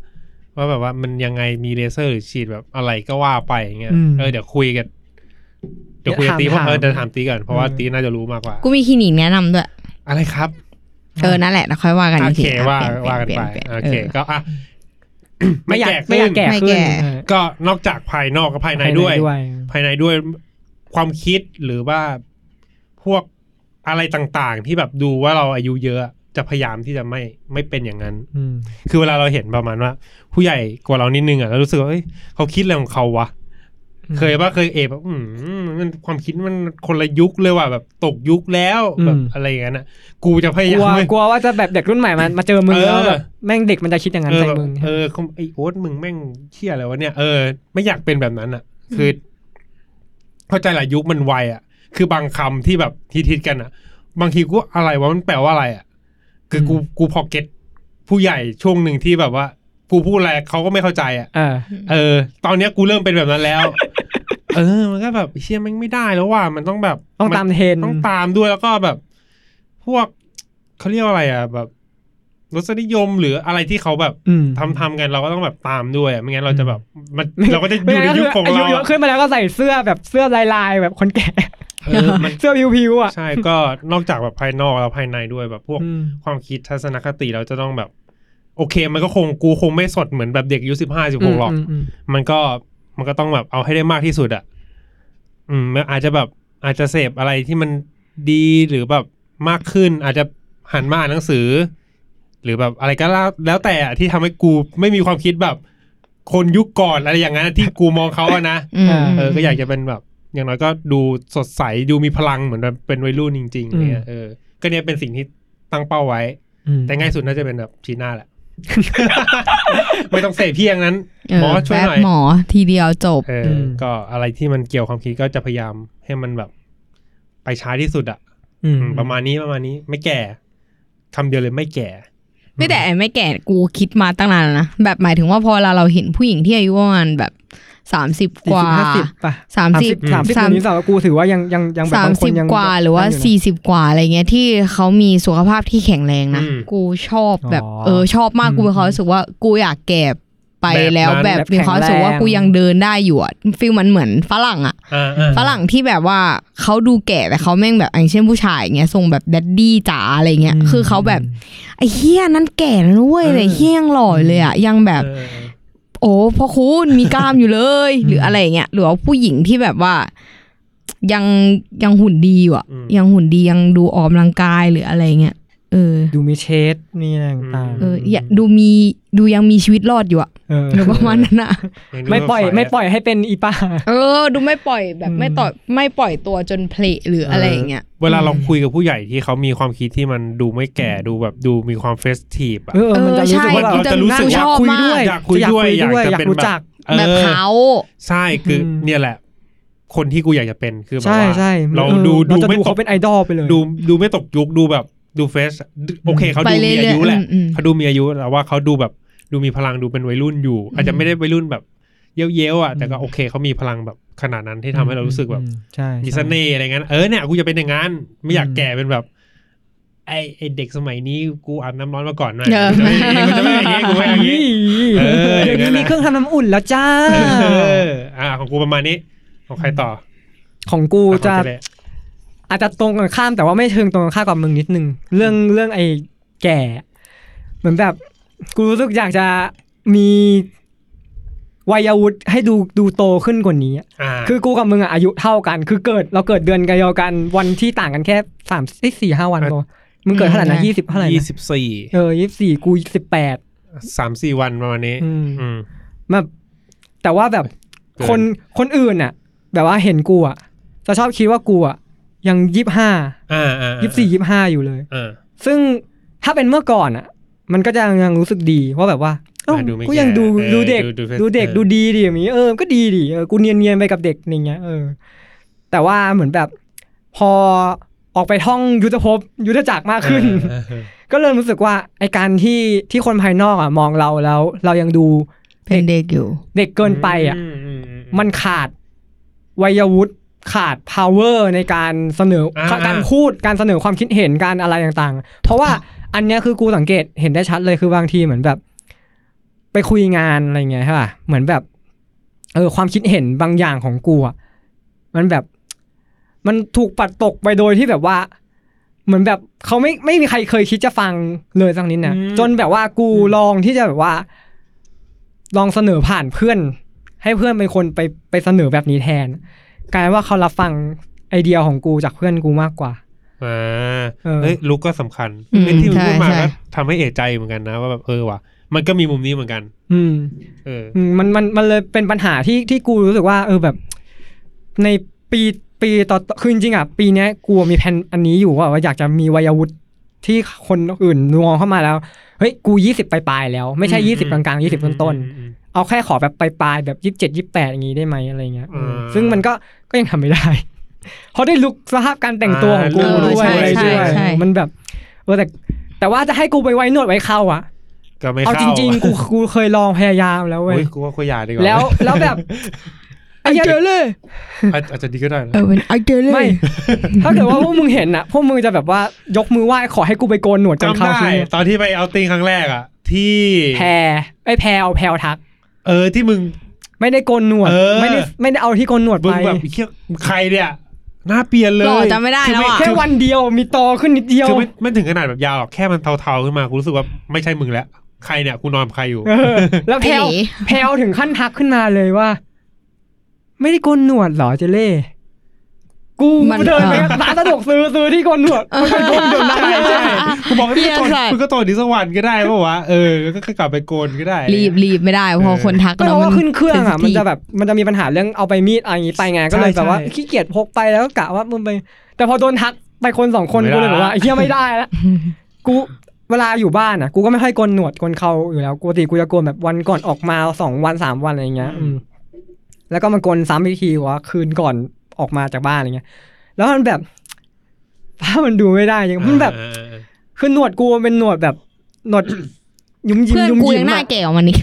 B: ว่าแบบว่ามันยังไงมีเลเซอร์หรือฉีดแบบอะไรก็ว่าไปอย่างเงี้ยเออเดี๋ยวคุยกันเดี๋ยวคุยกับตีเพราะเออเดี๋ยวถามตีก่อนเพราะว่าตีน่าจะรู้มากกว่า
C: กูมีคลินิกแนะนำด้วย
B: อะไรครับ
C: เออ นั่นแหละแล้วค่อยว่ากัน
B: โอก
C: ที
B: เคว่า
C: ะ
B: ว่ากัน
C: เลี่ย
B: ไป
C: เลี่ย
B: โอ
C: นป
B: เค
C: ลี่ยน
B: ก็อ่ะ
E: ไม่อยากไม่
B: ไม่
E: อยาก
B: แก่
E: แก่ขึ้น
B: ขึ้น
C: ไม่แก่
E: เออ
B: ก็นอกจากภายนอกกับภายในด้วย
E: ภา
B: ภายในด้วยความคิดหรือว่าพวกอะไรต่างๆ ที่แบบดูว่าเราอายุเยอะจะพยายามที่จะไม่ไม่เป็นอย่างนั้น
E: อืม
B: คือเวลาเราเห็นประมาณว่า ผู้ใหญ่กว่าเรานิดนึงอ่ะแล้วรู้สึกว่าเฮ้ยเขาคิดอะไรของเขาวะเคยว่าเคยเอบแบบอืมมันความคิดมันคนละยุคเลยว่ะแบบตกยุคแล้วแบบอะไรอย่างนั้นอ่ะ กูจะพยาก ยาม
E: ลัว
B: ไม่
E: กลัวว่าจะแบบเด็กรุ่นใหม่มามาเจอมึง
B: เออ
E: แล้วแบบแม่งเด็กมันจะคิดอย่างนั้น
B: เออ
E: ใส่
B: แบบ
E: มึง
B: เออคงไอโอ๊ตมึงแม่งเชี่ยอะไรวะเนี่ยเออไม่อยากเป็นแบบนั้นอ่ะ คืออเข้าใจหลายยุคมันไวอ่ะ คือบางคำที่แบบทิดๆกันอ่ะ บางทีกูอะไรวะมันแปลว่าอะไรอ่ะ คือกูกูพอเก็ตผู้ใหญ่ช่วงหนึ่งที่แบบว่า กูพูดอะไรเขาก็ไม่เข้าใจอ่ะ
E: เออ
B: เออ ตอนเนี้ยกูเริ่มเป็นแบบนั้นแล้ว เออ มันก็แบบเชี่ยแม่งไม่ได้แล้วว่ามันต้องแบบ
E: ต้องตามเทรน
B: นต้องตามด้วยแล้วก็แบบ พวกเขาเรียกว่าอะไรอ่ะแบบรสนิยมหรืออะไรที่เขาแบบ
E: อืม
B: ทำทำกันเราก็ต้องแบบตามด้วยอะไม่งั้นเราจะแบบมัน
E: ไม่
B: เราก็จะอยู่ในยุคของ
E: ไม่งั้นก็คืออายุ
B: เรา
E: เยอะ
B: อะ
E: ขึ้นมาแล้วก็ใส่เสื้อแบบเสื้อลายลายๆแบบคนแก่
B: เออมัน
E: เสื้อพิวๆอ่ะ
B: ใช่ก็นอกจากแบบภายนอกแล้วภายในด้วยแบบพวก
E: อืม
B: ความคิดทัศนคติเราจะต้องแบบ โอเค มันก็คงกูคงไม่สดเหมือนแบบเด็กอายุสิบห้าสิบหกหรอก
E: มม
B: มันก็มันก็ต้องแบบเอาให้ได้มากที่สุดอะอืมมันอาจจะแบบอาจจะเสพอะไรที่มันดีหรือแบบมากขึ้น อาจจะหันมาอ่านหนังสือ หรือแบบอะไรก็แล้วแล้วแต่อะที่ทำให้กูไม่มีความคิดแบบ คนยุคก่อนอะไรอย่างนั้นอะที่กูมองเขาอะนะ
C: อืม
B: เออก็อยากจะเป็นแบบ อย่างน้อยก็ดูสดใสดูมีพลังเหมือนแบบเป็นวัยรุ่นจริงๆอะไรเงี้ยเออก็เนี่ยเป็นสิ่งที่ตั้งเป้าไว้
E: อืม
B: แต่ง่ายสุดน่าจะเป็นแบบชีน่าแหละ ไม่ต้องเสพเพียงนั้น
C: เห
B: มอช่วยหน่อย
C: แป๊บหมอทีเดียวจบ
B: เอออก็อะไรที่มันเกี่ยวความคิดก็จะพยายามให้มันแบบ ไปช้าที่สุดอะ่ะ
E: อืม
B: อืมประมาณนี้ประมาณนี้ไม่แก่คำเดียวเลยไม่แก่
C: ไม่แต่ไอ้ไม่แก่กูคิดมาตั้งนานแล้วนะ แบบหมายถึงว่าพอเราเราเห็นผู้หญิงที่อายุประมาณแบบสามสิบ
E: สี่
C: กว่า
E: สิบห้าสิบป่ะ
C: สามสิบ
E: สามสิบ
C: สา
E: เดี๋ย
C: ม
E: วนี้สาวกูถือว่ายังยังยังแบบ
C: สาม
E: บางค
C: สิ
E: น
C: บ
E: ยัง
C: กว่าหรือว่า
E: ตั้งยู่นะ
C: สี่สิบกว่าอะไรเงี้ยที่เขามีสุขภาพที่แข็งแรงนะ
B: อืม
C: กูชอบแบบ
E: อ๋อ
C: เออชอบมาก
E: อืม
C: กูมีความรู้สึกว่ากูอยากแก่ไป
B: แบบ
C: แล้ว
B: นั้น
C: แบบ
E: แบบ
C: มีความรู้สึกว่า
E: แข็งแรง
C: กูยังเดินได้อยู่อะฟีลมันเหมือนฝรั่งอะ
B: อ่าอ่า
C: ฝรั่งที่แบบว่าเขาดูแก่แต่เขาแม่งแบบอย่างเช่นผู้ชายอย่างเงี้ยทรงแบบแดดดี้จ๋าอะไรเงี้ย
E: ม
C: คือเขาแบบไอ้เฮียนั้นแก่แล้วนะเว้ยแต่เฮียยังหล่ออยู่เลยอะยังแบบ
B: เออเออ
C: โอ้พ่อคุณมีกล้ามอยู่เลย หรืออะไรเงี้ยหรือว่าผู้หญิงที่แบบว่า ยังยังหุ่นดีอยู่อะ
B: อืม
C: ยังหุ่นดียังดูออกกำลังกายหรืออะไรเงี้ยเออ
E: ดูมีเชดมีอะไรต่าง
B: อืม
C: เอออย่าดูมีดูยังมีชีวิตรอดอยู่อะ
E: ๆเออ
C: หรือประมาณนั้น อะ
B: ยังดู
E: ไม่ปล่อย
B: ว่า
E: ไม่ปล่อยให้เป็นอีป้า
C: เออ ดูไม่ปล่อยแบบไม่ต่อยไม่ปล่อยตัวจนเพลหรืออะไรอย่างเงี้ย
B: เวลาเราคุยกับผู้ใหญ่ที่เขามีความคิดที่มันดูไม่แก่ดูแบบดูมีความเฟสทีฟอ่ะ
E: เออมันจะรู้สึกว่า
C: เออใช่
E: แบบ
B: เราจะรู้สึก
E: อยาก
C: ชอบ
E: คุย
C: มาก
E: ด้วย
B: อยากคุยด้วย
E: อยาก
B: อยากจะ
E: อยาก
B: เป็น
E: รู้
B: แบบ
E: จัก
B: เออ
C: แบบเขา
B: ใช่คืออ
E: ม
B: เนี่ยแหละ คนที่กูอยากจะเป็นคือแบบ
E: ใช่
B: ว่า
E: ใช่
B: เรา
E: ออ
B: ดูดู
E: เราจะ
B: ไม่
E: ดู
B: ต
E: เขา
B: ก
E: เป็นไอดอลไปเลย
B: ดูดูไม่ตกยุคดูแบบดูเฟสโอเคเขา
C: ไป
B: ดูมีอา
C: เรื่อย
B: ยุ
C: ๆ
B: แหละ
C: อืมๆ
B: เขาดูมีอายุแต่ว่าเขาดูแบบดูมีพลังดูเป็นวัยรุ่นอยู่ อาจจะไม่ได้วัยรุ่นแบบเย้ยวๆอ่ะแต่ก็โอเคเขามีพลังแบบขนาดนั้นที่ทำให้เรารู้สึกแบบ
E: อืมใช่
B: มี
E: ใช่
B: เสน่ห์อะไรเงี้ยเออเนี่ยกูจะเป็นอย่างนั้นไม่อยาก
E: อืม
B: แก่เป็นแบบ ไอไอเด็กสมัยนี้กูอาบน้ำร้อนมาก่อนหน่อย
C: เออ
B: กูจะไม่อย่างงี้กูจะไม่อย่างงี้ เอออ
E: เดี๋ย
B: ย่าวงนั้
E: นี้
B: นนะ
E: มีเครื่องทำน้ำอุ่นแล้วจ้า
B: เอออ่าของกูประมาณนี้ของใครต่อ
E: ของกู
B: ของ
E: จะ
B: เเล่
E: อาจจะตรงกันข้ามแต่ว่าไม่เชิงตรงกันข้ามกับมึงนิดนึง เรื่องเรื่องไอ้แก่ เหมือนแบบ กูรู้สึกอยากจะมี วัยวุฒิให้ดูดูโตขึ้นกว่านี้อะ
B: อ่า
E: คือกูกับมึงอะอายุเท่ากัน คือเกิดเราเกิดเดือนกันเดียวกันวันที่ต่างกันแค่สามสี่ห้าวันตัวมึงเกิดเท่าไหร่นะ
C: อืม
E: ยี่สิบเท่าไหร่
B: ยี่
E: นะ
B: สิบสี่
E: เออยี่สี่กูสิบแปด
B: สามสี่วันประมาณนี้
E: อืม
B: อืม
E: แบบแต่ว่าแบบ
B: เกิน
E: คนคนอื่นน่ะ แบบว่าเห็นกูอ่ะจะชอบคิดว่ากูอ่ะยังยี่ห้า
B: อ่าอ่า
E: ยี่สี่ยี่ห้าอยู่เลย
B: อ่า
E: ซึ่งถ้าเป็นเมื่อก่อนอ่ะ มันก็จะยังรู้สึกดีว่าแบบว่าเอ้า
B: อ่าดูไม่
E: กูยัง
B: แก่
E: ดู
B: เออ
E: ดูเด็ก
B: ดูดู
E: ดูเด็ก
B: เออ
E: ดูดีดิอย่างนี้เออก็ดีดิเออกูเนียนเนียนๆไปกับเด็กอย่างเงี้ยเออแต่ว่าเหมือนแบบ พอออกไปท่องยุทธภพยุทธจักรมากขึ้น
B: อ่าอ่า
E: ก็เริ่มรู้สึกว่าไอการที่ที่คนภายนอกอ่ะมองเราแล้ว เรายังดู
C: เป็นเด็กอยู่
E: เด็กเกินไปอ่ะ
B: มมอืม
E: มันขาดวัยวุฒิขาด power ในการเสนอ
B: อ่า
E: การพูดการเสนอความคิดเห็นการอะไรต่างๆ เพราะว่าอันเนี้ยคือกูสังเกตเห็นได้ชัดเลยคือบางทีเหมือนแบบ ไปคุยงานอะไรเงี้ยใช่ป่ะเหมือนแบบเออความคิดเห็นบางอย่างของกูอ่ะมันแบบ มันถูกปัดตกไปโดยที่แบบว่า เหมือนแบบเขาไม่ไม่มีใครเคยคิดจะฟังเลยสักนิดนะ
B: อืม
E: จนแบบว่ากูลองที่จะแบบว่า ลองเสนอผ่านเพื่อน ให้เพื่อนเป็นคนไปไปเสนอแบบนี้แทน กลายเป็นว่าเขารับฟังไอเดียของกูจากเพื่อนกูมากกว่า
B: อ่า
E: เออ
B: เฮ้ยลุกก็สำคัญ
C: อืม
B: ไอ้ที่มึง
C: ใช่
B: พูดมา
C: ใช่
B: ก็ทำให้เอะใจเหมือนกันนะว่าแบบเออว่ะมันก็มีมุมนี้เหมือนกัน
E: อืม
B: เออ
E: อืมมันมันมันเลยเป็นปัญหาที่ที่กูรู้สึกว่า เออแบบ ในปีปีต่อคือจริงๆอ่ะปีเนี้ยกูมีแผนอันนี้อยู่ว่าว่าอยากจะมีวัยวุฒิที่คนอื่นมองเข้ามาแล้วเฮ้ยกูยี่สิบปลายๆแล้ว ไม่ใช่
B: อืม
E: ยี่สิบกลางๆยี่สิบ
B: อืม
E: ต้น
B: อืม
E: ๆเอาแค่ขอแบบปลายๆแบบยี่สิบเจ็ดยี่แปดอย่างงี้ได้ไหมอะไรเงี้ยเออ
B: อ่า
E: ซึ่งมันก็ก็ยังทำไม่ได้ เพราะได้ลุกสภาพการแต่งตัวของกู
C: อ่า
E: ด้วย
C: ใช่
E: อะไรด้ว
C: ใช่
E: ย
C: ใช่
E: มันแบบเออแต่แต่ว่าจะให้กูไปไว้หนวดไว้เข้าอ่ะ
B: ก็ไม่
E: เอา
B: เข้า
E: จริงๆ กูกูเคยลองพยายามแล้วเว้ย
B: โอ้ยกูว่าคุยยาดีกว่า
E: แล้วแล้วแบบไอ้เจอเลย
B: อาจอาจจะดีก็ได้นะ
C: เออเป็นไอเดเล
E: ไม่
C: ย
E: ถ้าเกิดว่าพวกมึงเห็นนะพวกมึงจะแบบว่ายกมือไหว้ขอให้กูไปโกนหนวดจน
B: จำ
E: เข้า
B: ได้
E: ใช่ไหม
B: ตอนที่ไปเอาติงครั้งแรกอ่ะ ที่
E: แพรไอ้แพรเอาแพรทัก
B: เออที่มึง
E: ไม่ได้โกนหนวด
B: เออ
E: ไม่ได้ไม่ได้เอาที่โกนหนวด
B: มึ
E: ไป
B: งแบบไอ้เหี้ยใครเนี่ยหน้าเปลี่ยนเลย
C: หล่อจำไม่ได้แล้วอะ
E: แค่วันเดียวมีตอขึ้นนิดเดียว
B: คือไม่ไม่ถึงขนาดแบบยาวหรอกแค่มันเทาๆขึ้นมากูรู้สึกว่าไม่ใช่มึงแล้วใครเนี่ยกูนอนกับใครอยู่
E: เออแล้วแพร
C: ไอ้หลี
E: แพรถึงขั้นทักขึ้นมาเลยว่า ไม่ได้โกนหนวดเหรอเจเล่กู
C: มัน
E: เดินไป
C: เออ
E: ร้านสะดวกซื้อซื้อที่โกนหนวดมันไปโกนหนวดได้ใช่
B: กูบอกให้มึงโต
C: เหี้ยสัตว์
B: มึงก็โตดิสวรรค์ก็ได้ปะวะเออก็ก็กลับไปโกนก็ได้
C: รีบรีบไม่ได้เพอคนทัก
E: ก็เพ
C: เนาะ
E: ราะ
C: มั
E: ว่าขึ้นเครื่องอ่ะ
C: เซ
E: มัน
C: ซิทีฟ
E: จะแบบมันจะมีปัญหาเรื่องเอาไปมีดอะไรอย่างงี้ไปไงก็เลย
B: ใช่
E: แบบว่า
B: ใช่
E: ขี้เกียจพกไปแล้วก็กะว่ามึงไป แต่พอโดนทักไปคนสองคน
B: ไม่
E: กู
B: ได้
E: เลยแบบว่าไอ้เฮียไม่ได้ละกูเวลาอยู่บ้านอ่ะ กูก็ไม่ค่อยโกนหนวดโกนเขาอยู่แล้วปกติกูจะโกนแบบวันก่อนออกมาสองวันสามวันอะไรอย่างเงี้ย อืม แล้วก็มาโกนซ้ำอีกทีว่าคืนก่อนออกมาจากบ้านอะไรเงี้ย แล้วมันแบบถ้ามันดูไม่ได้ยังมันแบบ
B: เออเออเออ
E: คือหนวดกูมันเป็นหนวดแบบหนวด ยุ้มยิ้ม
C: เพื่อน
E: ยุ้ม
C: กู
E: ยิ้
C: ยั
E: ม
C: งหน้า
E: อะ
C: แก่กว่ามันอี ก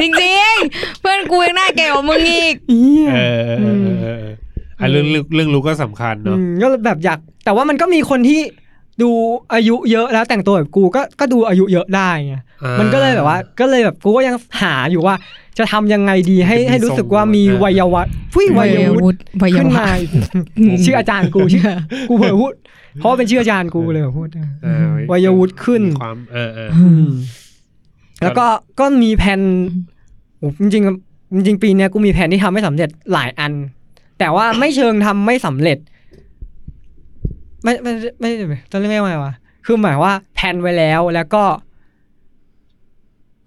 C: จริงๆ เพื่อนกูยังหน้าแก่กว่ามึงอีก
B: เออเออเออเออเอออ่ะเรื่องเรื่องเรื่องรู้ก็สำคัญเนาะ
E: อืมก็แบบอยาก แต่ว่ามันก็มีคนที่ดูอายุเยอะแล้วแต่งตัวแบบกูก็ก็ดูอายุเยอะได้ไง
B: อ่า
E: มันก็เลยแบบว่า ก็เลยแบบกูก็ยังหาอยู่ว่า จะทำยังไงดีให้
B: จะมี
E: ให้รู้สึกว่า
B: ทรง
E: มี
B: เออ
E: วัยวัฒน์ผู้วั
C: วั
E: ย
C: ย
E: วุ
C: วุ
E: ฒิ
C: ฒิวัย
E: ขึ้น
C: วุ
E: มา
C: ฒิ
E: อีกชื่ออาจารย์กูชื่อกูเผลอพูดเพราะว่าเป็นชื่ออาจารย์กูเลยแบบพูด
B: เออ
E: วัยวุฒิขึ้น
B: มีความเออเออ
E: อืมแล้วก็ก็มีแผนโอ้จริงๆจริงๆปีเนี้ยกูมีแผนที่ทำไม่สำเร็จหลายอัน แต่ว่าไม่เชิงทำไม่สำเร็จ ไม่ไม่ไม่ไม่ต้องเรียกว่าไงวะคือหมายว่าแผนไว้แล้วแล้วก็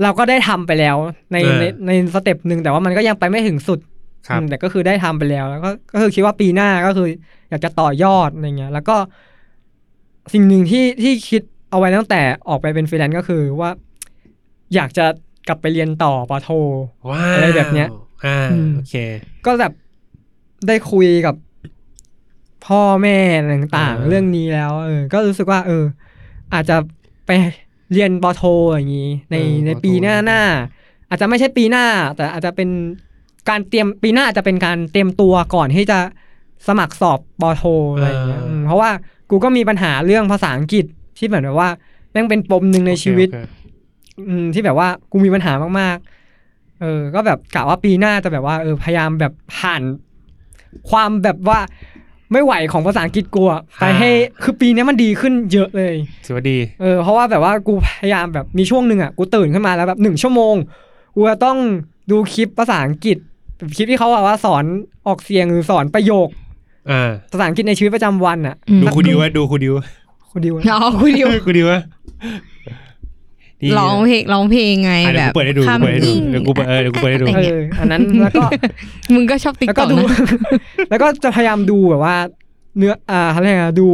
E: เราก็ได้ทำไปแล้ว ใน
B: เออ
E: ในในสเต็ปหนึ่งแต่ว่ามันก็ยังไปไม่ถึงสุด
B: ครับ
E: อืมแต่ก็คือได้ทำไปแล้ว แล้วก็ก็คือคิดว่าปีหน้าก็คือ อยากจะต่อยอดอะไรเงี้ย แล้วก็ สิ่งหนึ่งที่ที่คิดเอาไว้ตั้งแต่ออกไปเป็นฟรีแลนซ์ก็คือว่า อยากจะกลับไปเรียนต่อปอโท
B: ว้าว
E: อะไรแบบเนี้ย
B: อ่า
E: อืม
B: โอเค
E: ก็แบบได้คุยกับพ่อแม่ต่างๆ เรื่องนี้แล้ว เออ ก็รู้สึกว่า เออ อาจจะไปเรียนปอโทอย่างนี้ ในในปีหน้าหน้าๆอาจจะไม่ใช่ปีหน้า แต่อาจจะเป็นการเตรียมปีหน้าอาจจะเป็นการเตรียมตัวก่อนที่จะสมัครสอบปอโทอะไรอย่างเงี้ยมเพราะว่ากูก็มีปัญหาเรื่องภาษาอังกฤษที่เหมือนแบบว่าแม่งเป็นปมหนึ่งในชีวิต
B: โอเคโอเค
E: อืมที่แบบว่ากูมีปัญหามากๆ เออ ก็แบบกะว่าปีหน้าจะแบบว่า เออพยายามแบบผ่าน ความแบบว่าไม่ไหวของภาษาอังกฤษกูอะไปให้คือปีเนี้ยมันดีขึ้นเยอะเลย
B: สวัสดี
E: เออเพราะว่าแบบว่ากูพยายามแบบมีช่วงหนึ่งอ่ะกูตื่นขึ้นมาแล้วแบบหนึ่งชั่วโมง กูจะต้องดูคลิปภาษาอังกฤษคลิปที่เขาแบบว่าสอนออกเสียงหรือสอนประโยค
B: อ่า
E: ภาษาอังกฤษในชีวิตประจำวันอ่ะ
C: อืม
B: ดูคุณดิวไว้ดูคุณดิว
E: คุณดิวอะ
C: อ๋อคุณดิว
B: คุณดิวไว้นี่
C: ร้องเพลงร้องเพลงไง
B: อ่ะเดี๋
C: แบ
B: ยว
C: บ
B: กูเปิดให้ดู
C: คำ
B: เปิดให้ดู
C: อิ่ง
B: เดี๋ยวกูเปิดเออเดี๋ยวกูเปิดให้ดู
C: อะไร
E: เอ
C: งี้ย
E: ออันนั้นแล้วก็
C: มึงก็ชอบติ๊ก
E: แล้ว
C: ต็
E: ก็
C: อก
E: ดู
C: นะ
E: แล้วก็ จะพยายามดูแบบว่า เนื้ออ่าอะไรนะดู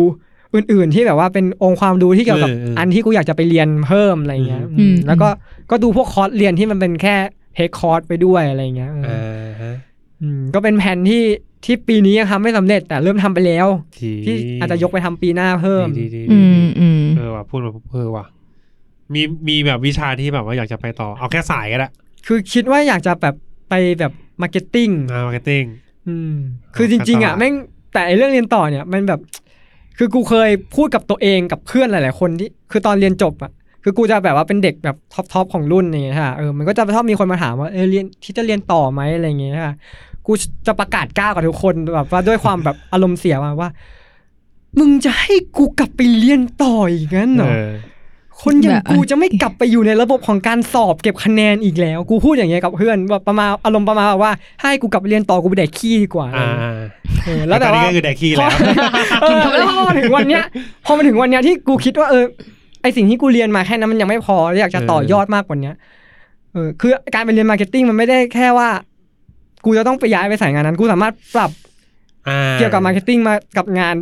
E: อื่น ๆที่แบบว่าเป็นองค์ความรู้ที่เกี่ยวกับ
B: เออเอออั
E: อันที่กูอยากจะไปเรียนเพิ่มอะไรเงี้ย
B: อืม
E: อืม
C: อืม
E: แล้วก็ก็ดูพวกคอร์สเรียนที่มันเป็นแค่เทคคอร์สไปด้วยอะไรเงี้ยเออ
B: อ่าฮะ
E: อืมก็เป็นแผนที่ที่ปีนี้ยังทำไม่สำเร็จแต่เริ่มทำไปแล้ว
B: ที
E: ที่อาจจะยกไปทำปีหน้าเพิ่ม
B: ดีดีดี
C: อืมอืม
B: เออว่ะพูดมาเออว่ะมีมีแบบวิชาที่แบบว่าอยากจะไปต่อเอาแค่สายก็ได้
E: คือคิดว่าอยากจะแบบไปแบบมาร์เก็ตติ้ง
B: งานมาร์เก็ตติ้ง
E: คือจริง ๆ อ่ะ
B: การตลาด
E: แม่งแต่ไอ้เรื่องเรียนต่อเนี่ย มันแบบ คือกูเคยพูดกับตัวเองกับเพื่อนหลาย ๆ คนที่คือตอนเรียนจบอ่ะคือกูจะแบบว่าเป็นเด็กแบบท็อปทอปของรุ่นอย่างเงี้ยค่ะเออมันก็จะชอบมีคนมาถามว่าเออเรียนที่จะเรียนต่อไหมอะไรอย่างเงี้ยค่ะกูจะประกาศกล้ากับทุกคนแบบว่าด้วยความแบบอารมณ์เสียมาว่า มึงจะให้กูกลับไปเรียนต่ออีกงั้นเหร
B: เอ
E: อ
B: อ
E: คนอย่างกูจะไม่กลับไปอยู่ในระบบของการสอบเก็บคะแนนอีกแล้ว กูพูดอย่างเงี้ยกับเพื่อนว่าประมาณอารมณ์ประมาณว่า ให้กูกลับไปเรียนต่อกูไปแดกขี้ดีกว่า
B: อ่า
E: เออแล้วแต่
B: ตอน
E: ว่า
B: นี้ก็คือแดกขี้
E: พ
B: แล้
E: อ
B: ว
E: เออแล้วพอมาถึงวันเนี้ย พอมาถึงวันเนี้ยที่กูคิดว่าเออไอสิ่งที่กูเรียนมาแค่นั้นมันยังไม่พออยากจะต่อยอดมากกว่าเนี้ยเออคือการไปเรียนมาร์เก็ตติ้งมันไม่ได้แค่ว่า กูจะต้องไปย้ายไปสายงานนั้น กูสามารถปรับ
B: อ่า
E: เกี่ยวกับมาร์เก็ตติ้งมากับงาน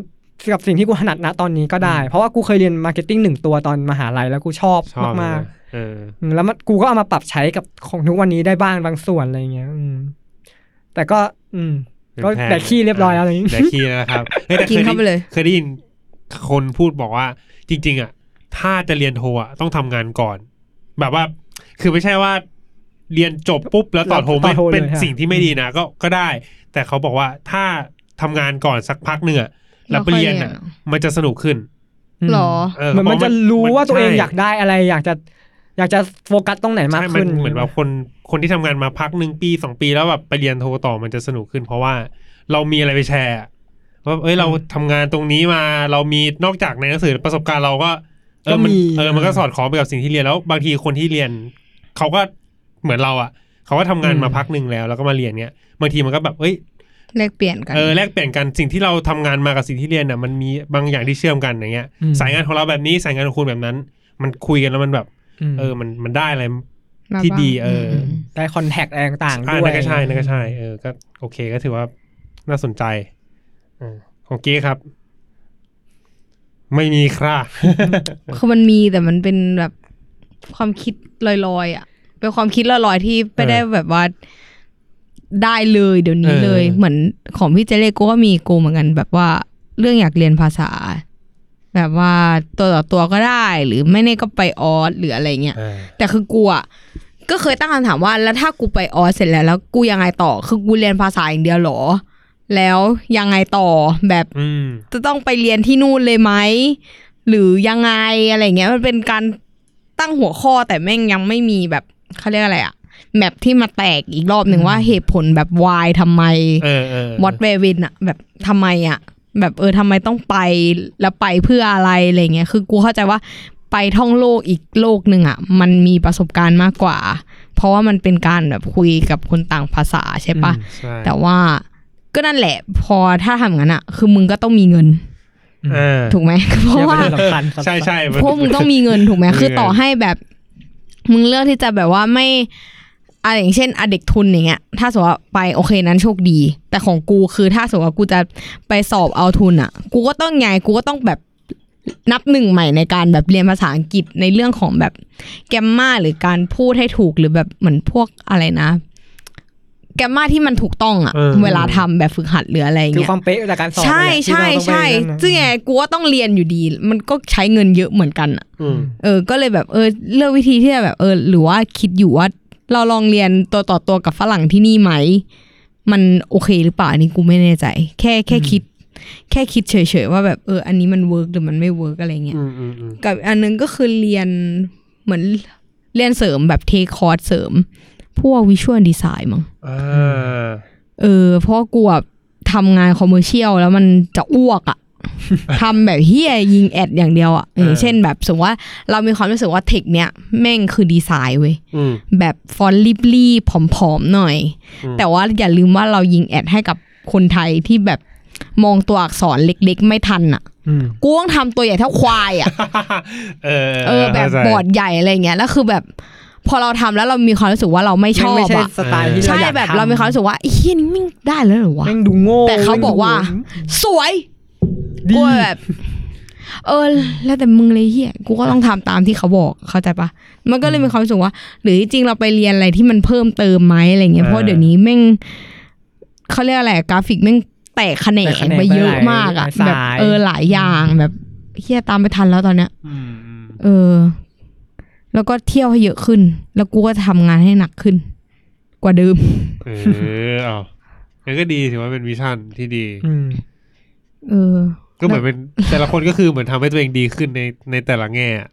E: กับสิ่งที่กูถนัดนะตอนนี้ก็ได้ เพราะว่ากูเคยเรียนมาร์เก็ตติ้งหนึ่งตัวตอนมหาลัยแล้วกูชอบ
B: ชอบ
E: มาก
B: เออ
E: ๆอืมแล้วมันกูก็เอามาปรับใช้กับของทุกวันนี้ได้บ้างบางส่วนอะไรเงี้ยอืมแต่ก็ อืม ก็
B: เป็นพน
E: แดกขี้เรียบร้อยแล้วอะไรอย่างงี้
B: แดกขี้แล้วนะครับฮ้ยแต่ค
C: กิน
B: ด้
C: เข้าไปเลย
B: เคยได้ยินคนพูดบอกว่า จริง ๆ อ่ะ ถ้าจะเรียนโทอ่ะต้องทำงานก่อน แบบว่า คือไม่ใช่ว่า เรียนจบปุ๊บแล้วต่อโท
E: ต่
B: ไม่
E: อโทเลย
B: เป็น
E: ฮะ
B: สิ่งที่ไม่ดีนะก็ก็ได้ แต่เขาบอกว่าถ้าทำงานก่อนสักพักหนึ่งอะแล้วไปเรียนอ่ะ มันจะสนุกขึ้น
C: หรอ
B: เออ
E: เหมือนมัน
B: เพราะ
E: จะรู้ว่าตัวเอง
B: ใช่
E: อยากได้อะไร อยากจะ อยากจะโฟกัสตรงไหนมาก
B: ใช่
E: ขึ้น
B: เหมือนแบบคนคนที่ทำงานมาพักหนึ่งปีสองปีแล้วแบบไปเรียนโทต่อมันจะสนุกขึ้น เพราะว่าเรามีอะไรไปแชร์ว่าเอ้ยเราทำงานตรงนี้มาเรามีนอกจากในหนังสือประสบการณ์เราก็เออมัน
E: ก็มี
B: เออมันก็สอดคล้องไปกับสิ่งที่เรียนแล้ว บางทีคนที่เรียนเขาก็เหมือนเราอ่ะเขาก็ทำงานมาพักหนึ่งแล้วแล้วก็มาเรียนเนี้ยบางทีมันก็แบบเอ้ย
C: แลกเปลี่ยนกัน
B: เออแลกเปลี่ยนกันสิ่งที่เราทำงานมากับสิ่งที่เรียนน่ะมันมีบางอย่างที่เชื่อมกันอย่างเงี้ย
E: อืม
B: สายงานของเราแบบนี้สายงานของคุณแบบนั้น มันคุยกันแล้วมันแบบ
E: ม
B: เออมันมันได้อะไร
C: มา
B: ที่
C: บ้าง
B: ดีเอออื
C: ม
E: ได้คอนแทคอะไรต่างๆ
B: อ่า
E: ด้วย
B: นั่นก็ใช่นั่นก็ใช่ เออ ก็โอเคก็ถือว่าน่าสนใจอมของเก้ครับ ไม่มีค่ะ
C: คือมันมีแต่มันเป็นแบบความคิดลอยๆอ่ะ เป็นความคิดลอยๆที่ไม่ได้แบบว่าได้เลยเดี๋ยวนี้เลย
B: เออ
C: เหมือนของพี่เจเลโกก็มีกูเหมือนกัน แบบว่าเรื่องอยากเรียนภาษา แบบว่าตัวต่อตัวก็ได้ หรือไม่แน่ก็ไปออสหรืออะไรเงี้ย
B: อ่า
C: แต่คือกูอ่ะก็เคยตั้งคำถามว่าแล้วถ้ากูไปออสเสร็จแล้ว แล้วกูยังไงต่อ คือกูเรียนภาษาอย่างเดียวเหรอ แล้วยังไงต่อแบบ
B: อืม
C: จะต้องไปเรียนที่นู่นเลยไหม หรือยังไงอะไรเงี้ยมันเป็นการตั้งหัวข้อแต่แม่งยังไม่มีแบบเขาเรียกอะไรอะแมปที่มาแตกอีกรอบหนึ่งว่าเหตุผลแบบ why ทำไม
B: เออเออ
C: what where when อะแบบทำไมอะแบบเออทำไมต้องไปแล้วไปเพื่ออะไรอะไรเงี้ยคือกูเข้าใจว่าไปท่องโลกอีกโลกหนึ่งอะมันมีประสบการณ์มากกว่า เพราะว่ามันเป็นการแบบคุยกับคนต่างภาษาใช่ปะ
B: ใช่
C: แต่ว่าก็นั่นแหละพอถ้าทำงั้นอะคือมึงก็ต้องมีเงิน
B: อ่า
C: ถูกไหม เพ
E: เชื่
C: ราะ
E: อ
C: ว่า
E: เป็นเรื่องสำคัญ
B: ใช่ใช่
C: เพราะมึงต้องมีเงินถูกไหม
B: มีเงิน
C: คือต่อให้แบบ มึงเลือกที่จะแบบว่าไม่อะไรอย่างเช่นอะเด็กทุนอย่างเงี้ย ถ้าสมมติว่าไปโอเคนั้นโชคดี แต่ของกูคือถ้าสมมติว่ากูจะไปสอบเอาทุนอ่ะ กูก็ต้องไงกูก็ต้องแบบนับหนึ่งใหม่ในการแบบเรียนภาษาอังกฤษในเรื่องของแบบแกมมาหรือการพูดให้ถูกหรือแบบเหมือนพวกอะไรนะ แกมมาที่มันถูกต้องอ่ะ
B: เออ
C: เวลาทำแบบฝึกหัดหรืออะไรอย่าง
E: คือ
C: เงี้ย
E: ความเป๊ะจากการสอบ
C: ใช่
E: นั่นแหละที่
C: ใช่
E: เราต้องไป
C: ใช่
E: นั่นนะ
C: ซึ่งไงกูว่าต้องเรียนอยู่ดี มันก็ใช้เงินเยอะเหมือนกันอะ
B: อืม
C: เออ ก็เลยแบบเออเลือกวิธีที่จะแบบเออ หรือว่าคิดอยู่ว่า เราลองเรียนตัวต่อตัวกับฝรั่งที่นี่ไหม มันโอเคหรือเปล่าอันนี้กูไม่แน่ใจ แค่แค่คิด แค่คิดเฉยๆว่าแบบเออ อันนี้มันเวิร์กหรือมันไม่เวิร์กอะไรเงี้ย
B: อืมอืมอืม
C: กับอันนึงก็คือเรียนเหมือนเรียนเสริมแบบเทคอร์สเสริม พวกวิชวลดีไซน์มั้ง
B: อ่า
C: เออเพราะกลัวทำงานคอมเมอร์เชียลแล้วมันจะอ้วกอะ ทำแบบเฮียยิงแอดอย่างเดียวอ่ะอย่างเช่นแบบสมมติว่าเรามีความรู้สึกว่าเทคเนี้ยแม่งคือดีไซน์เว้ย
B: อืม
C: แบบฟอนต์รีบๆผอมๆหน่อย
B: อืม
C: แต่ว่าอย่าลืมว่าเรายิงแอดให้กับคนไทยที่แบบมองตัวอักษรเล็กๆ ไม่ทันอ่ะ
E: อืม
C: กูต้องทำตัวใหญ่เท่าควายอ่ะ
B: เออ
C: เออแบบ
B: เข้าใจ
C: บอร์ดใหญ่อะไรอย่างเงี้ยแล้วคือแบบ พอเราทำแล้วเรามีความรู้สึกว่าเราไม่ชอบ
E: ไม่ใช่
C: อ่ะ
E: สไตล์ที่เรา
C: ใช่
E: อยาก
C: แบบ
E: ทำ
C: เรามีความรู้สึกว่าไอ้เฮียนี่มึงได้แล้วเหรอวะ
E: แม่งดูโง่
C: แต่เขาบอกว่า สวย
E: ดี
C: กูแบบ เออ แล้วแต่มึงเลยเฮียกูก็ต้องทำตามที่เขาบอกเข้าใจปะมันก็เลยมีความรู้สึกว่า หรือจริงๆเราไปเรียนอะไรที่มันเพิ่มเติมไหมอะไรเงี้ย
B: เออ
C: เพราะเดี๋ยวนี้แม่งเขาเรียกอะไรกราฟิกแม่งแตกแขน
E: แตกแข
C: ง
E: นง
C: ไปเยอะ
E: ไปหลาย
C: มากอะ
E: สาย
C: แบบเออหลายอย่างแบบเฮียตามไม่ทันแล้วตอนเนี้ย
D: อืมอืม
C: เออ แล้วก็เที่ยวให้เยอะขึ้น แล้วกูก็จะทำงานให้หนักขึ้น กว่าเดิม
B: เออเอางั้นก็ดีถือว่าเป็นวิชั่นที่ดี
E: อืม
C: เออ
B: ก็เหมือนเป็นแต่ละคนก็คือเหมือนทำให้ตัวเองดีขึ้นในในแต่ละแง่อะ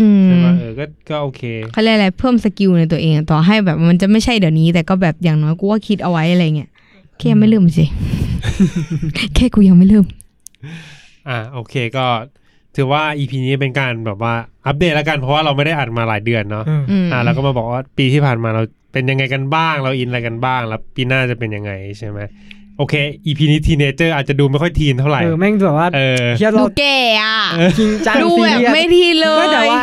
C: อืม
B: ใช่ไหมเออก็ก็โอเค
C: เขาเรียกอะไรเพิ่มสกิลในตัวเองอะต่อให้แบบมันจะไม่ใช่เดี๋ยวนี้ แต่ก็แบบอย่างน้อยกูก็คิดเอาไว้อะไรเงี้ยแค่ยังไม่เริ่มสิ แค่กูยังไม่เริ่ม
B: อ่าโอเคก็ถือว่า EP นี้เป็นการแบบว่าอัปเดตแล้วกันเพราะว่าเราไม่ได้อัดมาหลายเดือนเนาะ
C: อืม
B: อ่าเราก็มาบอกว่าปีที่ผ่านมาเราเป็นยังไงกันบ้าง เราอินอะไรกันบ้าง แล้วปีหน้าจะเป็นยังไงใช่ไหมโอเค EP นี้ทีเนเจอร์อาจจะดูไม่ค่อยทีนเท่าไหร่
E: เออแม่งแบบว่า
B: เออ
E: เฮีย
C: ดู
E: เรา
C: แก่อะ
E: จริงจัง
C: ดู
E: ซี
C: แบบ
E: เรียส
C: ไม่ทีเล
E: ไม่
C: ย
E: แต่ว่า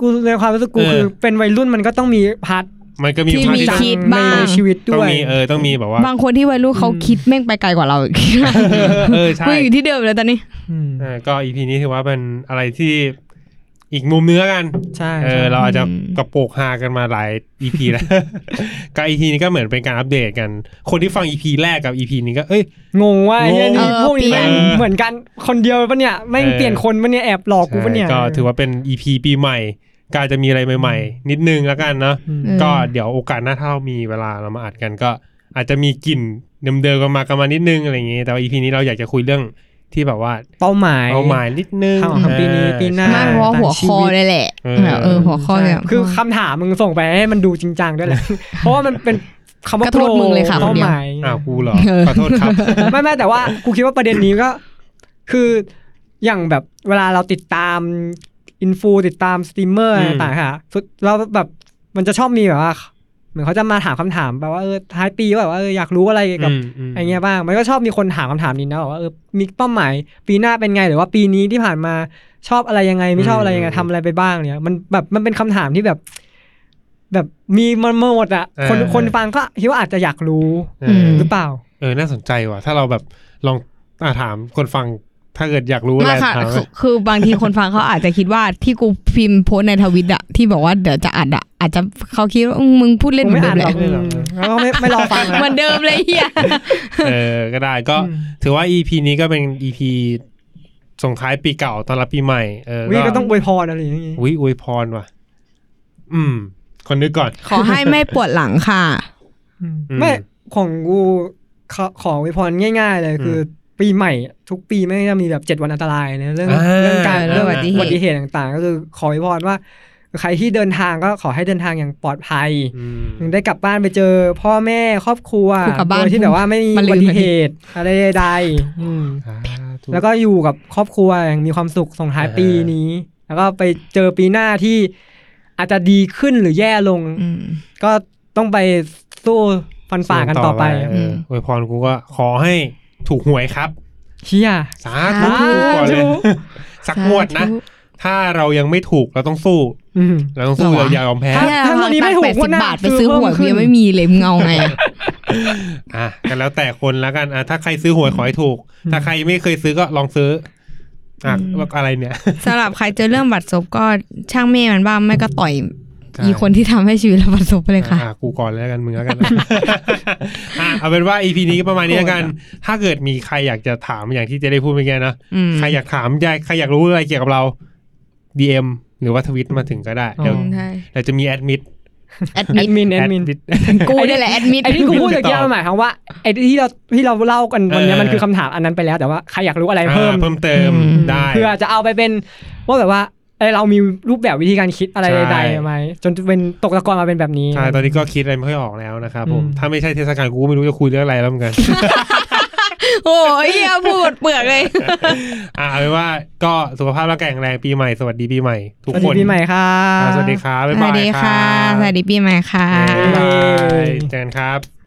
E: กูในความรู้สึกกู
B: เออ
E: คือเป็นวัยรุ่นมันก็ต้องมีพาร์ท
B: มันก็มี
C: ที่
B: ภาคที่
C: มี
B: ต้อ
C: คิ
B: ง
C: ดบ้าง
E: ในชีวิต
B: ต้อ
E: ด้
B: ง
E: วย
B: มีเออต้องมีแบบว่า
C: บางคนที่วัยรุ่นเขา
E: อืม
C: คิดแม่งไปไกลกว่าเราอีก
B: เออใช่
C: กูอยู่ที่เดิมเลยตอนนี้
E: ม
B: อ่าก็อีพีนี้ถือว่าเป็นอะไรที่อีกมุมเนื้อกัน
E: ใช่
B: เออ
E: ใช่
B: เราอาจจะ
C: อืม
B: กระโปกฮากันมาหลาย EP แล้ว ก็ EP นี้ก็เหมือนเป็นการอัปเดตกัน คนที่ฟัง EP แรกกับ EP นี้ก็เอ้ย
E: งงว่าไอ้เฮียนี่
C: งง
E: พวกนี้แม่ง
B: เออ
E: เหมือนกันคนเดียวปะเนี่ยแม่ง
B: เออ
E: เปลี่ยนคนปะเนี่ยแอบหลอกกูปะเนี่ย
B: ก็ถือว่าเป็น EP ปีใหม่ ก็อาจจะมีอะไรใหม่ๆ นิดนึงแล้วกันเนาะ
E: อืม
C: เออ
B: ก็เดี๋ยวโอกาสหน้าถ้าเรามีเวลาเรามาอัดกันก็ อาจจะมีกลิ่นเดิมๆกันมากันมานิดนึงอะไรอย่างงี้ แต่ว่า EP นี้เราอยากจะคุยเรื่องที่แบบว่า
E: เป้าหมาย
B: เอาหมายนิดนึง
E: ของของปีนี้
B: อ่า
E: ปีหน้
C: ไม่เพราะหัวคอเลยแหละ
B: เออ
C: เออหัวคอเนี่ย
E: ใช่คือคำถามมึงส่งไปให้มันดูจริงจังด้วยแหละ เพราะว่ามันเป็นคำว่าก
C: ระโทษมึงเลยค่ะ
E: เป้า
C: คนเดีย
E: ห
C: ว
E: มาย
B: อ้าวกูเหรอขอโทษครับ
E: ไม่ไม่แต่ว่ากูคิดว่าประเด็นนี้ก็ คืออย่างแบบเวลาเราติดตามอินฟูติดตามสตรีมเมอร์
B: อืม
E: ต่างๆค่ะสุดเราแบบมันจะชอบมีแบบว่าเหมือนเขาจะมาถามคำถามแบบว่าเออท้ายปีว่าแบบว่าเอออยากรู้อะไรเกี่ยวกับ
B: อืมอืม
E: อะไรเงี้ยบ้าง มันก็ชอบมีคนถามคำถามนี้นะบอกว่าเออ มีเป้าหมายปีหน้าเป็นไง หรือว่าปีนี้ที่ผ่านมาชอบอะไรยังไง ไม่ชอบอะไรยังไง
B: อืม
E: ทำอะไรไปบ้างเนี่ย มันแบบมันเป็นคำถามที่แบบ แบบมีมันหมดอ่ะ คน
B: เออ
E: คนฟังก็คิดว่าอาจจะอยากรู้
B: เออ
E: หรือเปล่า
B: เออ น่าสนใจว่ะ ถ้าเราแบบลองอ่ะถามคนฟัง ถ้าเกิดอยากรู้อะไร
C: ไมาค่ะ
B: ถาม
C: คือคือบางทีคนฟังเขาอาจจะคิดว่าที่กูพิมพ์โพสต์ในทวิตอะที่บอกว่าเดี๋ยวจะอัดอะอาจจะเขาคิดว่ามึงพูดเล่นเหมือนเดิมแหละ
E: ผมไม่อ่านหรอกแล้วก็ไม่ไม่รอฟังแล้ว
C: เหมือนเดิมเลยเฮีย
B: เออ ก็ได้ก็ถือว่า EP นี้ก็เป็น EP ส่งท้ายปีเก่าตอนรับปีใหม่ เออ
E: วิก็ต้องอวยพรอะไรอย่างงี้
B: อุ้ยอวยพรว่ะ อืม คนนึกก่อน
C: ขอให้ไม่ปวดหลังค่ะ
B: อืม
E: ไม่ของกูขอขออวยพรง่าย ๆ เลยคืออปีใหม่ ทุกปีไม่งจะมีแบบเจ็ดวันอันตรายนะเรื่อง
B: อ่า
E: เรื่องการ
C: เรื่
E: เรื่
C: อ
E: อง ง
C: อุ
E: อุ
C: บัติเหตุ
E: บัติเหตุต่างๆ ก็คือขออวยพรว่า ใครที่เดินทางก็ขอให้เดินทางอย่างปลอดภัย
B: อืม
E: ได้กลับบ้านไปเจอพ่อแม่ครอบครัว
C: คือกลับบ้าน
E: โดยที่แบบว่าไม่มี
C: มัน
E: อุบั
C: ลืม
E: ติเหตุอะไรใดๆอืมแล้วก็อยู่กับครอบครัวอย่างมีความสุขส่งท้าย
B: อ่า
E: ปีนี้ แล้วก็ไปเจอปีหน้าที่อาจจะดีขึ้นหรือแย่ลง
C: อืม
E: ก็ต้องไปสู้ฟันฝ่ากันต่อไป
B: เอออวยพรกูก็ขอให้ถูกหวยครับ
E: เชีย
B: สาธุก่อนเลย
E: สาธุ
B: สักงวดนะ ถ้าเรายังไม่ถูกเราต้องสู้
E: อืม
B: เราต้องสู้
C: เหรอ
B: เรา
C: วะ
B: อย่ายอมแพ้
E: ถ้าถ้าวันนี้ไม่ถูก
C: แปด
E: งว
C: สิบ
E: ดหน้า
C: บาทไปซื้อหว
E: ซื้อ
C: ย
E: เพิ่มขึ้น
C: ยังไม่มีเลยเงาไง
B: อ่ะกันแล้วแต่คนแล้วกันอ่ะถ้าใครซื้อหวยขอให้ถูก ถ้าใครไม่เคยซื้อก็ลองซื้ออ่ะ
C: อืม
B: ว่าอะไรเนี่ย
C: สำหรับใครเจอเรื่องบัตรศพก็ช่างแม่มันบ้างไม่ก็ต่อยอีคนที่ทำให้ชีวิตเราบัตรศพไปเลยค่ะ
B: อ่ะกูก่อนเลยแล้วกันมึงแล้วกัน อ่ะเอาเป็นว่า EP นี้ก็ประมาณนี้แล้วกัน ถ้าเกิดมีใครอยากจะถามอย่างที่เจได้พูดเมื่อกี้นะ
C: อืม
B: ใครอยากถามอยากใครอยากรู้อะไรเกี่ยวกับเรา DM หรือว่าทวิตมาถึงก็ได้เดี๋ยว
E: อ๋อ
C: ใช่
B: เราจะมีแอดมิด
C: แอด
E: แอ
C: มิด
E: ดมินแอดมิน
C: กูนี่แหละแอดมิด
E: ไอ้ที่กูพูดตะเกียบมันหมายความว่าไอ้ที่เราที่เราเล่ากันวันเนี้ยมันคือคำถามอันนั้นไปแล้วแต่ว่าใครอยากรู้อะไรเพิ่ม
B: เพิ่มเติมได้
E: เพื่อจะเอาไปเป็นว่าแบบว่าเอ้ยเรามีรูปแบบวิธีการคิดอะไรใดๆไหมจนเป็นตกตะกอนมาเป็นแบบนี้
B: ใช่ตอนนี้ก็คิดอะไรไม่ค่อยออกแล้วนะครับผม
E: อืม
B: ถ้าไม่ใช่เทศกาลกูก็ไม่รู้จะคุยเรื่องอะไรแล้วเหมือนกัน
C: โอ้ยเหี้ยพูดเปลือกเลย
B: อ่าเอาเป็นว่าก็สุขภาพร่างกายแข็งแรงปีใหม่สวัสดีปีใหม่ทุก
E: สวัส
B: ค
E: ดี
B: น
E: ปีใหม่ค่ะ
B: อ่าสวัสดีครับบ๊าย
C: ส
B: บา
C: วั
B: ย
C: สดี
B: รั
C: ค่ะ
B: บ
C: สวัสดีปีใหม่ค่ะ
B: บ๊ายบายเจอกันครับ